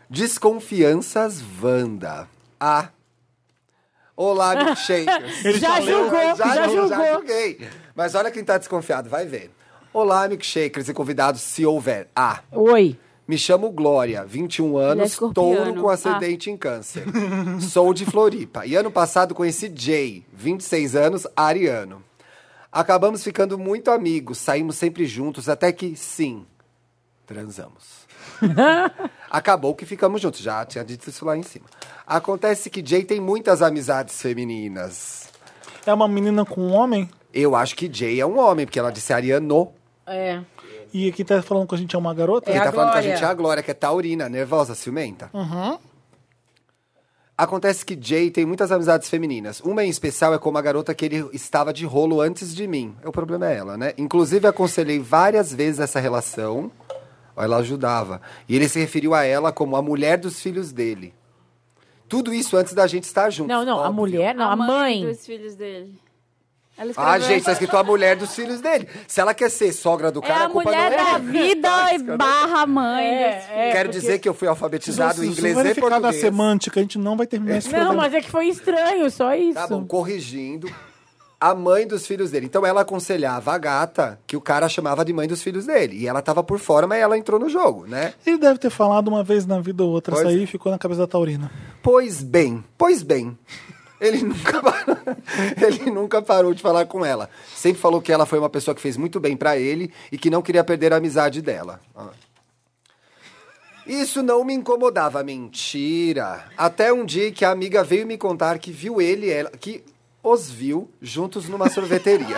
Desconfianças Wanda. A. Olá, milkshakers.
Ele
Já
já leu,
julgou, já, julgou.
Já julguei. Mas olha quem tá desconfiado, vai ver. Olá, milkshakers e convidados, se houver. Ah. A.
Oi.
Me chamo Glória, 21
é
anos,
escorpiano.
touro com ascendente em câncer. Sou de Floripa. E ano passado conheci Jay, 26 anos, ariano. Acabamos ficando muito amigos, saímos sempre juntos, até que, sim, transamos. Acabou que ficamos juntos, já tinha dito isso lá em cima. Acontece que Jay tem muitas amizades femininas.
É uma menina com um homem?
Eu acho que Jay é um homem, porque ela disse ariano.
É.
E aqui tá falando que a gente é uma garota?
Quem
a
tá falando com a
Glória.
gente é a Glória, que é taurina, nervosa, ciumenta. Acontece que Jay tem muitas amizades femininas. Uma em especial é como a garota que ele estava de rolo antes de mim. O problema é ela, né? Inclusive, aconselhei várias vezes essa relação. Ó, Ela ajudava. E ele se referiu a ela como a mulher dos filhos dele. Tudo isso antes da gente estar juntos.
Não, não, a
óbvio.
mulher, não, a mãe.
dos filhos dele. Ela escreveu.
É. Ah, gente, tá escrito a mulher dos filhos dele. Se ela quer ser sogra do
É
cara,
a
a culpa não
mulher
é
da
dela.
vida e barra mãe.
É,
desse-
Quero dizer que eu fui
Então,
alfabetizado em
Vocês
inglês
vão
e
verificar da
português.
semântica, a gente não vai terminar esse
Não,
programa.
mas é que foi estranho, só isso.
Tá bom, corrigindo. A mãe dos filhos dele. Então ela aconselhava a gata que o cara chamava de mãe dos filhos dele. E ela tava por fora, mas ela entrou no jogo, né?
Ele deve ter falado uma vez na vida ou outra.
Pois
Isso
é.
aí ficou na cabeça da Taurina.
Pois bem, pois bem. Ele nunca, parou, ele nunca parou de falar com ela. Sempre falou que ela foi uma pessoa que fez muito bem pra ele e que não queria perder a amizade dela. Ah. Isso não me incomodava, mentira. Até um dia que a amiga veio me contar que viu ele e ela, que os viu juntos numa sorveteria.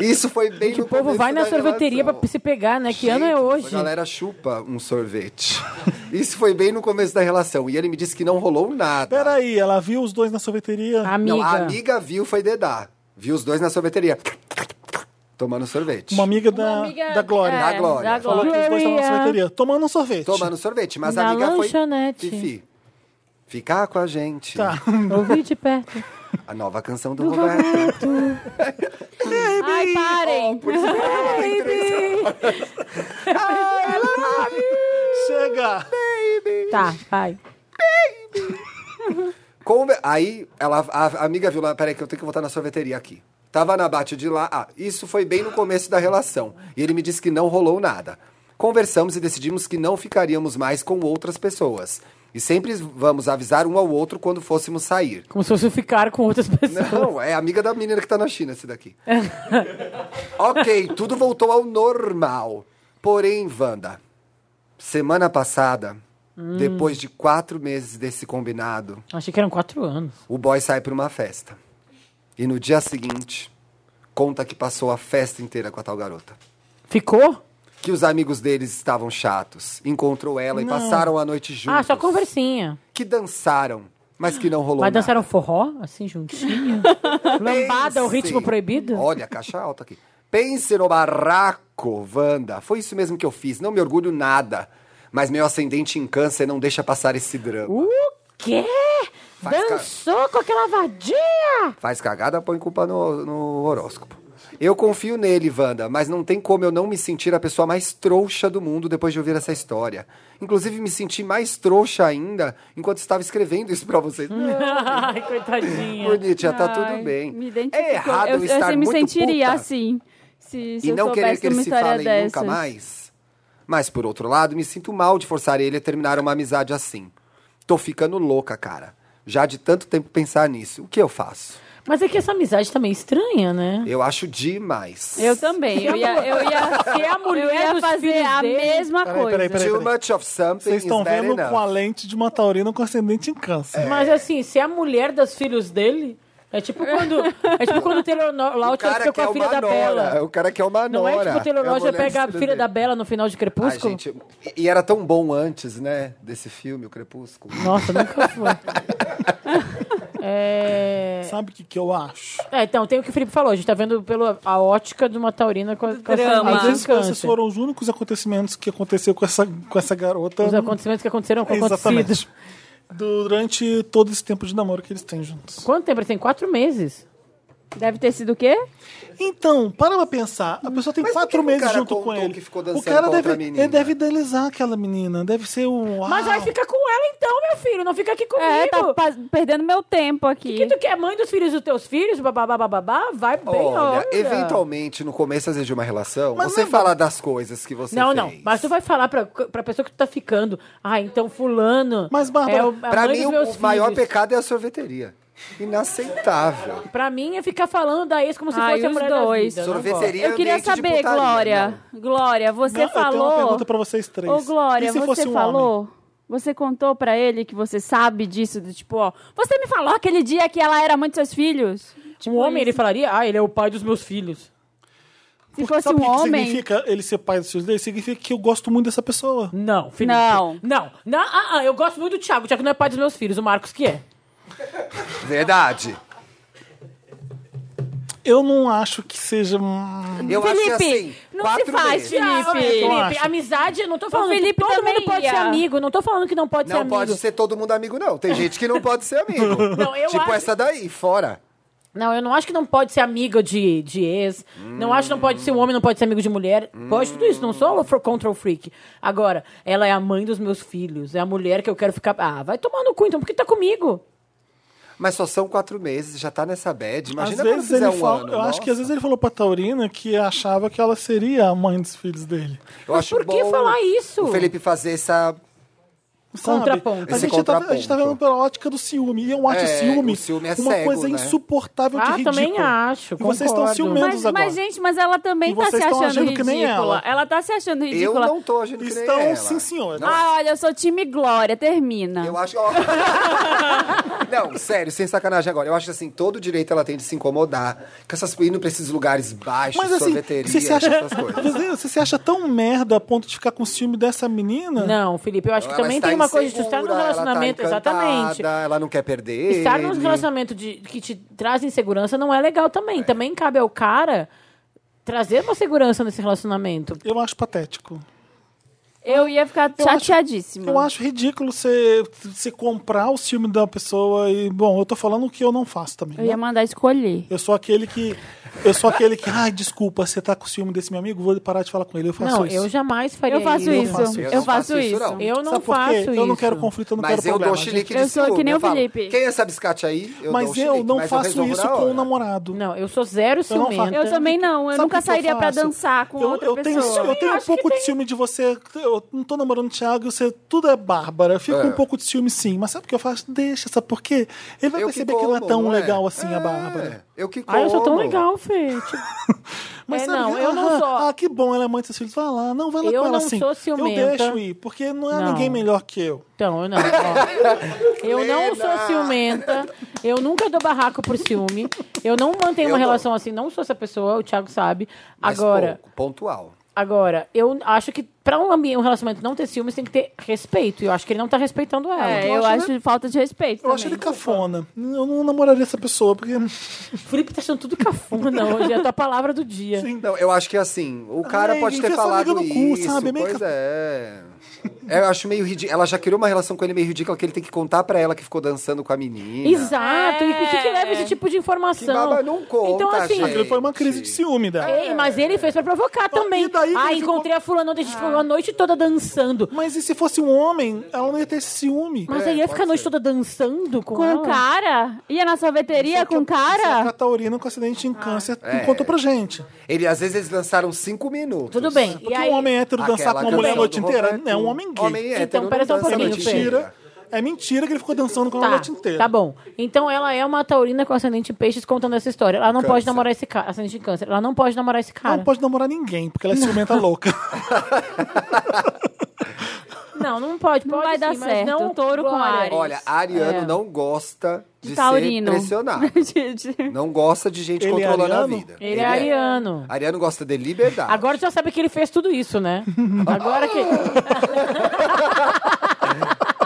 Isso foi bem
Que
no
o povo
começo
vai na
da
sorveteria
relação.
pra se pegar, né? Que ano é
Gente,
hoje?
A galera chupa um sorvete. Isso foi bem no começo da relação. E ele me disse que não rolou nada.
Peraí, ela viu os
Ah,
dois na sorveteria?
Amiga.
Não, a amiga viu, foi dedar. Viu os dois na sorveteria. Tomando sorvete.
Uma amiga da,
amiga-
da É,
é,
Glória.
Da Glória.
Da
Falou
Glória.
que os dois estavam na
Glória.
sorveteria, tomando um sorvete.
Tomando sorvete, mas a
Na
amiga foi.
lanchonete.
Fifi. Ficar com a gente.
Tá.
Ouvi de perto.
A nova canção do, Roberto.
Ai, parem.
Chega!
Tá, vai.
Conver- Aí ela, a amiga viu lá, peraí que eu tenho que voltar na sorveteria aqui. Tava na bate de lá. Ah, isso foi bem no começo da relação. E ele me disse que não rolou nada. Conversamos e decidimos que não ficaríamos mais com outras pessoas. E sempre vamos avisar um ao outro quando fôssemos sair.
Como se fosse ficar com outras pessoas.
Não, é amiga da menina que tá na China, esse daqui. ok, tudo voltou ao normal. Porém, Wanda, semana passada, depois de quatro meses desse combinado,
Achei que eram quatro anos.
o boy sai pra uma festa. E no dia seguinte, conta que passou a festa inteira com a tal garota.
Ficou?
Que os amigos deles estavam chatos. Encontrou ela e passaram a noite juntos.
Ah, só conversinha.
Que dançaram, mas que não rolou
Mas
nada.
dançaram forró, assim, juntinho? Lambada, o
Pense.
ritmo proibido?
Olha, caixa alta aqui. Pense no barraco, Wanda. Foi isso mesmo que eu fiz. Não me orgulho nada. Mas meu ascendente em câncer não deixa passar esse drama.
Quê?
Faz ca-
Dançou com aquela vadia?
Faz cagada, põe culpa no, no horóscopo. Eu confio nele, Wanda, mas não tem como eu não me sentir a pessoa mais trouxa do mundo depois de ouvir essa história. Inclusive, me senti mais trouxa ainda enquanto estava escrevendo isso pra vocês.
Ai, coitadinha.
Bonito, já tá tudo
Ai,
bem.
Me
é
identificou.
errado
eu,
eu, estar
eu me
muito
sentiria
puta
assim. Se, se
e
eu
não querer
soubesse
que
de uma
eles se
história
falem
dessas.
nunca mais. Mas, por outro lado, me sinto mal de forçar ele a terminar uma amizade assim. Tô ficando louca, cara. Já de tanto tempo pensar nisso. O que eu faço?
Mas é que essa amizade também é estranha, né?
Eu acho demais.
Eu também. Eu ia, eu ia,
Se a mulher
eu ia
dos
fazer
filhos
a
dele-
mesma
Peraí,
coisa.
peraí, peraí.
Too much of something
Vocês estão
is bad
vendo
enough.
com a lente de uma taurina com ascendente em câncer.
Mas assim, se é a mulher dos filhos dele. É tipo quando. É tipo quando o Taylor No-
O
Lautner
cara
fica
que
com
é
a filha
uma
da
nora.
Bela.
O cara que é uma
Não é
nora.
tipo o Taylor
a
Lautner
mulher
pegar a
dos
filha da
filhos
Bela no final de
dele. Ai,
Crepúsculo.
gente, e era tão bom antes, né? Desse filme, o Crepúsculo.
Nossa, nunca foi. é...
Sabe o que, que eu acho?
é, então, tem o que o Felipe falou. A gente tá vendo pela a ótica de uma taurina com a, com a
drama.
sangue
Às
de
vezes esses
câncer.
foram os únicos acontecimentos que aconteceu com essa, com essa garota.
Os acontecimentos que aconteceram com acontecidos.
Exatamente. Durante todo esse tempo de namoro que eles têm juntos.
Quanto tempo? Ele tem quatro meses.
Deve ter sido o quê?
Então, para pra pensar. A pessoa tem
Mas por que
quatro
que o
meses
cara
junto com
contou
ele.
que ficou
o
dançando
cara
com outra
deve,
menina?
ele deve idealizar aquela menina. Deve ser um. uau.
Mas vai ficar com ela então, meu filho. Não fica aqui comigo.
É, tá pa- perdendo meu tempo aqui.
que tu quer mãe dos filhos dos teus filhos, bababá, bababá, vai bem,
Olha,
olha.
eventualmente, no começo, às vezes, de uma relação,
Mas
você
não é-
fala das coisas que você
Não,
fez.
não, mas tu vai falar pra, pra pessoa que tu tá ficando. Ah, então fulano.
Mas, Bárbara,
é o, a
Pra
mãe
mim,
dos
o
meus
maior
filhos.
pecado é a sorveteria. Inaceitável.
Pra mim é ficar falando da ex como se
Ai,
fosse a
os
mulher da
dois.
vida, não gosto.
sorveteria
né?
é
Eu queria
ambiente de
saber,
putaria, né?
Glória. Glória,
Não,
você
Eu tenho uma
falou.
pergunta pra vocês três.
Ô, Glória,
e se fosse
você
um
falou.
homem?
Você contou pra ele que você sabe disso, do tipo, ó, você me falou aquele dia que ela era mãe de seus filhos?
é tipo
Um homem, ele falaria, ah, ele é o pai dos meus filhos.
Se
Porque
fosse
sabe
um
o que que
homem.
significa ele ser pai dos filhos dele? Significa que eu gosto muito dessa pessoa.
Não, Felipe.
Não.
Não, não ah, ah, eu gosto muito do Thiago. O Thiago não é pai dos meus filhos, o Marcos que é.
não. Verdade.
Eu não acho que seja. hum,
Eu acho que
Felipe,
assim,
não
quatro
se faz,
meses.
Felipe.
Ah, olha, Felipe,
acho.
amizade, eu não tô falando
Felipe
que todo
também
mundo pode
ia.
ser amigo. Não tô falando que não pode ser
Não
amigo.
pode ser todo mundo amigo, não. Tem gente que não pode ser amigo.
Não, eu
tipo
acho-
essa daí, fora.
Não, eu não acho que não pode ser amiga de, de ex. Não acho que não pode ser um homem, não pode ser amigo de mulher. Pode tudo isso, não sou o fro- control freak. Agora, ela é a mãe dos meus filhos, é a mulher que eu quero ficar. Ah, vai tomar no cu então, por que tá comigo?
Mas só são quatro meses, já tá nessa bad. Imagina
às
quando
vezes
fizer
ele
um
fala.
ano.
eu acho que às
nossa.
vezes ele falou pra Taurina que achava que ela seria a mãe dos filhos dele.
Eu acho
por que
bom
falar isso?
O Felipe fazer essa...
Sabe?
Contraponto.
A
Esse
gente, tá, a
contraponto.
gente tá vendo pela ótica do ciúme. E eu acho
É,
ciúme,
o ciúme é
uma
cego,
coisa
né?
insuportável de
Ah,
ridículo.
também
tipo.
acho,
E vocês estão
concordo.
ciumentos
Mas,
agora.
mas, gente, mas ela também
E
tá se
vocês tão
achando
agindo que
ridícula.
nem
ela.
ela.
tá se achando
Eu
ridícula.
não tô agindo que nem
né? Estão,
ela.
sim, senhor.
Não,
Ah, olha, eu sou time Glória, termina.
Eu acho. ó. não, sério, sem sacanagem agora. Eu acho que assim, todo direito ela tem de se incomodar. Com essas indo pra esses lugares baixos,
Mas assim,
sorveteria,
você se, acha, assim,
essas coisas.
você se acha tão merda a ponto de ficar com ciúme dessa menina?
Não, Felipe, eu acho que
Ela
também
está
tem uma coisa de tu estar
insegura,
num relacionamento,
ela tá
exatamente.
encantada, Ela não quer perder.
Estar num
ele.
relacionamento de, que te traz insegurança não é legal também. Também cabe ao cara trazer uma segurança nesse relacionamento.
Eu acho patético.
Eu ia ficar
Eu acho-
chateadíssima.
Eu acho ridículo você você comprar o filme da pessoa e, bom, eu tô falando o que eu não faço também.
Eu
né?
ia mandar escolher.
Eu sou aquele que. Eu sou aquele que. Ai, desculpa, você tá com o ciúme desse meu amigo? Vou parar de falar com ele. Eu faço
não,
isso.
eu jamais faria
Eu faço
eu
isso.
faço isso.
Eu
não
faço isso.
não.
Eu não
Sabe por
faço
quê?
isso.
Eu não quero conflito, eu não
Mas
quero
eu
problema.
dou chilique
gente.
de
Eu sou
ciúme,
que nem
eu
o
falo,
Felipe.
Quem é essa biscate aí? Eu dou
Mas
um
eu
chilique,
não
mas eu
faço
resolvo
isso
na
com um o
hora.
namorado.
Não, eu sou zero
Então, Eu não
ciumenta.
faço.
Eu também não. Eu
Sabe
nunca
o que que eu
sairia pra
faço?
dançar com
eu,
outra
eu tenho,
pessoa.
Eu tenho um
acho que
pouco de ciúme de você. Eu não tô namorando o Thiago, você tudo é bárbara. Eu fico com um pouco de ciúme, sim. Mas sabe o que eu faço? Deixa, sabe por quê? Ele vai
Eu que
perceber que não é
como,
tão
não é?
legal assim a
É,
Bárbara.
Eu que como.
Ai, Ah, eu sou tão legal, Fê. Tipo,
Mas
É,
sabe,
não, eu não
ah,
sou.
Ah, que bom, ela é mãe dos seus filhos. Vai lá, não, vai lá
Eu
com ela
não
assim.
sou ciumenta.
Eu deixo ir, porque não é
Não.
ninguém melhor que eu.
Então, eu não. ó. Eu não sou
Helena!
ciumenta. Eu nunca dou barraco por ciúme. Eu não mantenho
Eu
uma
não.
relação assim. Não sou essa pessoa, o Thiago sabe.
Mas
Agora,
pouco, Pontual.
agora, eu acho que pra um, ambi- um relacionamento não ter ciúmes, tem que ter respeito. E eu acho que ele não tá respeitando ela.
É, eu acho falta de respeito.
né? Eu acho ele
também.
cafona. Eu não namoraria essa pessoa, porque.
O Felipe tá achando tudo cafona hoje. É a tua palavra do dia.
Não, eu acho que assim, o cara
Ai,
pode ter
enfia sua
falado
amiga no cu,
isso,
sabe? Meio
pois
que-
é. É, Eu acho meio ridículo. Ela já criou uma relação com ele meio ridícula, que ele tem que contar pra ela que ficou dançando com a menina.
Exato. E por que, que
É.
leva esse tipo de informação?
Que baba não conta,
então, assim,
gente.
Aquilo foi uma crise de ciúme dela.
Ei, mas ele fez pra provocar também.
e daí que
ah,
ele
encontrei a fulana ontem, a gente ficou a noite toda dançando.
Mas e se fosse um homem, ela não ia ter esse ciúme.
Mas aí ia ficar a noite toda dançando com,
Com
ela?
o cara? Ia na
É
sorveteria
é um
com o cara?
A Taurina com acidente
Ah.
em câncer
É.
contou pra gente.
Ele, às vezes eles dançaram cinco minutos.
Tudo bem.
Porque
e aí,
um homem hétero dançar
Aquela
com uma mulher a
canção
noite
do
inteira
Roberto.
é um homem gay.
Homem hétero
Então, pera
não
só um
dança a
pouquinho,
noite
Fê.
inteira.
Mentira. É mentira que ele ficou dançando com ela
tá,
a noite inteira.
tá bom. Então ela é uma taurina com ascendente em peixes contando essa história. Ela não pode
Câncer.
namorar esse cara. Ascendente em câncer. Ela não pode namorar esse cara.
Não pode namorar ninguém, porque ela é ciumenta louca.
Não, não pode.
Não vai
pode sim,
dar
mas
certo.
Não
Touro com
Glória.
Ares.
Olha, Ariano
É.
não gosta de
Tá
Taurino.
ser pressionado.
Gente,
Não gosta de gente
Ele é
controlando a
ariano?
vida.
é Ele é ariano.
Ariano gosta de liberdade.
Agora você já sabe que ele fez tudo isso, né? Agora que.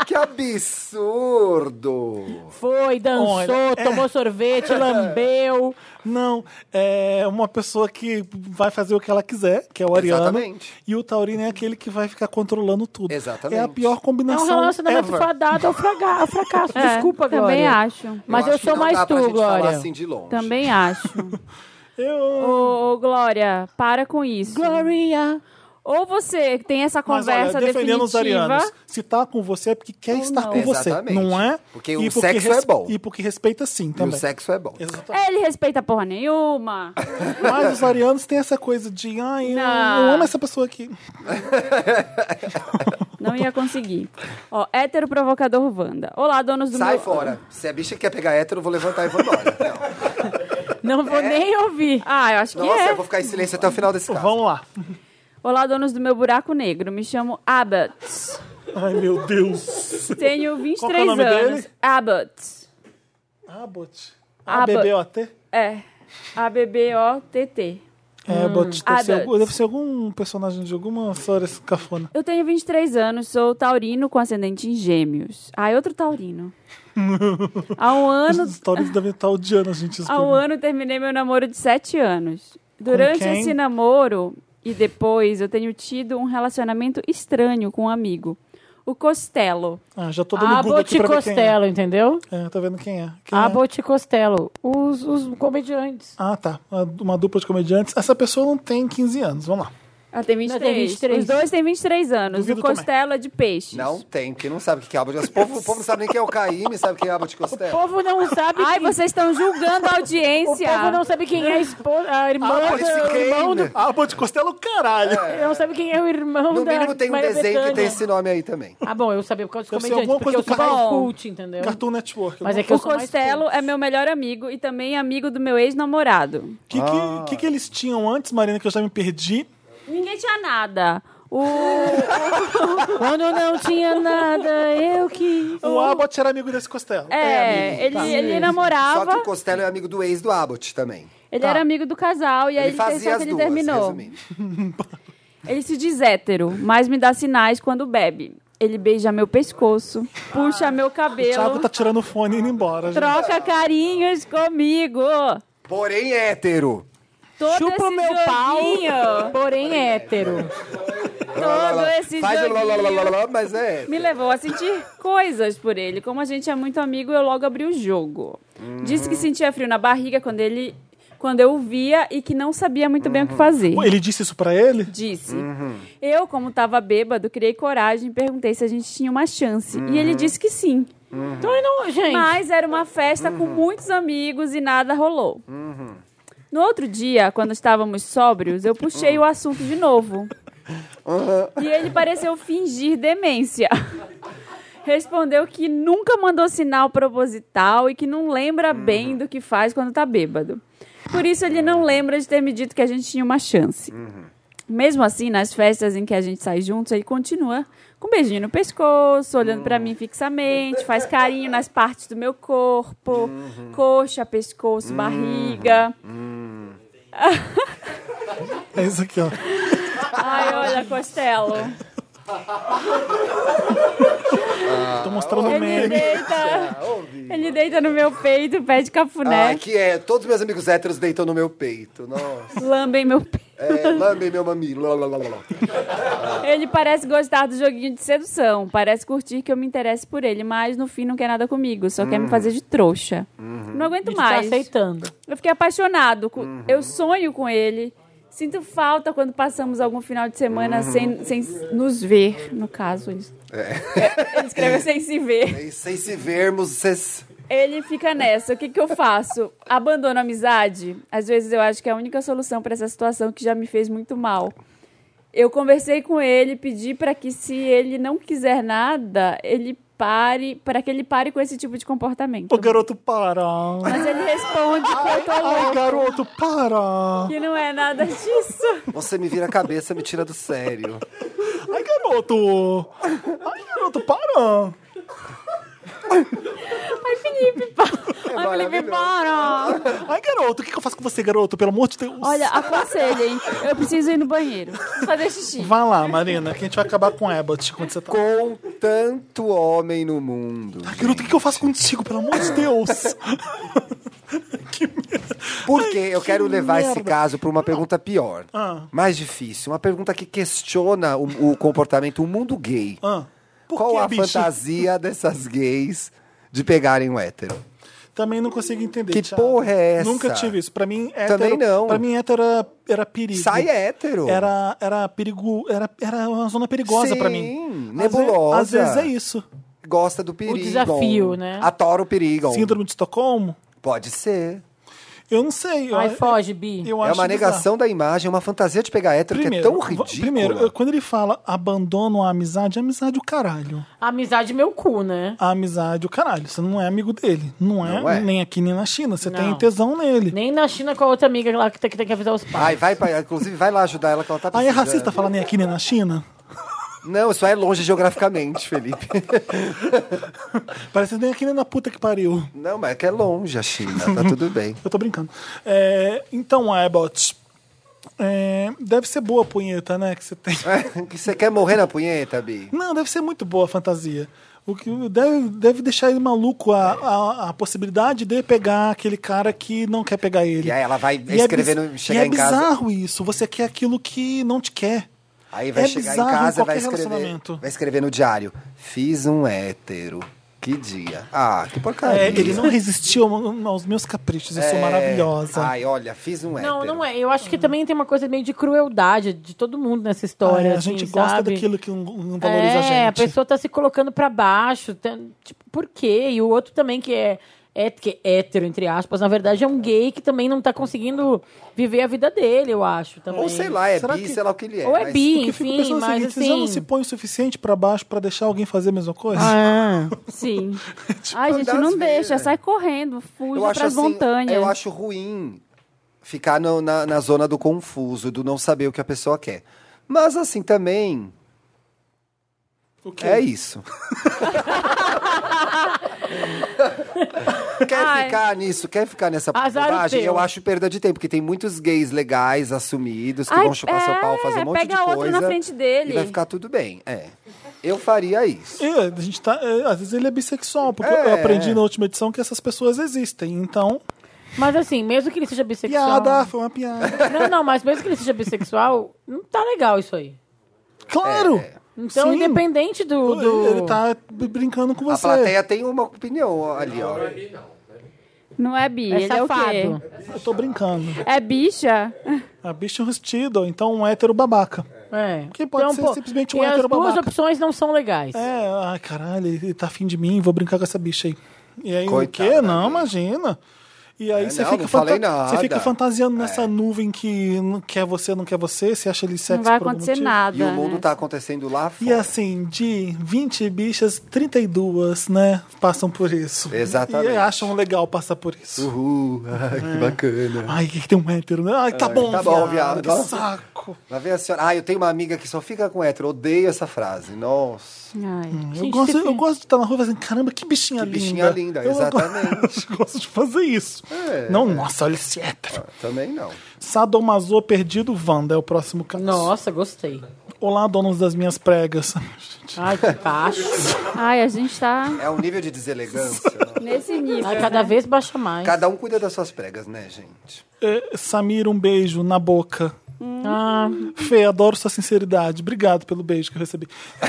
Que absurdo!
Foi, dançou,
Olha,
tomou sorvete, lambeu.
Não, é uma pessoa que vai fazer o que ela quiser, que é o Ariano.
Exatamente.
E o Taurino é aquele que vai ficar controlando tudo.
Exatamente.
É a pior
É um
combinação.
relacionamento
ever.
fadado ao, fraga- ao fracasso. Desculpa,
É,
Glória.
Também acho.
Mas eu,
acho que
sou
não
mais
dá
tu,
pra gente falar
Glória.
assim de longe.
Também acho.
Eu...
ô, ô, Glória, para com isso.
Gloria.
Ou você tem essa
Mas olha,
conversa
defendendo os
definitiva.
arianos, se tá com você é porque quer estar com você,
Exatamente.
não é?
Porque o sexo é bom.
E porque respeita sim
E o
também.
sexo é bom.
Exatamente.
Ele respeita porra nenhuma.
Mas os arianos têm essa coisa de, ai, eu,
Não.
eu amo essa pessoa aqui.
Não ia conseguir. Ó, hétero provocador Wanda. Olá, donos do
Sai
meu...
fora. Se a bicha quer pegar hétero, eu vou levantar e vou embora. Não.
Não vou
É.
nem ouvir.
Ah, eu acho que
Nossa,
é.
eu vou ficar em silêncio até o final desse caso.
Vamos lá.
Olá, donos do meu buraco negro. Me chamo Abbott.
Ai, meu Deus.
Tenho 23
Qual que é o nome
anos.
dele?
Abbott.
Abbott.
Abbott.
ABBOT?
É. A-B-B-O-T-T.
Abbott. Deve ser,
Abbott.
algum, deve ser algum personagem de alguma história cafona.
Eu tenho 23 anos, sou taurino com ascendente em gêmeos. Ah, outro taurino. Há um ano,
As histórias devem estar odiando a gente. esse
há um
programa.
ano terminei meu namoro de 7 anos. Durante
quem?
esse namoro e depois, eu tenho tido um relacionamento estranho com um amigo. O Costello.
Ah, já tô dando Google aqui
Abbott
pra ver quem é.
Costello, entendeu?
é. Tá vendo quem é. Quem é?
Abbott e Costello. Os, os comediantes.
Ah, tá. Uma dupla de comediantes. Essa pessoa não tem 15 anos. Vamos lá.
Ela tem
Ela
23.
tem 23.
Os dois têm 23 anos.
Duvido
o
também.
Costello é de peixes.
Não tem, porque não sabe o que é Abbott. O povo, o povo não sabe nem quem é o Caíme, sabe quem é Abbott
O
Costello.
povo não sabe
Ai,
quem...
vocês estão julgando a
O
audiência.
povo não sabe quem é a esposa, a irmã,
Ah,
da-
esse
o irmão do...
Kane.
Abbott Costello, caralho.
Não sabe quem é o irmão
No
da
mínimo tem um
Maria
desenho que
Bethânia.
tem esse nome aí também.
Ah, bom, eu sabia por causa dos
Deve ser
comediantes,
alguma
porque eu sou
coisa
mais
do Cartoon-
cult, entendeu?
Cartoon Network.
Mas é que eu
O
sou mais
Costello
cult.
é meu melhor amigo e também amigo do meu ex-namorado.
O que, que, que que eles tinham antes, Marina, que eu já me perdi?
Ninguém tinha nada. O...
Quando não tinha nada, eu que...
O Abbott era amigo desse Costello.
É,
amigo.
ele,
Tá.
ele
Só que
namorava,
o Costello é amigo do ex do Abbott também.
ele era amigo do casal e aí
Ele
ele, pensou
fazia as
que ele
duas,
terminou.
resumindo.
Ele se diz hétero, mas me dá sinais quando bebe. Ele beija meu pescoço, puxa meu
O Thiago
cabelo,
tá tirando o fone e indo embora. gente.
troca carinhos comigo.
Porém é hétero.
Todo
Chupa
esse
o meu pau.
joguinho,
Porém, hétero.
todo esse
Faz o
joguinho
lalalala, mas é.
me levou a sentir coisas por ele. Como a gente é muito amigo, eu logo abri o jogo. Disse que sentia frio na barriga quando ele quando eu o via e que não sabia muito bem o que fazer.
Pô, Ele disse isso pra ele?
Disse. Eu, como tava bêbado, criei coragem e perguntei se a gente tinha uma chance. E ele disse que sim.
Então, eu não, gente.
Mas era uma festa com muitos amigos e nada rolou. No outro dia, quando estávamos sóbrios, eu puxei o assunto de novo. E ele pareceu fingir demência. Respondeu que nunca mandou sinal proposital e que não lembra bem do que faz quando tá bêbado. Por isso, ele não lembra de ter me dito que a gente tinha uma chance. Mesmo assim, nas festas em que a gente sai juntos, ele continua com um beijinho no pescoço, olhando pra mim fixamente, faz carinho nas partes do meu corpo, coxa, pescoço, barriga.
É isso aqui, ó.
Ai, olha, Costelo.
Tô mostrando o
Ele
meme.
deita, ele deita no meu peito, pede
Ah,
cafuné,
que é. Todos meus amigos héteros deitam no meu peito. Nossa.
lambem meu peito.
É, lambe meu mamilo. lalalala.
Ele parece gostar do joguinho de sedução, parece curtir que eu me interesse por ele, mas no fim não quer nada comigo, só quer me fazer de trouxa. Não
A
aguento
gente tá
mais.
aceitando.
Eu fiquei apaixonado. co- Eu sonho com ele. Sinto falta quando passamos algum final de semana sem, sem s- nos ver, no caso. Ele, É, ele escreveu sem se ver.
E É sem se vermos, vocês.
Ele fica nessa. O que, que eu faço? Abandono a amizade? Às vezes eu acho que é a única solução para essa situação que já me fez muito mal. Eu conversei com ele, pedi para que se ele não quiser nada, ele pare, para que ele pare com esse tipo de comportamento.
Ô, garoto, para.
Mas ele responde que eu tô
Ai,
louco,
garoto, para.
que não é nada disso.
Você me vira a cabeça, me tira do sério.
Ai, garoto. Ai, garoto, para.
Ai, Felipe, para! Ai, Felipe,
É maravilhoso.
para!
Ai, garoto, o que, que eu faço com você, garoto? Pelo amor de Deus.
Olha, aconselho, hein? Eu preciso ir no banheiro. Preciso fazer xixi.
Vai lá, Marina, que a gente vai acabar com o Abbott quando você tá.
Com tanto homem no mundo.
Ah, Garoto, o que, que eu faço contigo, pelo amor de Deus? que merda.
Porque eu quero levar esse
merda.
caso para uma pergunta pior.
Ah.
Mais difícil. Uma pergunta que questiona o, o comportamento, o mundo gay.
Ah, por
Qual
que,
a
bicho?
fantasia dessas gays de pegarem o hétero?
Também não consigo entender.
Que
Thiago.
porra é essa?
Nunca tive isso. Pra mim, hétero,
Também não.
Pra mim, hétero era, era perigo.
Sai hétero.
Era, era perigo. Era, era uma zona perigosa
Sim,
pra mim.
nebulosa.
Às vezes, às vezes é isso.
Gosta do perigo.
desafio, né?
Adora o perigo.
Síndrome de Estocolmo?
Pode ser.
Eu não sei. Eu,
Ai,
eu-
foge, Bi.
eu
é
acho
uma
bizarro.
negação da imagem, é uma fantasia de pegar hétero que é tão
va-
ridícula.
Primeiro, eu- quando ele fala abandono a amizade, é amizade o caralho.
Amizade meu cu, né?
A amizade o caralho. Você não é amigo dele. Não é,
Não é.
nem aqui nem na China. Você
Não.
tem tesão nele.
Nem na China com a outra amiga lá que tem que, tem que avisar os pais.
Ai, vai, pra- inclusive, vai lá ajudar ela que ela tá
Aí
precisando.
é racista falar nem aqui nem na China?
Não, isso aí é longe geograficamente, Felipe.
Parece nem aqui nem na puta que pariu.
Não, mas é que é longe a China, tá tudo bem.
Eu tô brincando. É, então, Abbott. é, deve ser boa a punheta, né? Que você tem.
Que Você quer morrer na punheta, Bi?
Não, deve ser muito boa a fantasia. O que deve, deve deixar ele maluco a, a, a possibilidade de pegar aquele cara que não quer pegar ele.
E aí ela vai
E é
escrevendo,
biz-
chegar
e
em
é
casa.
bizarro isso. Você quer aquilo que não te quer.
Aí vai
É
chegar em
bizarro em
casa, vai
qualquer
escrever,
relacionamento.
vai escrever no diário. Fiz um hétero. Que dia. Ah, que porcaria.
É, ele não resistiu ao- aos meus caprichos. Eu sou
É.
maravilhosa.
Ai, olha, fiz um hétero.
Não, não é. Eu acho que também tem uma coisa meio de crueldade de todo mundo nessa história.
Ai, a
assim,
gente gosta
sabe?
daquilo que não, não valoriza
é,
a gente.
a pessoa tá se colocando pra baixo. tá- tipo, por quê? E o outro também que é, é, que é hétero, entre aspas, na verdade é um gay que também não tá conseguindo viver a vida dele, eu acho. Também.
Ou sei lá, é
Será
bi,
que-
sei lá o que ele é.
Ou é
mas-
bi,
Porque eu fico
enfim,
pensando o
mas
seguinte, você já não se
assim.
põe o suficiente pra baixo pra deixar alguém fazer a mesma coisa?
Sim. Ai, gente,
Tipo, andar às
não
vezes,
deixa.
né?
Sai correndo. Fuja
Eu acho
pras
assim,
montanhas.
eu acho ruim ficar no- na, na zona do confuso, do não saber o que a pessoa quer. Mas assim também,
O quê?
é isso. quer
Ai.
ficar nisso, quer ficar nessa
Azar o
bobagem,
teu.
eu acho perda de tempo, porque tem muitos gays legais assumidos que
Ai,
vão chupar seu pau, fazer
é,
um monte
pega
de coisa.
outro na frente dele.
E vai ficar tudo bem. É. Eu faria isso.
É, a gente tá, é, às vezes ele é bissexual, porque
É.
eu aprendi na última edição que essas pessoas existem. Então,
Mas assim, mesmo que ele seja bissexual.
Piada, foi uma piada.
Não, não, mas mesmo que ele seja bissexual, não tá legal isso aí.
Claro!
É.
Então,
Sim.
independente do. do...
Ele tá b- brincando com
A
você.
plateia tem uma opinião ali, ó.
Não é bi,
É
ele é o quê?
safado.
Eu tô brincando.
É bicha?
A bicha é um vestido, ou então um hétero babaca.
É.
Que pode ser simplesmente um
e as
hétero
duas
babaca.
opções não são legais.
É, ai caralho, ele tá afim de mim, vou brincar com essa bicha aí. E aí,
Coitada
o quê?
da
Não,
bicha.
imagina. E aí
É,
você
não,
fica,
não falei nada. É.
você fica fantasiando nessa nuvem que não quer você, não quer você, você acha ele sexy
Não vai
por algum
acontecer
motivo.
nada.
um E o mundo
né?
tá acontecendo lá fora.
E assim, de 20 bichas, 32, né, passam por isso.
Exatamente.
E acham legal passar por isso.
Uhul, ai, que
É.
bacana.
Ai, que que tem um hétero, né? Ai, tá bom,
tá bom, viado.
Que
Nossa.
saco.
Lá vem a senhora. Ah, eu tenho uma amiga que só fica com hétero. Odeio essa frase. Nossa.
Ai.
eu, gosto, eu gosto de estar na rua e falar assim, caramba, que bichinha
Que
linda.
bichinha linda,
Eu go-
exatamente. É.
Eu gosto de fazer isso. Não, nossa, olha esse hétero.
Também não.
Sadomaso perdido, Wanda é o próximo caso.
Nossa, gostei.
Olá, donos das minhas pregas.
Ai, que baixo.
Ai, a gente tá
É um nível de deselegância. né?
nesse nível.
Ai, cada
né?
vez baixa mais.
Cada um cuida das suas pregas, né, gente?
É, Samir, um beijo na boca.
Ah,
Fê, adoro sua sinceridade. Obrigado pelo beijo que eu recebi.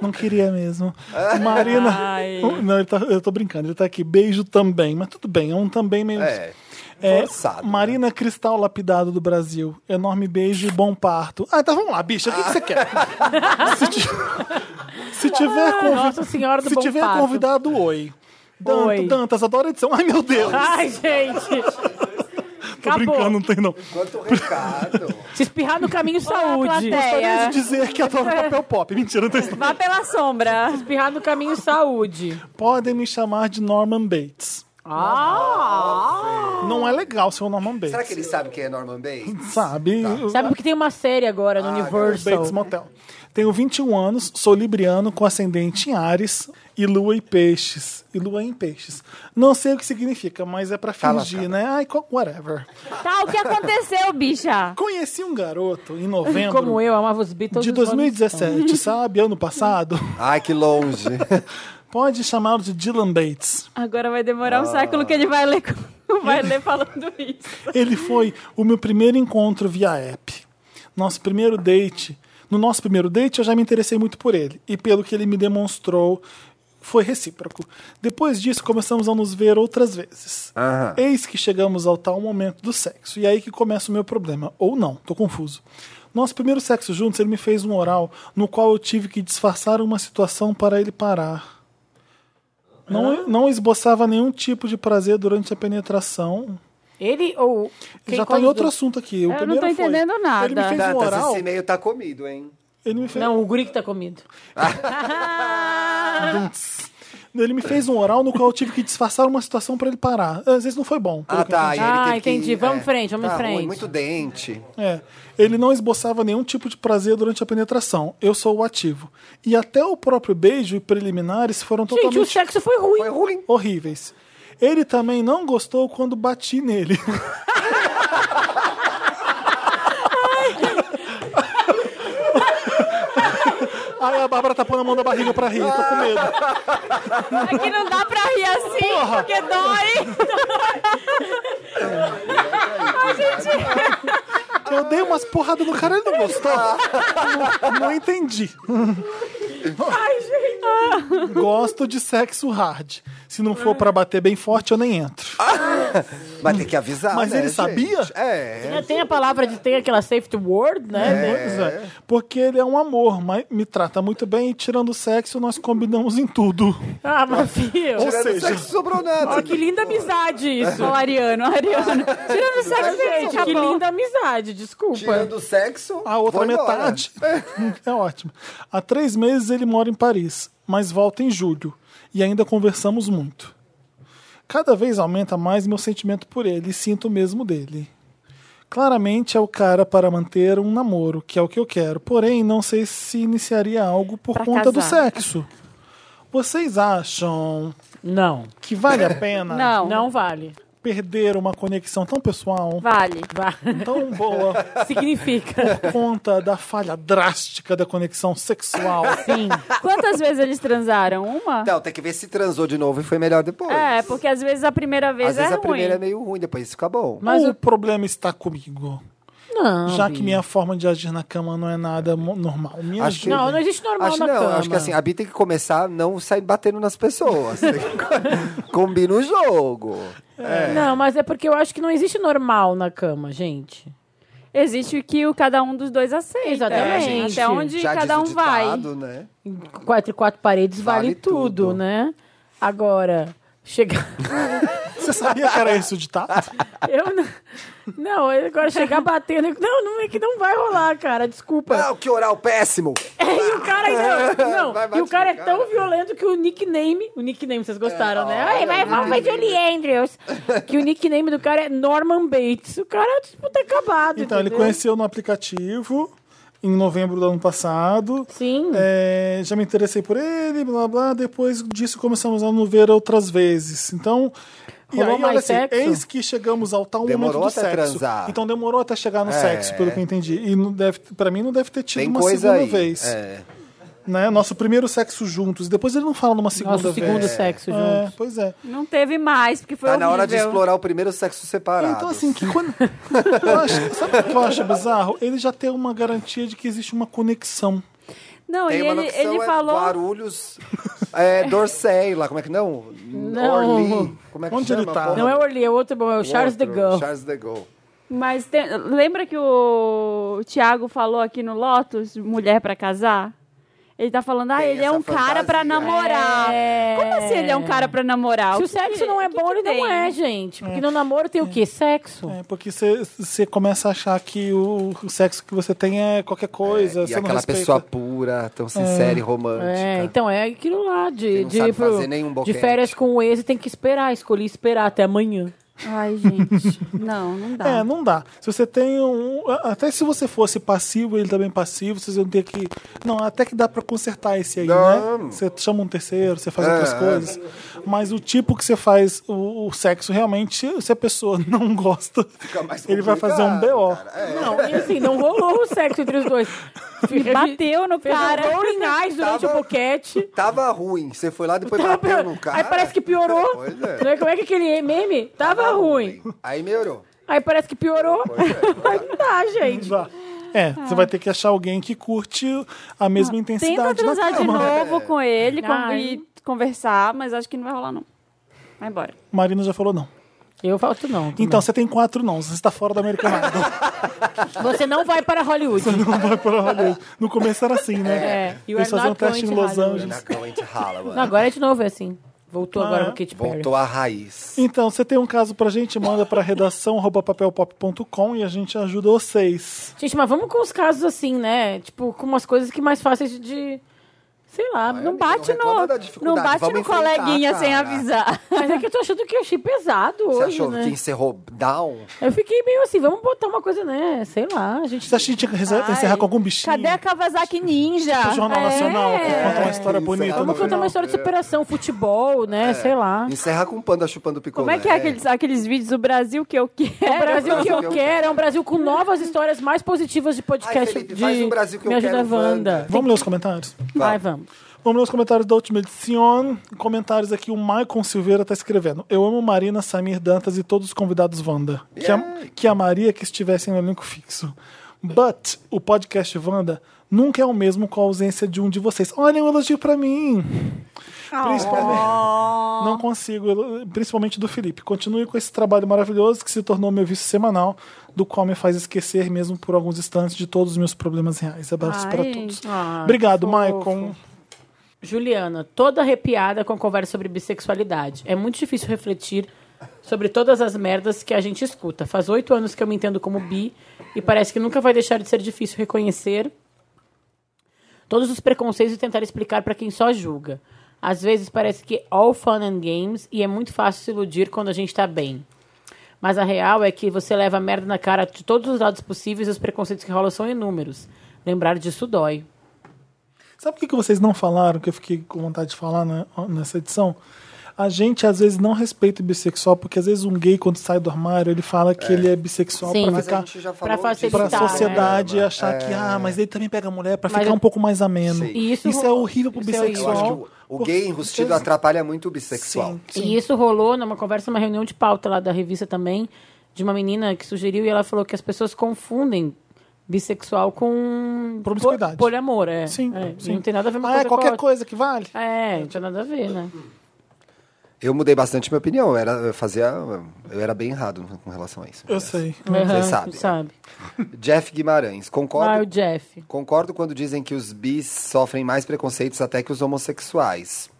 Não queria mesmo. Marina. Não, ele tá- eu tô brincando, ele tá aqui. Beijo também, mas tudo bem, é um também meio.
É.
É,
Forçado, né?
Marina Cristal Lapidado do Brasil. Enorme beijo e bom parto. Ah, então vamos lá, bicha, o que, que você quer? se, ti- se tiver, convi-
Ah, Nossa Senhora do
se
Bom
tiver
Parto.
convidado, oi. Dan-
Oi.
Dantas, adoro edição. Ai, meu Deus.
Ai, gente.
Tô
acabou.
brincando, não tem não.
Quanto recado.
Se espirrar no caminho, saúde.
Gostaria
Tá é
É.
plateia.
de dizer que adoro papel pop. Mentira, não tem isso. não.
Vá pela sombra.
Se espirrar no caminho, saúde.
Podem me chamar de Norman Bates.
Ah!
Não é legal ser o Norman Bates.
Será que Tá. ele sabe quem é Norman Bates?
Sabe?
Sabe porque tem uma série agora no Universal.
Ah, Bates Motel. Tenho 21 anos, sou libriano com ascendente em Ares e lua em peixes. E lua em peixes. Não sei o que significa, mas é pra
Tá
fingir, né? Ai, co- whatever.
Tá, o que aconteceu, bicha?
Conheci um garoto em novembro
Como eu, amava os Beatles.
de
e os Rolling Stones.
2017, sabe? Ano passado.
um
Ai, que longe.
Pode chamá-lo de Dylan Bates.
Agora vai demorar
Ah.
um século que ele vai ler, vai ler falando isso.
Ele foi o meu primeiro encontro via app. Nosso primeiro date. No nosso primeiro date, eu já me interessei muito por ele. E pelo que ele me demonstrou, foi recíproco. Depois disso, começamos a nos ver outras vezes.
Aham.
Eis que chegamos ao tal momento do sexo. E é aí que começa o meu problema. Ou não, tô confuso. Nosso primeiro sexo juntos, ele me fez um oral no qual eu tive que disfarçar uma situação para ele parar. Não, não esboçava nenhum tipo de prazer durante a penetração.
Ele ou. quem
Já tá
quando-
em outro assunto aqui. O
não
primeiro
tô
foi-
entendendo nada.
Ele me fez um
Tantas,
oral.
esse meio tá comido, hein?
Ele me fez,
Não, o guri que tá comido.
um- ele me fez um oral no qual eu tive que disfarçar uma situação pra ele parar. Às vezes não foi bom. pelo
Ah,
que
tá.
eu
e
entendi.
ele
Ah,
teve que-
entendi. Vamos em frente, vamos em
tá ruim,
frente.
muito dente.
É. Ele não esboçava nenhum tipo de prazer durante a penetração. Eu sou o ativo. E até o próprio beijo e preliminares foram
Gente, o
totalmente
sexo foi ruim.
Foi ruim.
horríveis. Ele também não gostou quando bati nele. Ai, a Bárbara tá pondo a mão na barriga pra rir, tô com medo.
Aqui não dá pra rir assim, porque dói.
Eu dei umas porradas no cara, ele não gostou.
Tá.
não, não entendi. Gosto de sexo hard. Se não for pra bater bem forte, eu nem entro.
Mas tem que avisar,
Mas
né,
ele sabia?
gente? É.
Ah, Tem a palavra de tem aquela safety word, né?
Pois é. Porque ele é um amor, mas me trata muito bem e tirando o sexo, nós combinamos em tudo.
Ah, mas filho.
Ou
Tirando
seja,
sexo, sobrou nada.
Que linda amizade isso.
Olha o Ariano, o Ariano. Tirando o sexo,
Gente, que
acabou.
linda amizade, desculpa.
Tirando o sexo,
a outra
vou embora.
metade. É ótimo. Há três meses ele mora em Paris, mas volta em julho. E ainda conversamos muito. Cada vez aumenta mais meu sentimento por ele e sinto o mesmo dele. Claramente é o cara para manter um namoro, que é o que eu quero. Porém, não sei se iniciaria algo por
Pra
conta do
casar.
sexo. Vocês acham
Não,
que vale a pena
Ah.
Não.
não vale.
perder uma conexão tão pessoal,
Vale.
Vá.
tão boa,
Significa.
por conta da falha drástica da conexão sexual.
Sim.
Quantas vezes eles transaram? Uma?
Não, Então, tem que ver se transou de novo e foi melhor depois.
É, porque às vezes a primeira vez
Às
é
vezes a
ruim.
primeira é meio ruim, depois fica bom.
Mas o problema está comigo.
Não.
já que
Bi.
minha forma de agir na cama não é nada mo- normal. Me
Acho
ajuda.
que-
Não, não existe normal
acho
na
não,
cama.
acho que assim, a Bi tem que começar a não sair batendo nas pessoas. Tem que- Combina o jogo.
Não, mas é porque eu acho que não existe normal na cama, gente.
Existe o que o cada um dos dois aceita.
Exatamente.
É, Até onde
Já
cada um
diz o
vai.
ditado, Né?
Quatro e quatro paredes vale,
Vale
tudo,
tudo.
né? Agora, chegar.
Você sabia que era isso de tá? tato?
eu não. Não, agora chegar batendo. Não, não é que não vai rolar, cara. Desculpa.
Ah, que oral péssimo!
E o cara ainda. Não,
Vai,
e o
bate
cara é
no cara.
tão violento que o nickname. O nickname, vocês gostaram, né?
Ai,
Ai,
vai, vamos ver Julie Andrews.
que o nickname do cara é Norman Bates. O cara, tipo, tá acabado.
Então, ele
entendeu?
conheceu no aplicativo em novembro do ano passado.
Sim.
É, já me interessei por ele, blá blá. Depois disso começamos a nos ver outras vezes. Então. E aí,
Rolou
olha
mais
assim,
sexo?
eis que chegamos ao tal
Demorou
momento do
até
sexo.
transar.
Então demorou até chegar no
É.
sexo, pelo que eu entendi. E não deve, pra mim não deve ter tido
Tem
uma
coisa
segunda
aí.
vez.
É.
Né? Nosso primeiro sexo juntos. Depois ele não fala numa segunda
Nosso
vez.
segundo sexo
É,
juntos.
pois é.
Não teve mais, porque foi
Tá
horrível.
na hora de explorar o primeiro sexo separado.
Então, assim, que quando. eu acho- sabe o que eu acho bizarro? Ele já tem uma garantia de que existe uma conexão.
Não,
Tem
e
uma
ele,
locução,
ele
é
falou...
Guarulhos, é, Dorsey, lá, como é que não? Orly, como é que
Onde
chama?
ele tá?
porra?
Não é o Orly, é outro bom, é o Charles de
Outro,
Gaulle.
Charles de Gaulle.
Mas tem- lembra que o Thiago falou aqui no Lotus, mulher pra casar? Ele tá falando, ah,
Tem
ele é
essa
um cara pra
fantasia.
namorar.
É.
Como assim ele é um cara pra namorar?
Se
O
o
que
sexo
que-
não é
o que
bom,
que
ele não
tem?
é, gente. Porque no namoro tem o quê? Sexo.
É, porque você começa a achar que o, o sexo que você tem é qualquer coisa.
E
você não
aquela
respeita.
pessoa pura, tão sincera e romântica.
É, então é aquilo lá de,
não
de
sabe
ir pro-
fazer nenhum
de
boquete.
férias com o ex e tem que esperar, escolhi esperar até amanhã.
Ai, gente. Não, não dá.
É, não dá. Se você tem um. Até se você fosse passivo, ele também passivo, vocês vão ter que. Não, até que dá pra consertar esse aí, né?
Não. É.
Você chama um terceiro, você faz outras coisas. Mas o tipo que você faz o, o sexo, realmente, se a pessoa não gosta,
mais
ele vai fazer um
complicado,
BO.
Não, e assim, não rolou o sexo entre os dois.
E bateu no
É. Fez
cara.
um bowling eyes durante
Tava-
o boquete.
É, Tava ruim, você foi lá, depois
Tava
bateu
pior-
no cara.
Aí parece que piorou.
Pois é.
Não é? Como é que aquele meme? Tava ruim.
Aí melhorou.
Aí parece que piorou.
é.
Aí não dá, gente.
Dá. É, você vai ter que achar alguém que curte a mesma
Tá. Tenta
intensidade na
transar de
cama.
novo com ele com-
Ai.
e conversar, mas acho que não vai rolar, não. Vai embora.
Marina já falou não.
Eu falto não. também.
Então, você tem quatro não, você está fora da American Idol.
Você não vai para Hollywood.
não vai para Hollywood. No começo era assim, né?
É, you
Eles faziam um
are not going
teste em
to
Los
Hollywood.
Angeles.
Na Coen Holloway.
Não, agora é de novo, é assim. Voltou
Ah,
agora
é?
pro Kit Perry.
Voltou à raiz.
Então, você tem um caso pra gente, manda pra redação arroba papelpop.com e a gente ajuda vocês.
Gente, mas vamos com os casos assim, né? Tipo, com umas coisas que mais fáceis de. Sei lá.
Não
amiga,
bate
não reclama
no,
da dificuldade,
não bate
vamos
no
enfrentar,
coleguinha sem
cara.
avisar.
Mas é que eu tô achando que eu achei pesado
Você
hoje,
achou
né?
que encerrou down?
Eu fiquei meio assim, vamos botar uma coisa, né? Sei lá, a gente.
Você acha que a gente tinha que reza- encerrar com algum bichinho?
Cadê a Kawasaki Ninja? É.
O Tipo, Jornal Nacional, que conta uma história
Isso,
bonita. né? no
vamos
Vamos contar
final.
uma
É.
história de superação, futebol, né? Sei lá.
Ah. Encerra com o panda chupando picolé.
Como é que é aqueles, aqueles vídeos do Brasil que eu quero?
é
O um Brasil que eu
eu
quero é um Brasil com novas histórias mais positivas de podcast.
Ai, Felipe,
de...
faz um Brasil que eu
Me ajuda,
quero,
Wanda.
Wanda.
Vamos ler os comentários?
Vai, vamos.
Vamos ler os comentários da última edição. Comentários aqui, o Maicon Silveira tá escrevendo. Eu amo Marina, Samir Dantas e todos os convidados Wanda. Que, a, que a Maria que estivesse no elenco fixo. But o podcast Wanda nunca é o mesmo com a ausência de um de vocês. Olha um elogio pra mim.
Ah.
Principalmente. Não consigo, eu- principalmente do Felipe. Continue com esse trabalho maravilhoso que se tornou meu vício semanal, do qual me faz esquecer mesmo por alguns instantes de todos os meus problemas reais. Abraços
Ai,
para todos.
ah,
Obrigado,
que fofo.
Maicon.
Juliana, toda arrepiada com conversa sobre bissexualidade. É muito difícil refletir sobre todas as merdas que a gente escuta. Faz oito anos que eu me entendo como bi e parece que nunca vai deixar de ser difícil reconhecer todos os preconceitos e tentar explicar pra quem só julga. Às vezes parece que all fun and games e é muito fácil se iludir quando a gente tá bem. Mas a real é que você leva merda na cara de todos os lados possíveis e os preconceitos que rolam são inúmeros. Lembrar disso dói.
Sabe o que que vocês não falaram que eu fiquei com vontade de falar na- nessa edição? a gente às vezes não respeita o bissexual, porque às vezes um gay, quando sai do armário, ele fala que ele é bissexual
Sim.
pra
Mas a
ficar.
gente já
pra
falou
facilitar,
Pra
Tá,
sociedade
né?
achar que, ah, mas ele também pega mulher, pra
Mas
ficar
eu-
um pouco mais ameno.
Sim.
E isso
é
rolou-
horrível pro
isso é
Eu acho que o,
bissexual.
o gay enrustido é atrapalha muito o bissexual.
Sim,
E isso rolou numa conversa, numa reunião de pauta lá da revista também, de uma menina que sugeriu e ela falou que as pessoas confundem bissexual com
Promiscuidade.
po- poliamor, é.
Sim,
É,
sim.
Não tem nada a ver uma
Ah,
coisa
é qualquer
com a outra.
coisa que vale?
É, não tinha nada a ver, né?
Eu mudei bastante minha opinião. Eu era, eu fazia, eu era bem errado com relação a isso.
Eu sei.
Aham,
sabe.
sabe.
Jeff Guimarães.
Ah, o
Concordo,
Jeff.
concordo quando dizem que os bis sofrem mais preconceitos até que os homossexuais.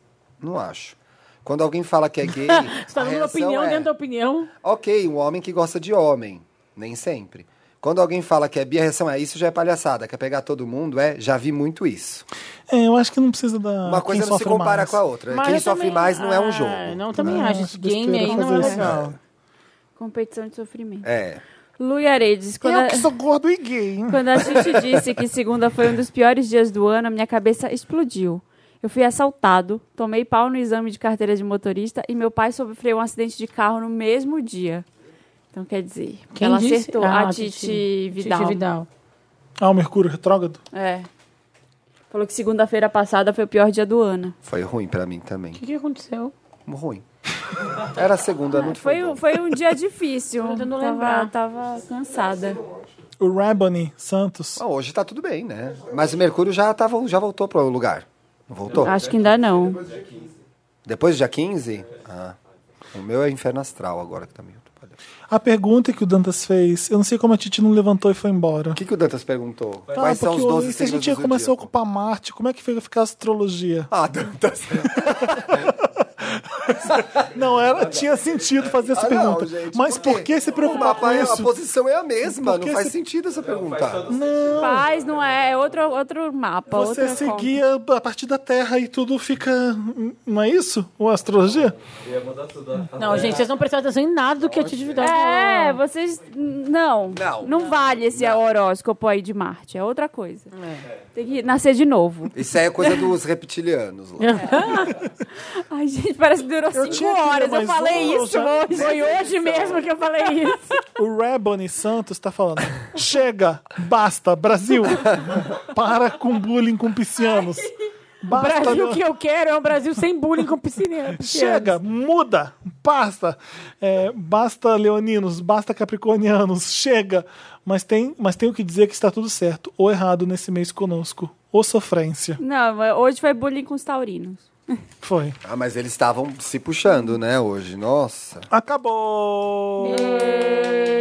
Não acho. Quando alguém fala que é gay.
Você tá
a
dando
reação
opinião
é,
dentro da opinião.
Ok, um homem que gosta de homem. Nem sempre. Quando alguém fala que é bi, a reação é isso já é palhaçada. Quer pegar todo mundo? É, já vi muito isso.
É, eu acho que não precisa da.
Uma
quem
coisa não se
sofre
compara
mais.
com a outra.
Mas
Quem
eu
sofre
também-
mais não é um
Ah,
jogo.
Não, também
Ah,
acho. Esse game
besteira
aí não é
fazer isso.
legal.
Competição de sofrimento.
É.
Lui Aredes, quando é- a,
Eu que sou gordo e gay, hein?
quando a gente disse que segunda foi um dos piores dias do ano, a minha cabeça explodiu. Eu fui assaltado, tomei pau no exame de carteira de motorista e meu pai sofreu um acidente de carro no mesmo dia. Então quer dizer,
Quem
ela
disse?
acertou
Ah,
a Titi Vidal.
Titi Vidal.
Ah, o Mercúrio retrógrado?
É. Falou que segunda-feira passada foi o pior dia do ano.
Foi ruim pra mim também.
O que, que aconteceu?
Ruim. Era a segunda, não foi?
Foi,
bom.
um- foi um dia difícil.
Tô tentando
tava,
lembrar.
tava cansada.
O Rabani Santos.
Ah, hoje tá tudo bem, né? Mas o Mercúrio já, tá, já voltou pro lugar. Não Voltou?
Acho que ainda não.
Depois do dia 15? Ah. O meu é inferno astral agora que tá meio atrapalhado.
A pergunta que o Dantas fez, eu não sei como a Titi não levantou e foi embora.
O que, que o Dantas perguntou?
Ah,
Quais são
porque
os 12
se a
signos
gente
do
ia começar a
zodíaco?
ocupar Marte, como é que fica ficar a astrologia?
Ah, Dantas.
Não, era, tinha sentido fazer essa
Ah, não,
pergunta.
gente,
Mas por que se preocupar
o
com
mapa é- A
isso?
posição é a mesma,
Por
não
que
faz
se-
sentido essa pergunta.
Paz não é, é outro, outro mapa.
Você
outra conta.
seguia a partir da Terra e tudo fica. Não é isso? Ou a astrologia?
Eu ia mandar tudo. a-
Não, gente, vocês não prestaram atenção em nada do que a Titi Vidal
É,
falou.
vocês. Não.
Não.
Não, vale esse horóscopo aí de Marte. É outra coisa. Tem que nascer de novo.
Isso aí é coisa dos reptilianos lá.
Ai, gente, parece que durou cinco
tinha que ler
horas. Eu
mais
falei
uma, eu
isso
já-
hoje. Foi hoje mesmo que eu falei isso.
O Rabani Santos tá falando: chega, basta, Brasil! Para com bullying com piscianos.
O
Basta,
Brasil
não-
que eu quero é um Brasil sem bullying com piscina.
Chega, muda, basta. É, basta leoninos, basta capricornianos, chega. Mas tem, mas tenho que dizer que está tudo certo ou errado nesse mês conosco. Ou sofrência.
Não, mas hoje foi bullying com os taurinos.
Foi.
Ah, mas eles estavam se puxando, né, hoje. Nossa.
Acabou!
Gente,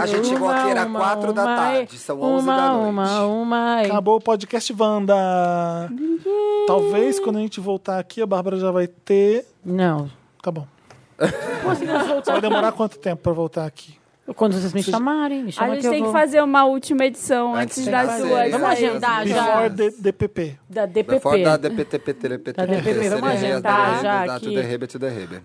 a gente chegou aqui, era
Uma,
4 da
uma,
tarde, são 11
uma,
da noite.
Uma, uma, uma.
Acabou o podcast Wanda. Talvez quando a gente voltar aqui, a Bárbara já vai ter.
Não.
Tá bom.
Pô, se assim nós voltar-
Vai demorar quanto tempo pra voltar aqui?
Quando vocês me chamarem, me chamam
a gente
que eu
tem é que
vou.
fazer uma última edição
Antes
antes,
tem que
das
fazer.
duas.
Vamos
saírem.
agendar Ah, já.
Before the- DPP.
Da DPP.
Fora da DPTPTPT.
Da DPP, vamos agendar já aqui.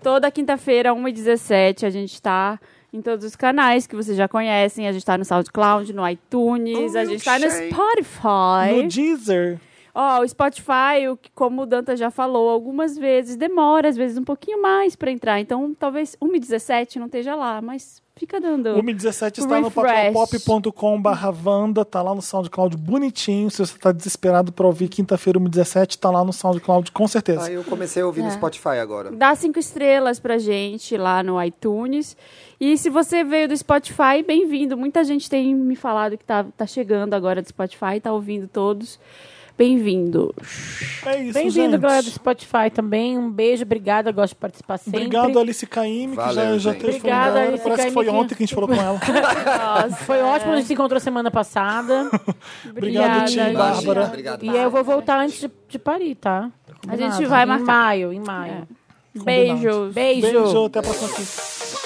Toda quinta-feira, 1h17, a gente tá em todos os canais que vocês já conhecem. A gente tá no SoundCloud, no iTunes, a gente tá no
No
É
Spotify.
Deezer.
Ó, o Spotify, o que- como o Danta já falou algumas vezes, demora às vezes um pouquinho mais pra entrar. Então, talvez 1h17 não esteja lá, mas fica dando.
O Mi 17 está no
Refresh.
papelpop.com barra Wanda, tá lá no SoundCloud bonitinho. Se você tá desesperado pra ouvir quinta-feira o Mi 17, tá lá no SoundCloud com certeza.
Aí eu comecei a ouvir no Spotify agora.
Dá cinco estrelas pra gente lá no iTunes. E se você veio do Spotify, bem-vindo. Muita gente tem me falado que tá, tá chegando agora do Spotify, tá ouvindo todos. Bem-vindo.
É isso,
Bem-vindo,
gente.
galera do Spotify também. Um beijo, obrigada. Gosto de participar sempre.
Obrigado, Alice Caime, que já,
Valeu,
já
gente.
teve foi
Obrigada,
embora.
Alice
Parece que foi
Caymmi, que-
ontem que a gente falou com ela.
Foi ótimo, a gente se encontrou semana passada.
Obrigado, Tim,
Obrigada,
Bárbara.
Obrigado.
E eu vou voltar antes de, de parir, tá?
A gente vai
Em
marcar. É.
maio, em maio.
Beijos.
Beijo.
Beijo, até a próxima. quinta.
Thank